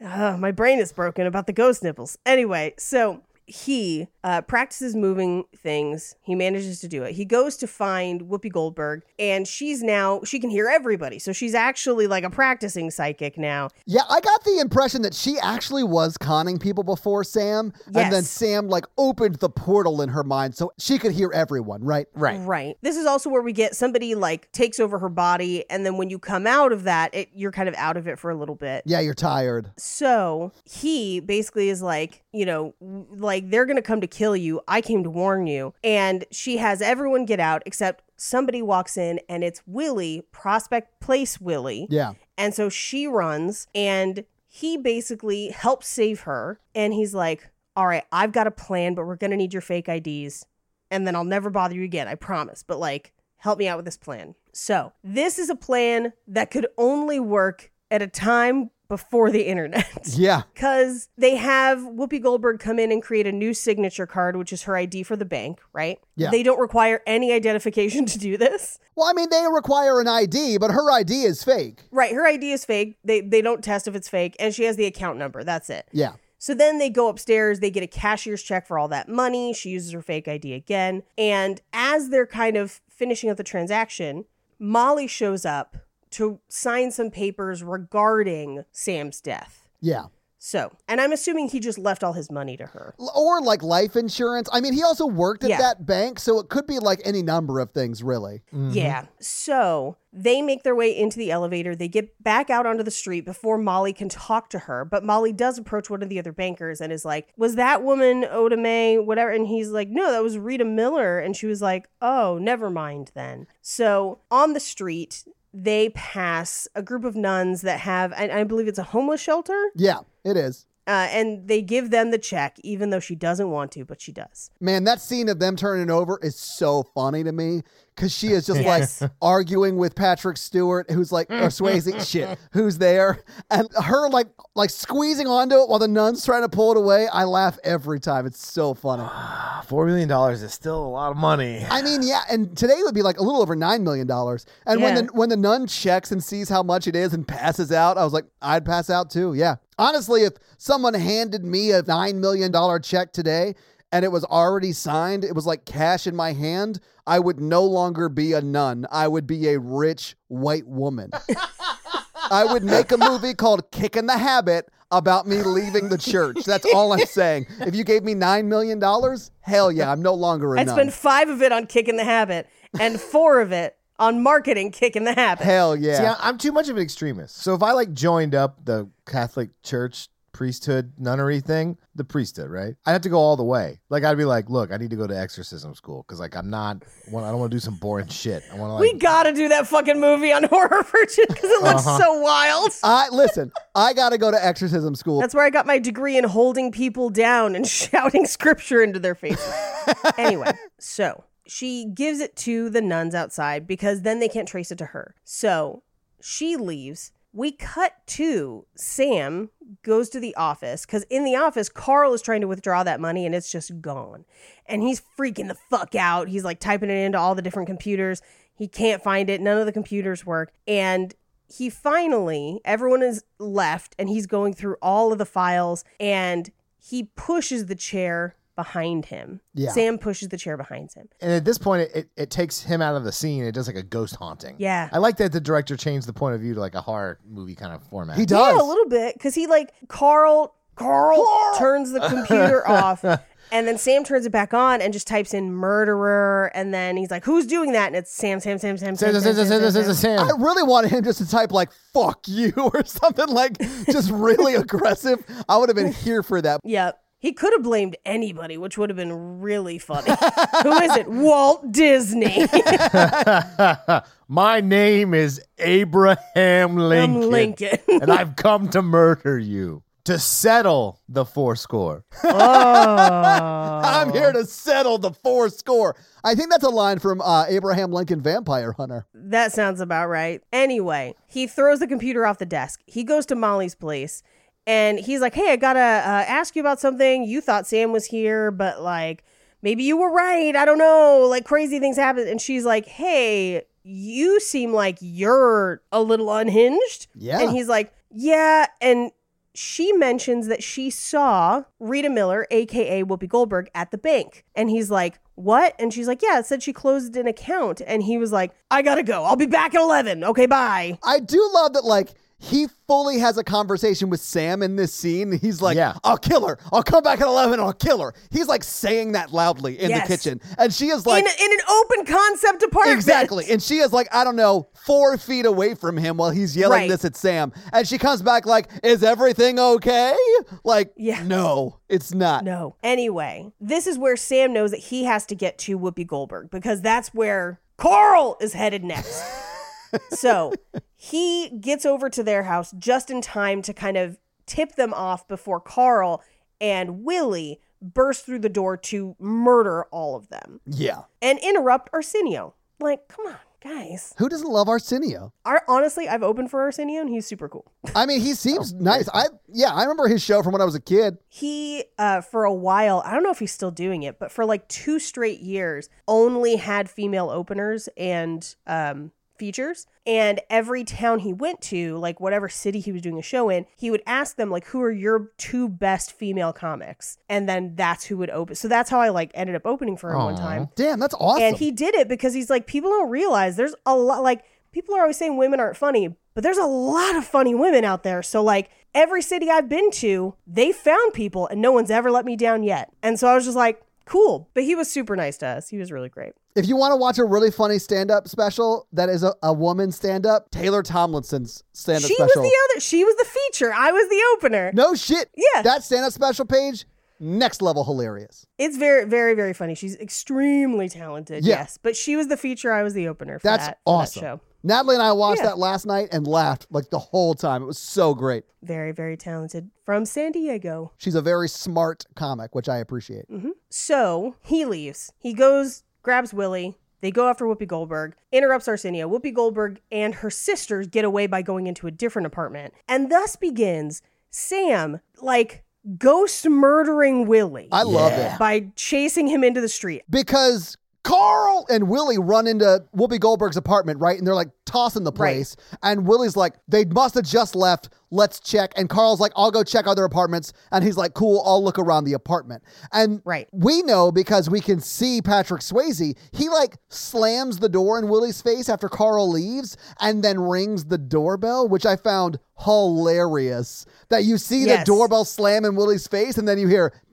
[SPEAKER 5] Ah, my brain is broken about the ghost nipples. Anyway, so he uh, practices moving things. He manages to do it. He goes to find Whoopi Goldberg, and she's now, she can hear everybody. So she's actually like a practicing psychic now.
[SPEAKER 4] Yeah, I got the impression that she actually was conning people before Sam, and then
[SPEAKER 5] Yes.
[SPEAKER 4] Sam like opened the portal in her mind so she could hear everyone, right?
[SPEAKER 3] right.
[SPEAKER 5] Right. This is also where we get somebody like takes over her body, and then when you come out of that, it, you're kind of out of it for a little bit.
[SPEAKER 4] Yeah, you're tired.
[SPEAKER 5] So he basically is like, you know, w- like they're going to come to kill you. I came to warn you. And she has everyone get out except somebody walks in and it's Willie, Prospect Place Willie.
[SPEAKER 4] Yeah.
[SPEAKER 5] And so she runs and he basically helps save her. And he's like, all right, I've got a plan, but we're going to need your fake IDs. And then I'll never bother you again. I promise. But like, help me out with this plan. So this is a plan that could only work at a time before the internet.
[SPEAKER 4] Yeah.
[SPEAKER 5] Because they have Whoopi Goldberg come in and create a new signature card, which is her ID for the bank, right?
[SPEAKER 4] Yeah.
[SPEAKER 5] They don't require any identification to do this.
[SPEAKER 4] Well, I mean, they require an ID, but her ID is fake.
[SPEAKER 5] Right, her ID is fake. They they don't test if it's fake, and she has the account number. That's it.
[SPEAKER 4] Yeah.
[SPEAKER 5] So then they go upstairs, they get a cashier's check for all that money. She uses her fake ID again. And as they're kind of finishing up the transaction, Molly shows up to sign some papers regarding Sam's death.
[SPEAKER 4] Yeah.
[SPEAKER 5] So, and I'm assuming he just left all his money to her.
[SPEAKER 4] L- Or like life insurance. I mean, he also worked at
[SPEAKER 5] Yeah.
[SPEAKER 4] that bank, so it could be like any number of things, really.
[SPEAKER 5] Yeah. So they make their way into the elevator. They get back out onto the street before Molly can talk to her. But Molly does approach one of the other bankers and is like, Was that woman Oda Mae, whatever? And he's like, No, that was Rita Miller. And she was like, Oh, never mind then. So on the street, they pass a group of nuns that have, I, I believe it's a homeless shelter.
[SPEAKER 4] Yeah, it is.
[SPEAKER 5] uh, and they give them the check, even though she doesn't want to, but she does.
[SPEAKER 4] Man, that scene of them turning over is so funny to me because she is just
[SPEAKER 5] Yes.
[SPEAKER 4] like arguing with Patrick Stewart, who's like or Swayze, shit, who's there, and her like like squeezing onto it while the nuns trying to pull it away. I laugh every time. It's so funny.
[SPEAKER 3] Four million dollars is still a lot of money.
[SPEAKER 4] I mean, yeah, and today would be like a little over nine million dollars. And
[SPEAKER 5] Yeah.
[SPEAKER 4] when the when the nun checks and sees how much it is and passes out, I was like, I'd pass out too. Yeah, honestly, if someone handed me a nine million dollar check today and it was already signed, it was like cash in my hand, I would no longer be a nun. I would be a rich white woman. I would make a movie called Kicking the Habit about me leaving the church. That's all I'm saying. If you gave me $9 million, hell yeah, I'm no longer a
[SPEAKER 5] I
[SPEAKER 4] nun.
[SPEAKER 5] spent five of it on kicking the habit and four of it on marketing kicking the habit.
[SPEAKER 4] Hell yeah.
[SPEAKER 3] See, I- I'm too much of an extremist. So if I like joined up the Catholic Church priesthood nunnery thing, the priesthood, right? I'd have to go all the way. Like I'd be like, look, I need to go to exorcism school because like I'm not. Well, I don't want to do some boring shit. I want to
[SPEAKER 5] We
[SPEAKER 3] like.
[SPEAKER 5] gotta do that fucking movie on horror virgin because it looks so wild.
[SPEAKER 4] I listen. I gotta go to exorcism school.
[SPEAKER 5] That's where I got my degree in holding people down and shouting scripture into their faces. anyway, so she gives it to the nuns outside because then they can't trace it to her. So she leaves. We cut to Sam goes to the office because in the office, Carl is trying to withdraw that money and it's just gone. And he's freaking the fuck out. He's like typing it into all the different computers. He can't find it. None of the computers work. And he finally, everyone is left and he's going through all of the files and he pushes the chair behind him.
[SPEAKER 4] Yeah.
[SPEAKER 5] Sam pushes the chair behind him.
[SPEAKER 3] And at this point, it, it, it takes him out of the scene. It does like a ghost haunting.
[SPEAKER 5] Yeah.
[SPEAKER 3] I like that the director changed the point of view to like a horror movie kind of format.
[SPEAKER 4] he does.
[SPEAKER 5] Yeah, a little bit because he like Carl, Carl turns the computer off, and then Sam turns it back on and just types in murderer, and then he's like, "Who's doing that?" And it's Sam, Sam, Sam, Sam, Sam,
[SPEAKER 3] Sam,
[SPEAKER 5] Sam,
[SPEAKER 3] Sam, Sam, Sam, Sam,
[SPEAKER 5] Sam, Sam.
[SPEAKER 3] Sam.
[SPEAKER 4] I really wanted him just to type like "fuck you" or something like just really aggressive. I would have been here for that.
[SPEAKER 5] Yep. He could have blamed anybody, which would have been really funny. Who is it? Walt Disney.
[SPEAKER 3] My name is Abraham
[SPEAKER 5] I'm
[SPEAKER 3] Lincoln,
[SPEAKER 5] Lincoln.
[SPEAKER 3] and I've come to murder you to settle the fourscore.
[SPEAKER 4] Oh. I'm here to settle the four score. I think that's a line from uh, Abraham Lincoln Vampire Hunter.
[SPEAKER 5] That sounds about right. Anyway, he throws the computer off the desk. He goes to Molly's place and he's like, Hey, I gotta uh, ask you about something. You thought Sam was here, but like, maybe you were right. I don't know. Like, crazy things happen. And she's like, Hey, you seem like you're a little unhinged.
[SPEAKER 4] Yeah.
[SPEAKER 5] And he's like, Yeah. And she mentions that she saw Rita Miller, aka Whoopi Goldberg, at the bank. And he's like, What? And she's like, Yeah, it said she closed an account. And he was like, I gotta go. I'll be back at 11. Okay, bye.
[SPEAKER 4] I do love that. Like he fully has a conversation with Sam in this scene. He's like,
[SPEAKER 3] Yeah.
[SPEAKER 4] "I'll kill her. I'll come back at eleven. and I'll kill her." He's like saying that loudly in
[SPEAKER 5] Yes.
[SPEAKER 4] the kitchen, and she is like,
[SPEAKER 5] in, in an open concept apartment.
[SPEAKER 4] Exactly. And she is like, I don't know, four feet away from him while he's yelling
[SPEAKER 5] Right.
[SPEAKER 4] this at Sam. And she comes back like, Is everything okay? Like,
[SPEAKER 5] Yeah.
[SPEAKER 4] no, it's not.
[SPEAKER 5] No. Anyway, this is where Sam knows that he has to get to Whoopi Goldberg because that's where Carl is headed next. so he gets over to their house just in time to kind of tip them off before Carl and Willie burst through the door to murder all of them
[SPEAKER 4] Yeah.
[SPEAKER 5] and interrupt Arsenio. Like, come on, guys.
[SPEAKER 4] Who doesn't love Arsenio?
[SPEAKER 5] Our, honestly, I've opened for Arsenio and he's super cool.
[SPEAKER 4] I mean, he seems nice. I yeah, I remember his show from when I was a kid.
[SPEAKER 5] he uh, for a while i don't know if he's still doing it but for like two straight years only had female openers and um, features and every town he went to like whatever city he was doing a show in he would ask them like who are your two best female comics and then that's who would open so that's how i like ended up opening for him one time
[SPEAKER 4] Damn, that's awesome.
[SPEAKER 5] and he did it because he's like people don't realize there's a lot like people are always saying women aren't funny but there's a lot of funny women out there so like every city i've been to they found people and no one's ever let me down yet and so i was just like cool but he was super nice to us he was really great
[SPEAKER 4] if you want to watch a really funny stand-up special that is a, a woman stand-up, Taylor Tomlinson's stand-up
[SPEAKER 5] she
[SPEAKER 4] special.
[SPEAKER 5] was the other she was the feature i was the opener
[SPEAKER 4] no shit.
[SPEAKER 5] Yeah.
[SPEAKER 4] That stand-up special page, next level hilarious.
[SPEAKER 5] it's very very very funny she's extremely talented
[SPEAKER 4] Yeah.
[SPEAKER 5] yes but she was the feature i was the opener for
[SPEAKER 4] That's
[SPEAKER 5] that, for that
[SPEAKER 4] awesome.
[SPEAKER 5] show
[SPEAKER 4] Natalie and I watched
[SPEAKER 5] Yeah.
[SPEAKER 4] that last night and laughed like the whole time. It was so great.
[SPEAKER 5] Very, very talented from San Diego.
[SPEAKER 4] She's a very smart comic, which I appreciate.
[SPEAKER 5] Mm-hmm. So he leaves. He goes, grabs Willie. They go after Whoopi Goldberg, interrupts Arsenio. Whoopi Goldberg and her sisters get away by going into a different apartment. And thus begins Sam, like, ghost murdering Willie
[SPEAKER 4] I love it.
[SPEAKER 5] by chasing him into the street.
[SPEAKER 4] because Carl and Willie run into Whoopi Goldberg's apartment, right? And they're like tossing the
[SPEAKER 5] Right.
[SPEAKER 4] place. And Willie's like, they must have just left. Let's check. And Carl's like, I'll go check other apartments. And he's like, cool, I'll look around the apartment. And
[SPEAKER 5] Right.
[SPEAKER 4] we know because we can see Patrick Swayze, he like slams the door in Willie's face after Carl leaves and then rings the doorbell, which I found hilarious. That you see
[SPEAKER 5] Yes.
[SPEAKER 4] the doorbell slam in Willie's face and then you hear ding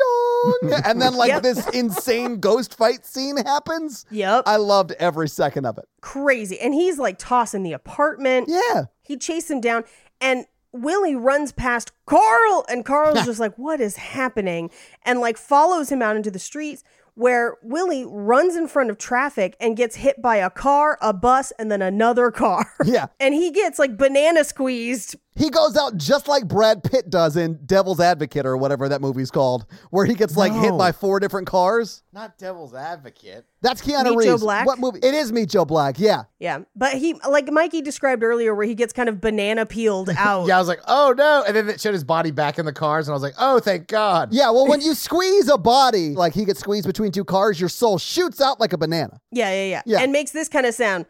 [SPEAKER 4] dong. and then like
[SPEAKER 5] Yep.
[SPEAKER 4] this insane ghost fight scene happens.
[SPEAKER 5] Yep.
[SPEAKER 4] I loved every second of it.
[SPEAKER 5] Crazy. And he's like tossing the apartment.
[SPEAKER 4] Yeah.
[SPEAKER 5] He chased him down and Willie runs past Carl and Carl's just like, what is happening? And like follows him out into the streets where Willie runs in front of traffic and gets hit by a car, a bus, and then another car.
[SPEAKER 4] Yeah.
[SPEAKER 5] and he gets like banana squeezed.
[SPEAKER 4] He goes out just like Brad Pitt does in Devil's Advocate or whatever that movie's called, where he gets like hit
[SPEAKER 3] No.
[SPEAKER 4] by four different cars.
[SPEAKER 3] Not devil's advocate.
[SPEAKER 4] That's Keanu
[SPEAKER 5] Meet
[SPEAKER 4] Reeves.
[SPEAKER 5] Joe Black?
[SPEAKER 4] What movie? It is Meet Joe Black. Yeah.
[SPEAKER 5] Yeah. But he, like Mikey described earlier, where he gets kind of banana peeled out.
[SPEAKER 3] Yeah, I was like, oh no. And then it showed his body back in the cars, and I was like, oh, thank God.
[SPEAKER 4] Yeah. Well, when you squeeze a body, like he gets squeezed between two cars, your soul shoots out like a banana,
[SPEAKER 5] yeah, yeah, yeah,
[SPEAKER 4] Yeah.
[SPEAKER 5] And makes this kind of sound.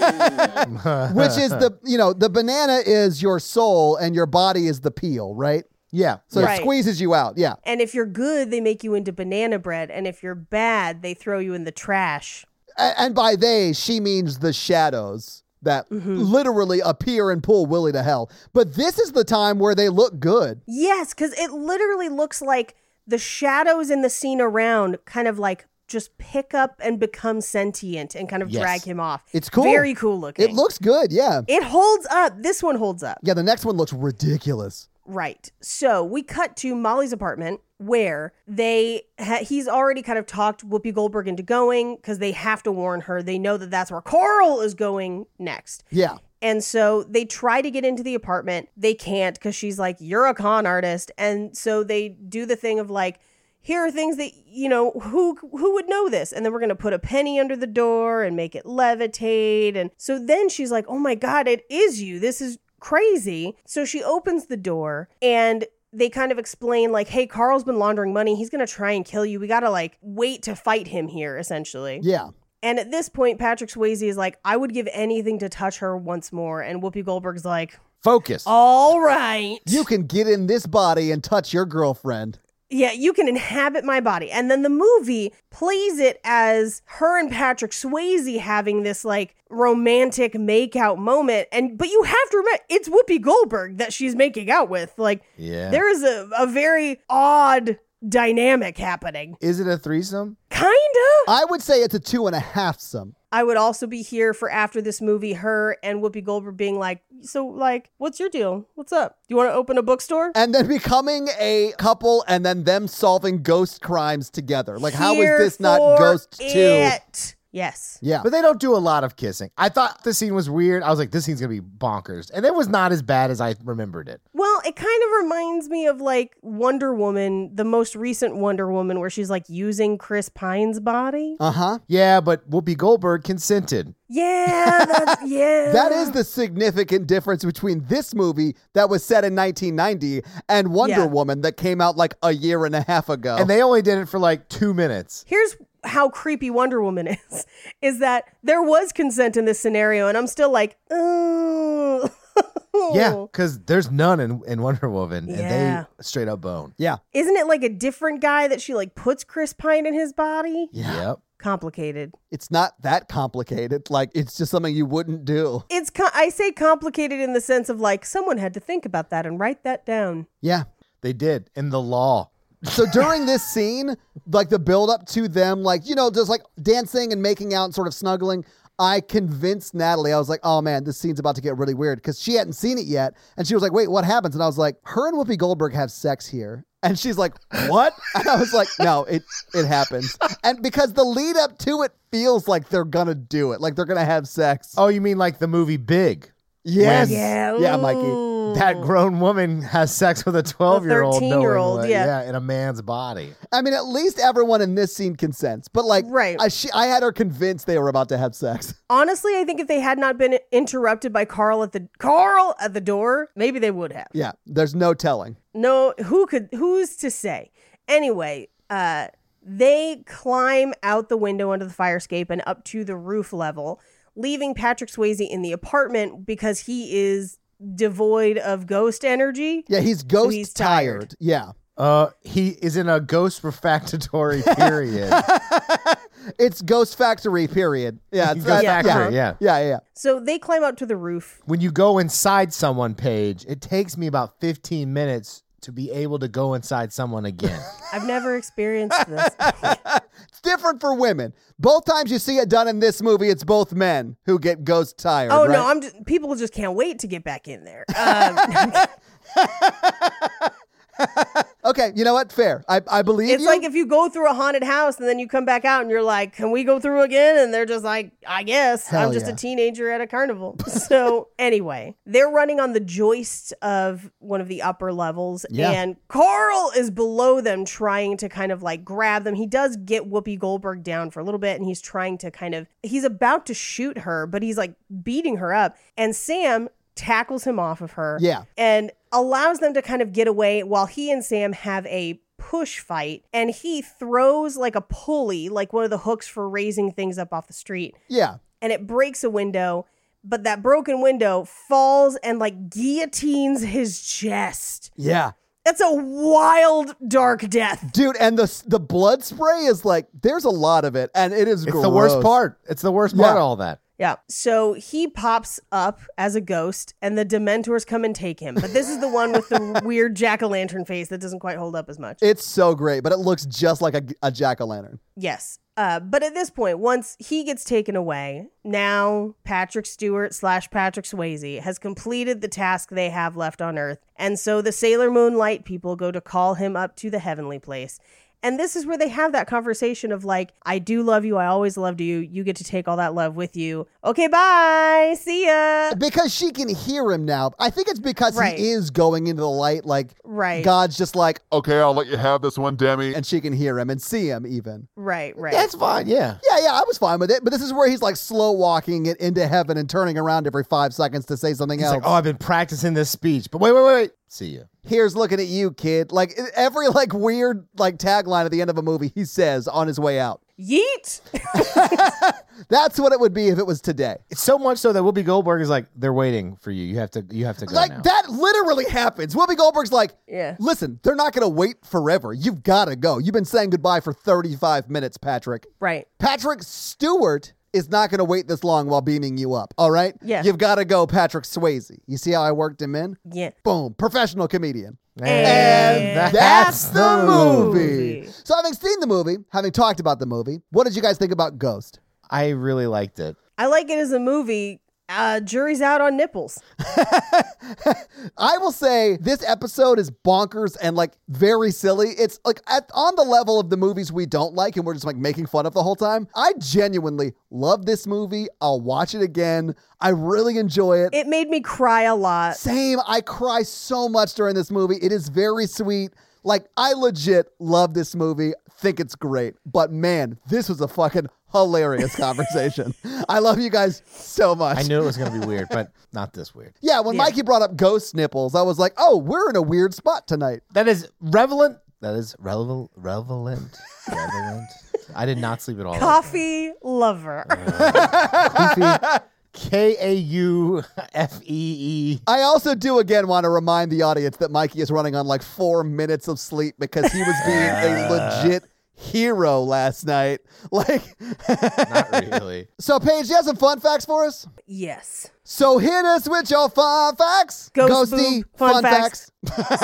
[SPEAKER 4] which is the, you know, the banana is your soul and your body is the peel, right?
[SPEAKER 3] Yeah.
[SPEAKER 4] So
[SPEAKER 5] Right.
[SPEAKER 4] it squeezes you out. Yeah.
[SPEAKER 5] And if you're good, they make you into banana bread. And if you're bad, they throw you in the trash.
[SPEAKER 4] A- and by they, she means the shadows that literally appear and pull Willie to hell. But this is the time where they look good.
[SPEAKER 5] Yes, because it literally looks like the shadows in the scene around kind of like just pick up and become sentient and kind of
[SPEAKER 3] Yes.
[SPEAKER 5] drag him off.
[SPEAKER 4] It's cool.
[SPEAKER 5] Very cool looking.
[SPEAKER 4] It looks good, yeah.
[SPEAKER 5] It holds up. This one holds up.
[SPEAKER 4] Yeah, the next one looks ridiculous.
[SPEAKER 5] Right. So we cut to Molly's apartment where they ha- he's already kind of talked Whoopi Goldberg into going because they have to warn her. They know that that's where Coral is going next.
[SPEAKER 4] Yeah.
[SPEAKER 5] And so they try to get into the apartment. They can't because she's like, You're a con artist. And so they do the thing of like, here are things that you know who who would know this and then we're going to put a penny under the door and make it levitate and so then she's like oh my god it is you this is crazy so she opens the door and they kind of explain like hey carl's been laundering money he's going to try and kill you we got to like wait to fight him here essentially
[SPEAKER 4] Yeah.
[SPEAKER 5] and at this point, Patrick Swayze is like, I would give anything to touch her once more. And Whoopi Goldberg's like,
[SPEAKER 3] Focus.
[SPEAKER 5] All right.
[SPEAKER 4] You can get in this body and touch your girlfriend.
[SPEAKER 5] yeah, you can inhabit my body. And then the movie plays it as her and Patrick Swayze having this like romantic makeout moment. And but you have to remember it's Whoopi Goldberg that she's making out with. Like
[SPEAKER 3] Yeah.
[SPEAKER 5] there is a, a very odd dynamic happening.
[SPEAKER 3] Is it a threesome?
[SPEAKER 5] Kinda.
[SPEAKER 4] I would say it's a two and a half some.
[SPEAKER 5] I would also be here for after this movie, her and Whoopi Goldberg being like, So, like, what's your deal? What's up? Do you want to open a bookstore?
[SPEAKER 4] And then becoming a couple and then them solving ghost crimes together. Like, how is
[SPEAKER 5] Here
[SPEAKER 4] this not
[SPEAKER 5] for
[SPEAKER 4] Ghost 2?
[SPEAKER 5] it. Yes.
[SPEAKER 4] Yeah.
[SPEAKER 3] But they don't do a lot of kissing. I thought the scene was weird. I was like, this scene's gonna be bonkers. And it was not as bad as I remembered it.
[SPEAKER 5] Well, it kind of reminds me of like Wonder Woman, the most recent Wonder Woman, where she's like using Chris Pine's body.
[SPEAKER 4] Uh huh.
[SPEAKER 3] Yeah, but Whoopi Goldberg consented.
[SPEAKER 5] Yeah. That's, yeah.
[SPEAKER 4] That is the significant difference between this movie that was set in 1990 and Wonder
[SPEAKER 5] Yeah.
[SPEAKER 4] Woman that came out like a year and a half ago.
[SPEAKER 5] Oh.
[SPEAKER 3] And they only did it for like two minutes.
[SPEAKER 5] here's how creepy Wonder Woman is is that there was consent in this scenario, and I'm still like, oh.
[SPEAKER 3] Yeah, because there's none in, in Wonder Woman,
[SPEAKER 5] Yeah.
[SPEAKER 3] and they straight up bone.
[SPEAKER 4] yeah.
[SPEAKER 5] Isn't it like a different guy that she like puts Chris Pine in his body?
[SPEAKER 3] Yep.
[SPEAKER 5] Complicated.
[SPEAKER 4] It's not that complicated. Like, it's just something you wouldn't do.
[SPEAKER 5] It's co I say complicated in the sense of like someone had to think about that and write that down.
[SPEAKER 4] Yeah.
[SPEAKER 3] They did in the law.
[SPEAKER 4] So during this scene, like the build up to them, like, you know, just like dancing and making out and sort of snuggling, I convinced Natalie, I was like, oh man, this scene's about to get really weird because she hadn't seen it yet. And she was like, wait, what happens? And I was like, her and Whoopi Goldberg have sex here. And she's like, "What?" And I was like, "No, it it happens." And because the lead up to it feels like they're gonna do it, like they're gonna have sex.
[SPEAKER 3] Oh, you mean like the movie Big?
[SPEAKER 4] yes,
[SPEAKER 3] when-
[SPEAKER 5] Yeah.
[SPEAKER 4] yeah, Mikey.
[SPEAKER 5] ooh.
[SPEAKER 3] That grown woman has sex with a 12 year old.
[SPEAKER 5] 13-year-old, yeah.
[SPEAKER 3] yeah. In a man's body.
[SPEAKER 4] I mean, at least everyone in this scene consents, but like,
[SPEAKER 5] Right.
[SPEAKER 4] I, she, I had her convinced they were about to have sex.
[SPEAKER 5] Honestly, I think if they had not been interrupted by Carl at the Carl at the door, maybe they would have.
[SPEAKER 4] Yeah, there's no telling.
[SPEAKER 5] No, who could who's to say? Anyway, uh they climb out the window under the fire escape and up to the roof level, leaving Patrick Swayze in the apartment because he is devoid of ghost energy.
[SPEAKER 4] Yeah, he's ghost
[SPEAKER 5] he's
[SPEAKER 4] tired.
[SPEAKER 5] tired.
[SPEAKER 4] Yeah,
[SPEAKER 3] Uh, he is in a ghost refractory period.
[SPEAKER 4] it's Ghost Factory. Period. Yeah, it's
[SPEAKER 3] Ghost
[SPEAKER 4] yeah,
[SPEAKER 3] Factory, yeah.
[SPEAKER 4] yeah, yeah, yeah.
[SPEAKER 5] So they climb up to the roof.
[SPEAKER 3] when you go inside someone, Paige, it takes me about 15 minutes to be able to go inside someone again.
[SPEAKER 5] I've never experienced this.
[SPEAKER 4] It's different for women. Both times you see it done in this movie, it's both men who get ghost tired.
[SPEAKER 5] Oh
[SPEAKER 4] right?
[SPEAKER 5] no, I'm just, people just can't wait to get back in there. Um,
[SPEAKER 4] okay, you know what? Fair. I, I believe
[SPEAKER 5] it's
[SPEAKER 4] you.
[SPEAKER 5] like if you go through a haunted house and then you come back out and you're like, "Can we go through again?" and they're just like, "I guess
[SPEAKER 4] Hell
[SPEAKER 5] I'm just
[SPEAKER 4] yeah.
[SPEAKER 5] a teenager at a carnival." so anyway, they're running on the joists of one of the upper levels,
[SPEAKER 4] Yeah.
[SPEAKER 5] and Carl is below them trying to kind of like grab them. He does get Whoopi Goldberg down for a little bit, and he's trying to kind of he's about to shoot her, but he's like beating her up, and Sam tackles him off of her
[SPEAKER 4] yeah.
[SPEAKER 5] and allows them to kind of get away while he and Sam have a push fight and he throws like a pulley like one of the hooks for raising things up off the street
[SPEAKER 4] Yeah.
[SPEAKER 5] and it breaks a window but that broken window falls and like guillotines his chest
[SPEAKER 4] Yeah.
[SPEAKER 5] that's a wild dark death
[SPEAKER 4] Dude, and the s- the blood spray is like there's a lot of it and it is
[SPEAKER 3] It's the worst
[SPEAKER 4] gross.
[SPEAKER 3] part. It's the worst part
[SPEAKER 4] Yeah.
[SPEAKER 3] of all that.
[SPEAKER 5] yeah so he pops up as a ghost and the dementors come and take him but this is the one with the weird jack-o'-lantern face that doesn't quite hold up as much
[SPEAKER 4] It's so great, but it looks just like a, a jack-o'-lantern.
[SPEAKER 5] Yes. Uh, but at this point, once he gets taken away, now Patrick Stewart slash Patrick Swayze has completed the task they have left on Earth. And so the Sailor Moon Light people go to call him up to the heavenly place. And this is where they have that conversation of like, I do love you. I always loved you. You get to take all that love with you. Okay, bye. See ya.
[SPEAKER 4] Because she can hear him now. I think it's because
[SPEAKER 5] Right.
[SPEAKER 4] he is going into the light like
[SPEAKER 5] Right.
[SPEAKER 4] God's just like
[SPEAKER 7] Okay, I'll let you have this one, Demi.
[SPEAKER 4] and she can hear him and see him even.
[SPEAKER 5] Right, right.
[SPEAKER 3] That's fine. Yeah.
[SPEAKER 4] Yeah, yeah, I was fine with it, but this is where he's like slow walking it into heaven and turning around every 5 seconds to say something
[SPEAKER 3] He's
[SPEAKER 4] else.
[SPEAKER 3] like, oh, I've been practicing this speech, but wait, wait, wait, wait. See you.
[SPEAKER 4] here's looking at you, kid. Like e, every like weird like tagline at the end of a movie he says on his way out.
[SPEAKER 5] Yeet.
[SPEAKER 4] That's what it would be if it was today.
[SPEAKER 3] It's so much so that Whoopi Goldberg is like, they're waiting for you. You have to, you have to go
[SPEAKER 4] Like
[SPEAKER 3] now.
[SPEAKER 4] that literally happens. Whoopi Goldberg's like,
[SPEAKER 5] Yeah.
[SPEAKER 4] listen, they're not gonna wait forever. You've gotta go. You've been saying goodbye for 35 minutes, Patrick.
[SPEAKER 5] Right.
[SPEAKER 4] Patrick Stewart is not gonna wait this long while beaming you up. All right?
[SPEAKER 5] Yeah.
[SPEAKER 4] You've gotta go, Patrick Swayze. You see how I worked him in?
[SPEAKER 5] Yeah.
[SPEAKER 4] Boom. Professional comedian.
[SPEAKER 5] And
[SPEAKER 4] That's the movie.
[SPEAKER 5] movie.
[SPEAKER 4] So, having seen the movie, having talked about the movie, what did you guys think about Ghost?
[SPEAKER 3] I really liked it.
[SPEAKER 5] I like it as a movie. Uh, jury's out on nipples.
[SPEAKER 4] I will say this episode is bonkers and like very silly. It's like at, on the level of the movies we don't like and we're just like making fun of the whole time. I genuinely love this movie. I'll watch it again. I really enjoy it.
[SPEAKER 5] It made me cry a lot.
[SPEAKER 4] Same. I cry so much during this movie. It is very sweet. Like I legit love this movie. Think it's great. But man, this was a fucking hilarious conversation. I love you guys so much.
[SPEAKER 3] I knew it was going to be weird, but not this weird.
[SPEAKER 4] Yeah, when Mikey brought up ghost nipples, I was like, "Oh, we're in a weird spot tonight."
[SPEAKER 3] That is relevant. That is relevant. Relevant. relevant. I did not sleep at all.
[SPEAKER 5] Coffee lover.
[SPEAKER 3] K A U F E E.
[SPEAKER 4] I also do again want to remind the audience that Mikey is running on like four minutes of sleep because he was being a legit hero last night. Like,
[SPEAKER 3] Not really.
[SPEAKER 4] so Paige, you have some fun facts for us.
[SPEAKER 5] yes.
[SPEAKER 4] So hit us with your fun facts.
[SPEAKER 5] Ghost
[SPEAKER 4] Ghosty
[SPEAKER 5] boob, fun facts.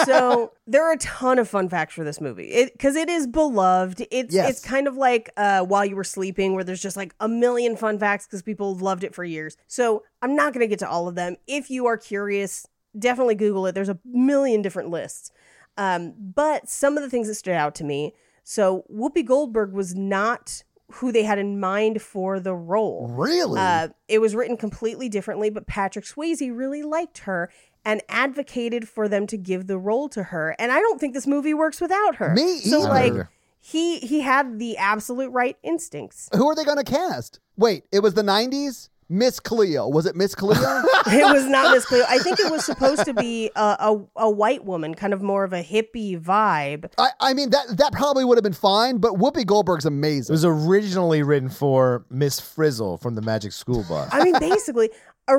[SPEAKER 5] so there are a ton of fun facts for this movie because it is beloved. It's
[SPEAKER 4] Yes.
[SPEAKER 5] it's kind of like uh, while you were sleeping, where there's just like a million fun facts because people have loved it for years. So I'm not going to get to all of them. If you are curious, definitely Google it. There's a million different lists. Um, but some of the things that stood out to me. So Whoopi Goldberg was not who they had in mind for the role.
[SPEAKER 4] Really?
[SPEAKER 5] Uh, it was written completely differently, but Patrick Swayze really liked her and advocated for them to give the role to her. And I don't think this movie works without her.
[SPEAKER 4] Me
[SPEAKER 5] So
[SPEAKER 4] either.
[SPEAKER 5] like he he had the absolute right instincts.
[SPEAKER 4] Who are they going to cast? Wait, it was the 90s? Miss Cleo. Was it Miss Cleo?
[SPEAKER 5] It was not Miss Cleo. I think it was supposed to be a, a a white woman, kind of more of a hippie vibe.
[SPEAKER 4] I, I mean, that, that probably would have been fine, but Whoopi Goldberg's amazing.
[SPEAKER 3] It was originally written for Miss Frizzle from the Magic School Bus.
[SPEAKER 5] I mean, basically,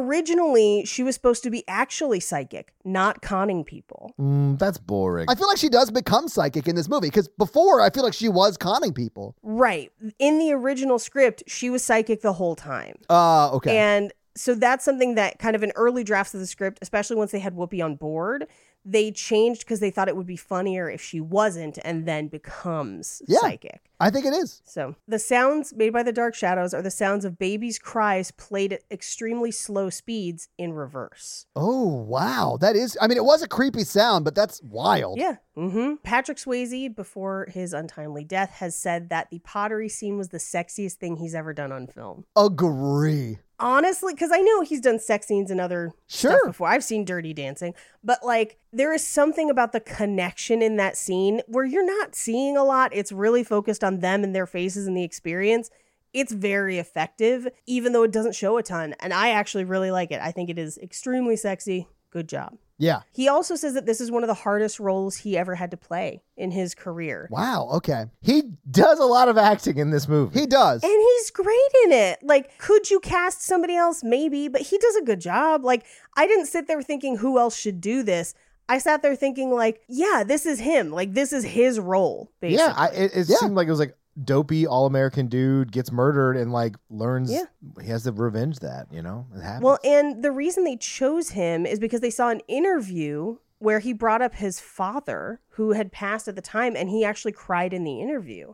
[SPEAKER 5] originally she was supposed to be actually psychic, not conning people.
[SPEAKER 3] Mm, that's boring.
[SPEAKER 4] I feel like she does become psychic in this movie because before I feel like she was conning people.
[SPEAKER 5] Right. In the original script, she was psychic the whole time.
[SPEAKER 4] Uh, okay.
[SPEAKER 5] And so that's something that kind of in early drafts of the script, especially once they had Whoopi on board, they changed because they thought it would be funnier if she wasn't and then becomes
[SPEAKER 4] Yeah.
[SPEAKER 5] psychic.
[SPEAKER 4] I think it is.
[SPEAKER 5] So the sounds made by the dark shadows are the sounds of babies' cries played at extremely slow speeds in reverse.
[SPEAKER 4] Oh, wow. That is, I mean, it was a creepy sound, but that's wild.
[SPEAKER 5] Yeah. hmm Patrick Swayze, before his untimely death, has said that the pottery scene was the sexiest thing he's ever done on film.
[SPEAKER 4] Agree.
[SPEAKER 5] Honestly, because I know he's done sex scenes and other stuff
[SPEAKER 4] Sure.
[SPEAKER 5] before. I've seen Dirty Dancing, but like there is something about the connection in that scene where you're not seeing a lot. It's really focused on them and their faces and the experience. It's very effective, even though it doesn't show a ton. And I actually really like it. I think it is extremely sexy. Good job.
[SPEAKER 4] Yeah.
[SPEAKER 5] He also says that this is one of the hardest roles he ever had to play in his career.
[SPEAKER 4] Wow. Okay.
[SPEAKER 3] he does a lot of acting in this movie.
[SPEAKER 4] He does.
[SPEAKER 5] And he's great in it. Like, could you cast somebody else? Maybe, but he does a good job. Like, I didn't sit there thinking who else should do this. I sat there thinking, like, yeah, this is him. Like, this is his role, basically.
[SPEAKER 3] yeah, I, it, it
[SPEAKER 4] Yeah.
[SPEAKER 3] seemed like it was like dopey all American dude gets murdered and like learns
[SPEAKER 5] Yeah.
[SPEAKER 3] he has to revenge that. You know, it happens.
[SPEAKER 5] Well, and the reason they chose him is because they saw an interview where he brought up his father, who had passed at the time, and he actually cried in the interview.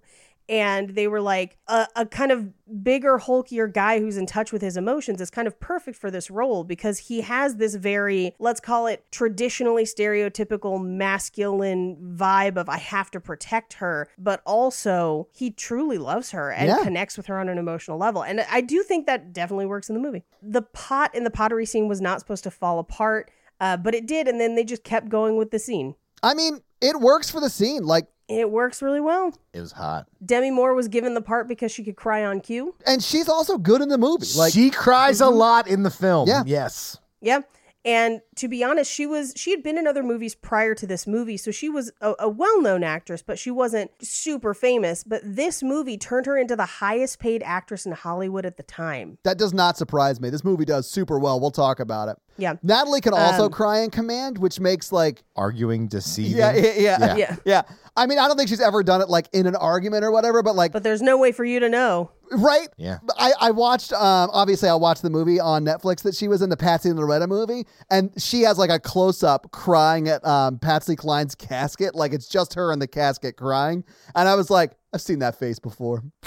[SPEAKER 5] And they were like, a, a kind of bigger, hulkier guy who's in touch with his emotions is kind of perfect for this role because he has this very, let's call it traditionally stereotypical masculine vibe of I have to protect her, but also he truly loves her and
[SPEAKER 4] Yeah.
[SPEAKER 5] connects with her on an emotional level. And I do think that definitely works in the movie. The pot in the pottery scene was not supposed to fall apart, uh, but it did. And then they just kept going with the scene.
[SPEAKER 4] I mean, it works for the scene. Like,
[SPEAKER 5] It works really well.
[SPEAKER 3] it was hot.
[SPEAKER 5] Demi Moore was given the part because she could cry on cue.
[SPEAKER 4] and she's also good in the movie. Like,
[SPEAKER 3] she cries
[SPEAKER 5] Mm-hmm.
[SPEAKER 3] a lot in the film.
[SPEAKER 4] Yeah.
[SPEAKER 3] Yes.
[SPEAKER 5] Yeah. And to be honest, she was she had been in other movies prior to this movie, so she was a, a well-known actress, but she wasn't super famous. But this movie turned her into the highest paid actress in Hollywood at the time.
[SPEAKER 4] that does not surprise me. This movie does super well. We'll talk about it.
[SPEAKER 5] Yeah.
[SPEAKER 4] Natalie can also
[SPEAKER 5] Um,
[SPEAKER 4] cry in command, which makes like
[SPEAKER 3] Arguing, deceiving.
[SPEAKER 4] yeah, yeah, yeah,
[SPEAKER 5] Yeah.
[SPEAKER 4] yeah, I mean, I don't think she's ever done it like in an argument or whatever, but like,
[SPEAKER 5] But there's no way for you to know.
[SPEAKER 4] right?
[SPEAKER 3] Yeah.
[SPEAKER 4] I, I watched, um, obviously, I watched the movie on Netflix that she was in, the Patsy and Loretta movie, and she has like a close up crying at um, Patsy Cline's casket. Like, it's just her in the casket crying. And I was like, I've seen that face before.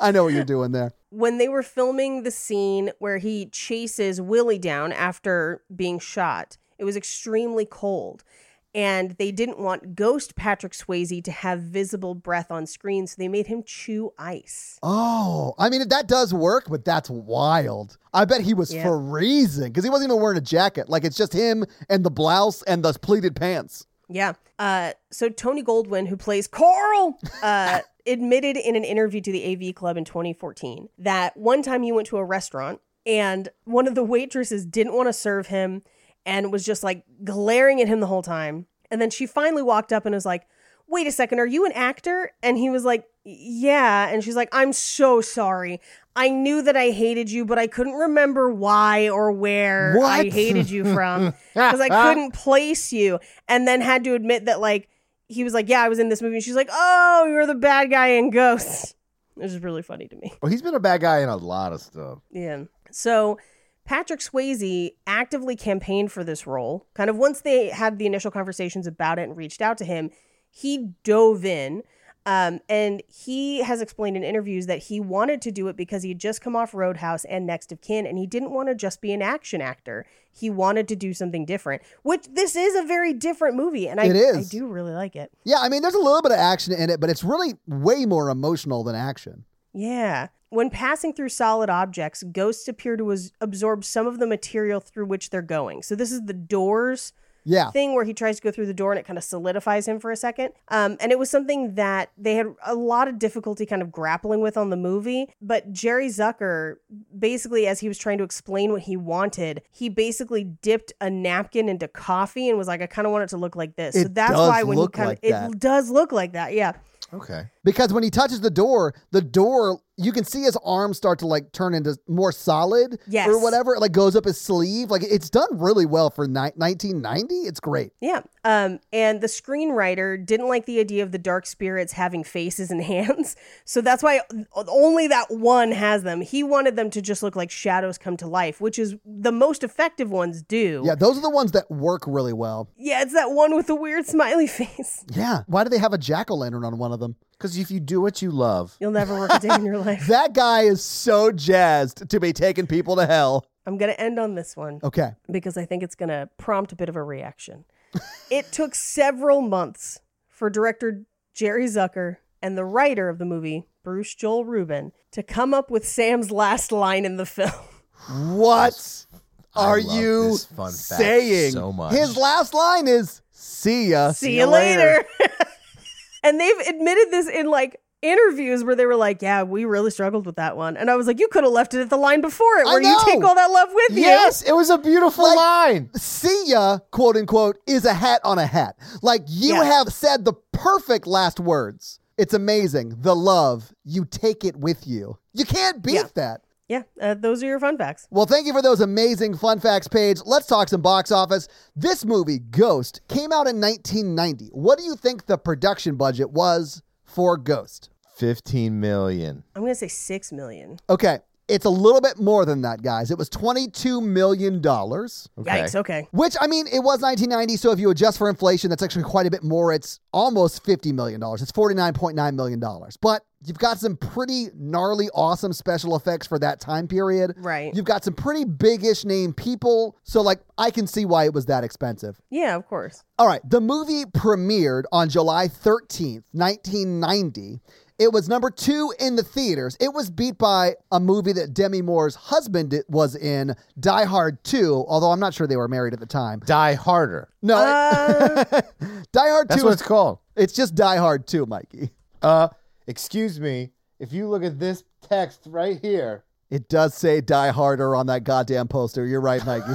[SPEAKER 4] I know what you're doing there.
[SPEAKER 5] when they were filming the scene where he chases Willie down after being shot, it was extremely cold. And they didn't want ghost Patrick Swayze to have visible breath on screen, so they made him chew ice.
[SPEAKER 4] Oh, I mean, that does work, but that's wild. I bet he was
[SPEAKER 5] Yeah.
[SPEAKER 4] freezing because he wasn't even wearing a jacket. Like, it's just him and the blouse and the pleated pants.
[SPEAKER 5] Yeah. Uh, so Tony Goldwyn, who plays Carl, uh, admitted in an interview to the AV Club in 2014 that one time he went to a restaurant and one of the waitresses didn't want to serve him and was just like glaring at him the whole time. And then she finally walked up and was like, Wait a second, are you an actor? And he was like, Yeah. And she's like, I'm so sorry. I knew that I hated you, but I couldn't remember why or where I
[SPEAKER 4] What?
[SPEAKER 5] hated you from
[SPEAKER 3] Ah,
[SPEAKER 5] because I couldn't place you. And then had to admit that, like, he was like, Yeah, I was in this movie. And she's like, Oh, you're the bad guy in Ghosts. Which is really funny to me.
[SPEAKER 3] Well, he's been a bad guy in a lot of stuff.
[SPEAKER 5] Yeah. So Patrick Swayze actively campaigned for this role. Kind of once they had the initial conversations about it and reached out to him, he dove in. Um, and he has explained in interviews that he wanted to do it because he had just come off Roadhouse and Next of Kin, and he didn't want to just be an action actor. He wanted to do something different, which this is a very different movie, and I,
[SPEAKER 4] It is.
[SPEAKER 5] I do really like it.
[SPEAKER 4] Yeah, I mean, there's a little bit of action in it, but it's really way more emotional than action.
[SPEAKER 5] Yeah. When passing through solid objects, ghosts appear to as- absorb some of the material through which they're going. So this is the doors
[SPEAKER 4] Yeah.
[SPEAKER 5] thing where he tries to go through the door and it kind of solidifies him for a second. Um, and it was something that they had a lot of difficulty kind of grappling with on the movie. But Jerry Zucker, basically, as he was trying to explain what he wanted, he basically dipped a napkin into coffee and was like, I kind of want it to look like this. so
[SPEAKER 4] It
[SPEAKER 5] that's
[SPEAKER 4] does
[SPEAKER 5] why when
[SPEAKER 4] look
[SPEAKER 5] you kind
[SPEAKER 4] like
[SPEAKER 5] of, it
[SPEAKER 4] that.
[SPEAKER 5] does look like that. Yeah.
[SPEAKER 6] Okay.
[SPEAKER 4] Because when he touches the door, the door, you can see his arm start to like turn into more solid
[SPEAKER 5] Yes.
[SPEAKER 4] or whatever. It like goes up his sleeve. Like it's done really well for ni- 1990. It's great.
[SPEAKER 5] Yeah. Um, and the screenwriter didn't like the idea of the dark spirits having faces and hands. So that's why only that one has them. He wanted them to just look like shadows come to life, which is the most effective ones do.
[SPEAKER 4] Yeah, those are the ones that work really well.
[SPEAKER 5] Yeah, it's that one with the weird smiley face.
[SPEAKER 4] Yeah. Why do they have a jack o' lantern on one of them?
[SPEAKER 3] Because if you do what you love,
[SPEAKER 5] You'll never work a day in your life.
[SPEAKER 4] That guy is so jazzed to be taking people to hell.
[SPEAKER 5] I'm going to end on this one.
[SPEAKER 4] Okay.
[SPEAKER 5] because I think it's going to prompt a bit of a reaction. it took several months for director Jerry Zucker and the writer of the movie, Bruce Joel Rubin, to come up with Sam's last line in the film.
[SPEAKER 4] What are
[SPEAKER 3] love
[SPEAKER 4] you
[SPEAKER 3] this fun fact
[SPEAKER 4] saying?
[SPEAKER 3] so much.
[SPEAKER 4] His last line is "See ya."
[SPEAKER 5] See, you later. and they've admitted this in like interviews where they were like, yeah, we really struggled with that one. And I was like, you could have left it at the line before it
[SPEAKER 4] I
[SPEAKER 5] where you
[SPEAKER 4] know.
[SPEAKER 5] take all that love with you.
[SPEAKER 3] yes, it was a beautiful
[SPEAKER 4] Like-
[SPEAKER 3] line.
[SPEAKER 4] See ya, quote unquote, is a hat on a hat. Like you
[SPEAKER 5] Yeah.
[SPEAKER 4] have said the perfect last words. It's amazing. The love, you take it with you. You can't beat
[SPEAKER 5] Yeah.
[SPEAKER 4] that.
[SPEAKER 5] Yeah, uh, those are your fun facts.
[SPEAKER 4] Well, thank you for those amazing fun facts, Paige. Let's talk some box office. This movie, Ghost, came out in 1990. What do you think the production budget was for Ghost?
[SPEAKER 3] Fifteen million.
[SPEAKER 5] I'm going to say 6 million.
[SPEAKER 4] Okay, it's a little bit more than that, guys. It was $22 million,
[SPEAKER 3] Okay.
[SPEAKER 5] Yikes, okay.
[SPEAKER 4] which, I mean, it was 1990. So if you adjust for inflation, that's actually quite a bit more. It's almost $50 million. It's $49.9 million. But you've got some pretty gnarly, awesome special effects for that time period.
[SPEAKER 5] Right.
[SPEAKER 4] You've got some pretty big ish name people. So, like, I can see why it was that expensive.
[SPEAKER 5] Yeah, of course.
[SPEAKER 4] All right, the movie premiered on July 13th, 1990. It was number two in the theaters. It was beat by a movie that Demi Moore's husband di- was in, Die Hard 2, although I'm not sure they were married at the time.
[SPEAKER 3] Die harder.
[SPEAKER 4] No,
[SPEAKER 5] Uh,
[SPEAKER 4] Die Hard
[SPEAKER 3] That's
[SPEAKER 4] 2
[SPEAKER 3] what
[SPEAKER 4] is,
[SPEAKER 3] it's called.
[SPEAKER 4] it's just Die Hard 2, Mikey.
[SPEAKER 3] Uh, excuse me. If you look at this text right here,
[SPEAKER 4] It does say Die Harder on that goddamn poster. You're right, Mikey.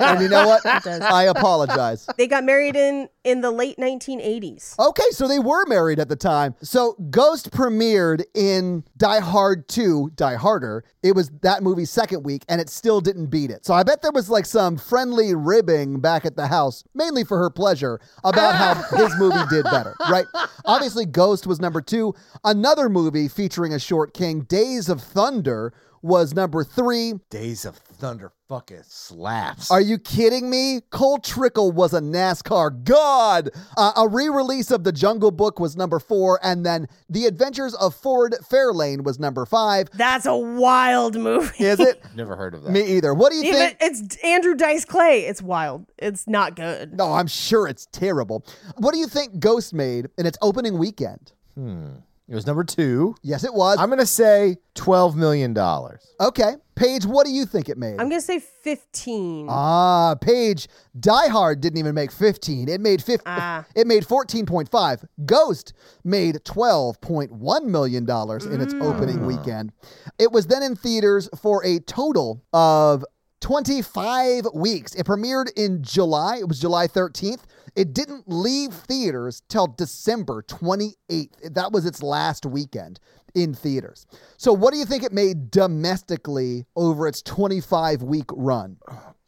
[SPEAKER 4] and you know what? I apologize.
[SPEAKER 5] They got married in in the late 1980s.
[SPEAKER 4] Okay, so they were married at the time. So Ghost premiered in Die Hard 2, Die Harder. It was that movie's second week, and it still didn't beat it. So I bet there was like some friendly ribbing back at the house, mainly for her pleasure, about how his movie did better, right? Obviously, Ghost was number two. Another movie featuring a short king, Days of Thunder, was number three.
[SPEAKER 3] Days of Thunder fucking slaps.
[SPEAKER 4] Are you kidding me? Cole Trickle was a NASCAR god. Uh, a re release of The Jungle Book was number four, and then The Adventures of Ford Fairlane was number five.
[SPEAKER 5] That's a wild movie.
[SPEAKER 4] Is it?
[SPEAKER 3] Never heard of that.
[SPEAKER 4] me either. What do you
[SPEAKER 5] Even
[SPEAKER 4] think?
[SPEAKER 5] it's Andrew Dice Clay. It's wild. It's not good.
[SPEAKER 4] No, I'm sure it's terrible. What do you think Ghost made in its opening weekend?
[SPEAKER 3] It was number two.
[SPEAKER 4] Yes, it was.
[SPEAKER 3] I'm gonna say twelve million dollars.
[SPEAKER 4] okay. Paige, what do you think it made?
[SPEAKER 5] I'm gonna say 15.
[SPEAKER 4] Ah, Paige, Die Hard didn't even make 15. It made 15,
[SPEAKER 5] Ah.
[SPEAKER 4] it made 14.5. Ghost made 12.1 million dollars in its opening weekend. It was then in theaters for a total of 25 weeks. It premiered in July. It was July 13th. It didn't leave theaters till December 28th. That was its last weekend in theaters. So, what do you think it made domestically over its 25 week run?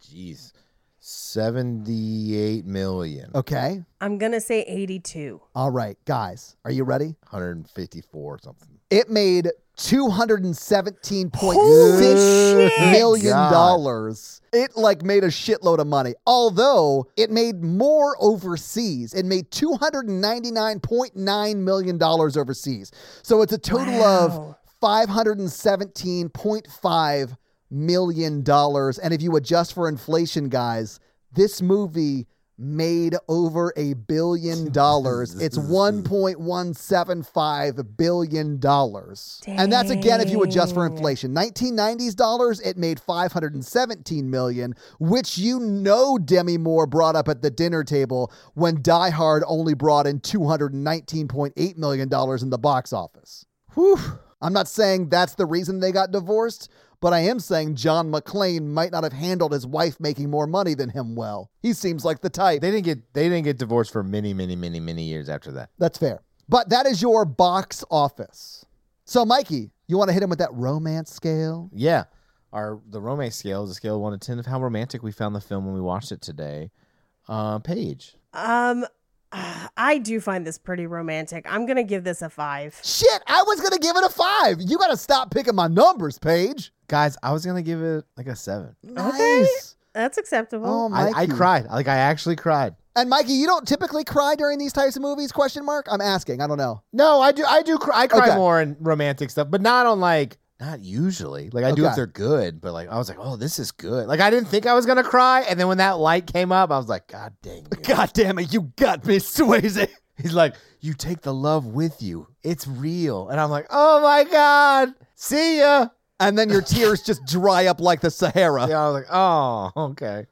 [SPEAKER 3] Jeez, seventy-eight million.
[SPEAKER 4] Okay.
[SPEAKER 5] I'm gonna say 82.
[SPEAKER 4] All right, guys, are you ready?
[SPEAKER 3] 154 or something.
[SPEAKER 4] It made two hundred and seventeen point
[SPEAKER 5] Holy
[SPEAKER 4] six
[SPEAKER 5] shit.
[SPEAKER 4] million
[SPEAKER 3] God.
[SPEAKER 4] dollars. It like made a shitload of money. Although it made more overseas. It made two hundred and ninety nine point nine million dollars overseas. So it's a total of five hundred and seventeen point five million dollars. And if you adjust for inflation, guys, this movie made over a billion dollars. It's one point one seven five billion dollars. And that's again if you adjust for inflation. 1990s dollars, it made 517 million, which you know Demi Moore brought up at the dinner table when Die Hard only brought in 219.8 million dollars in the box office. Whew. I'm not saying that's the reason they got divorced, but I am saying John McClane might not have handled his wife making more money than him well. He seems like the type.
[SPEAKER 3] They didn't get they didn't get divorced for many, many, many, many years after that.
[SPEAKER 4] That's fair. But that is your box office. So, Mikey, you want to hit him with that romance scale?
[SPEAKER 3] Yeah. Our the romance scale is a scale of one to ten of how romantic we found the film when we watched it today. Uh Paige.
[SPEAKER 5] Um, I do find this pretty romantic. I'm gonna give this a five.
[SPEAKER 4] Shit, I was going to give it a five. You got to stop picking my numbers, Paige.
[SPEAKER 3] Guys, I was gonna give it like a seven.
[SPEAKER 4] Nice.
[SPEAKER 5] That's acceptable.
[SPEAKER 4] Oh,
[SPEAKER 3] I,
[SPEAKER 4] Mikey.
[SPEAKER 3] I cried. Like I actually cried.
[SPEAKER 4] And Mikey, you don't typically cry during these types of movies? Question mark. I'm asking. I don't know.
[SPEAKER 3] No, I do. I do. Cry, I cry
[SPEAKER 4] Okay.
[SPEAKER 3] more in romantic stuff, but not on like not usually. Like I do
[SPEAKER 4] Okay.
[SPEAKER 3] if they're good, but like I was like, oh, this is good. Like I didn't think I was gonna cry, and then when that light came up, I was like, God dang. it.
[SPEAKER 4] God damn it, you got me, Swayze.
[SPEAKER 3] He's like, you take the love with you. It's real, and I'm like, oh my god. See ya.
[SPEAKER 4] And then your tears just dry up like the Sahara.
[SPEAKER 3] Yeah, I was like, oh, okay.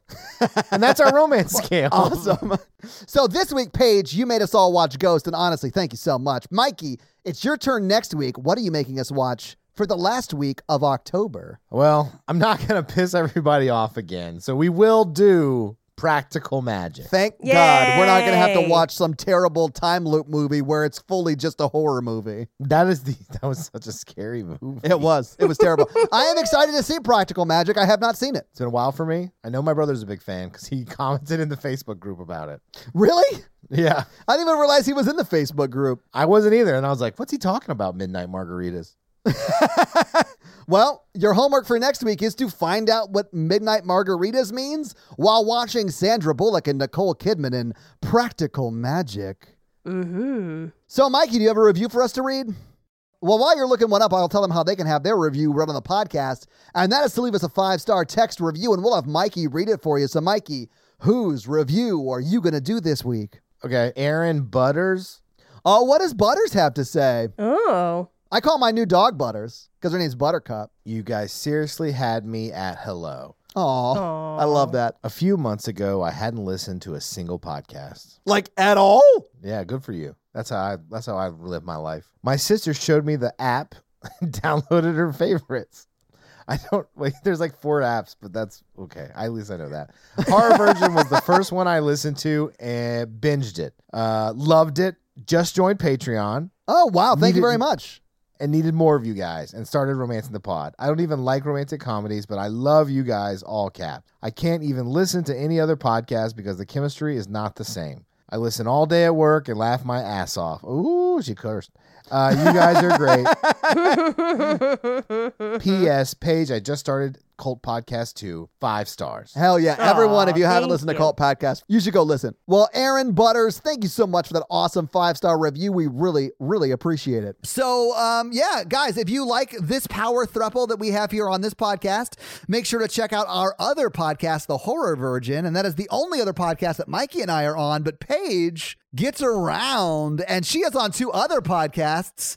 [SPEAKER 3] and that's our romance scale.
[SPEAKER 4] Awesome. so this week, Paige, you made us all watch Ghost, and honestly, thank you so much. Mikey, it's your turn next week. What are you making us watch for the last week of October?
[SPEAKER 3] Well, I'm not gonna piss everybody off again, so we will do practical magic.
[SPEAKER 4] Thank God we're not going to have to
[SPEAKER 5] Yay.
[SPEAKER 4] watch some terrible time loop movie where it's fully just a horror movie.
[SPEAKER 3] That is the that was such a scary movie.
[SPEAKER 4] It was. It was terrible. I am excited to see Practical Magic. I have not seen it.
[SPEAKER 3] It's been a while for me. I know my brother's a big fan because he commented in the Facebook group about it.
[SPEAKER 4] Really?
[SPEAKER 3] Yeah.
[SPEAKER 4] I didn't even realize he was in the Facebook group.
[SPEAKER 3] I wasn't either. And I was like, what's he talking about, Midnight Margaritas?
[SPEAKER 4] Well, your homework for next week is to find out what Midnight Margaritas means while watching Sandra Bullock and Nicole Kidman in Practical Magic.
[SPEAKER 5] Mm-hmm.
[SPEAKER 4] So, Mikey, do you have a review for us to read? Well, while you're looking one up, I'll tell them how they can have their review read on the podcast. And that is to leave us a five star text review, and we'll have Mikey read it for you. So, Mikey, whose review are you going to do this week?
[SPEAKER 3] Okay. Aaron Butters.
[SPEAKER 4] Oh, what does Butters have to say?
[SPEAKER 5] Oh.
[SPEAKER 4] I call my new dog Butters because her name's Buttercup.
[SPEAKER 3] You guys seriously had me at hello.
[SPEAKER 4] Aw,
[SPEAKER 5] Oh.
[SPEAKER 4] I love that.
[SPEAKER 3] A few months ago, I hadn't listened to a single podcast.
[SPEAKER 4] Like, at all?
[SPEAKER 3] Yeah, good for you. That's how I that's how I live my life. My sister showed me the app and downloaded her favorites. I don't wait, there's like four apps, but that's okay. I, at least I know that. Horror version was the first one I listened to and binged it. Uh loved it. Just joined Patreon
[SPEAKER 4] Oh, wow. Thank
[SPEAKER 3] Needed-
[SPEAKER 4] you very much.
[SPEAKER 3] and needed more of you guys and started romancing the pod. I don't even like romantic comedies, but I love you guys all capped. I can't even listen to any other podcast because the chemistry is not the same. I listen all day at work and laugh my ass off. Ooh, she cursed. Uh, you guys are great. P.S. Paige, I just started Cult Podcast 2, five stars.
[SPEAKER 4] Hell yeah. Everyone, if you haven't
[SPEAKER 5] thank
[SPEAKER 4] listened to
[SPEAKER 5] you.
[SPEAKER 4] Cult Podcast, you should go listen. Well, Aaron Butters, thank you so much for that awesome five star review. We really, really appreciate it. So, um, yeah, guys, if you like this power thruple that we have here on this podcast, make sure to check out our other podcast, The Horror Virgin. And that is the only other podcast that Mikey and I are on. But Paige gets around, and she is on two other podcasts.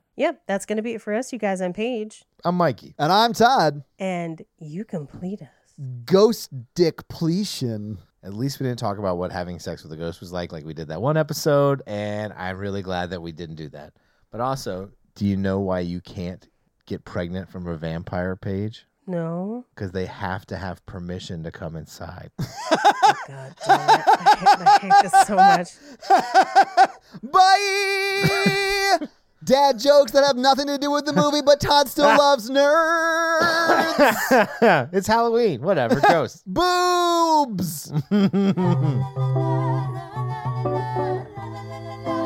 [SPEAKER 5] Yep, that's going to be it for us, you guys. I'm Paige,
[SPEAKER 3] I'm Mikey.
[SPEAKER 4] And I'm Todd.
[SPEAKER 5] and you complete us.
[SPEAKER 4] Ghost Dickpletion.
[SPEAKER 3] At least we didn't talk about what having sex with a ghost was like, like we did that one episode, and I'm really glad that we didn't do that. But also, do you know why you can't get pregnant from a vampire page?
[SPEAKER 5] No.
[SPEAKER 3] Because they have to have permission to come inside.
[SPEAKER 5] God damn it. I hate, I hate this so much.
[SPEAKER 4] Bye! Dad jokes that have nothing to do with the movie, but Todd still loves nerds.
[SPEAKER 3] it's Halloween, whatever. Ghost.
[SPEAKER 4] Boobs!
[SPEAKER 2] la la la la la la la la la la.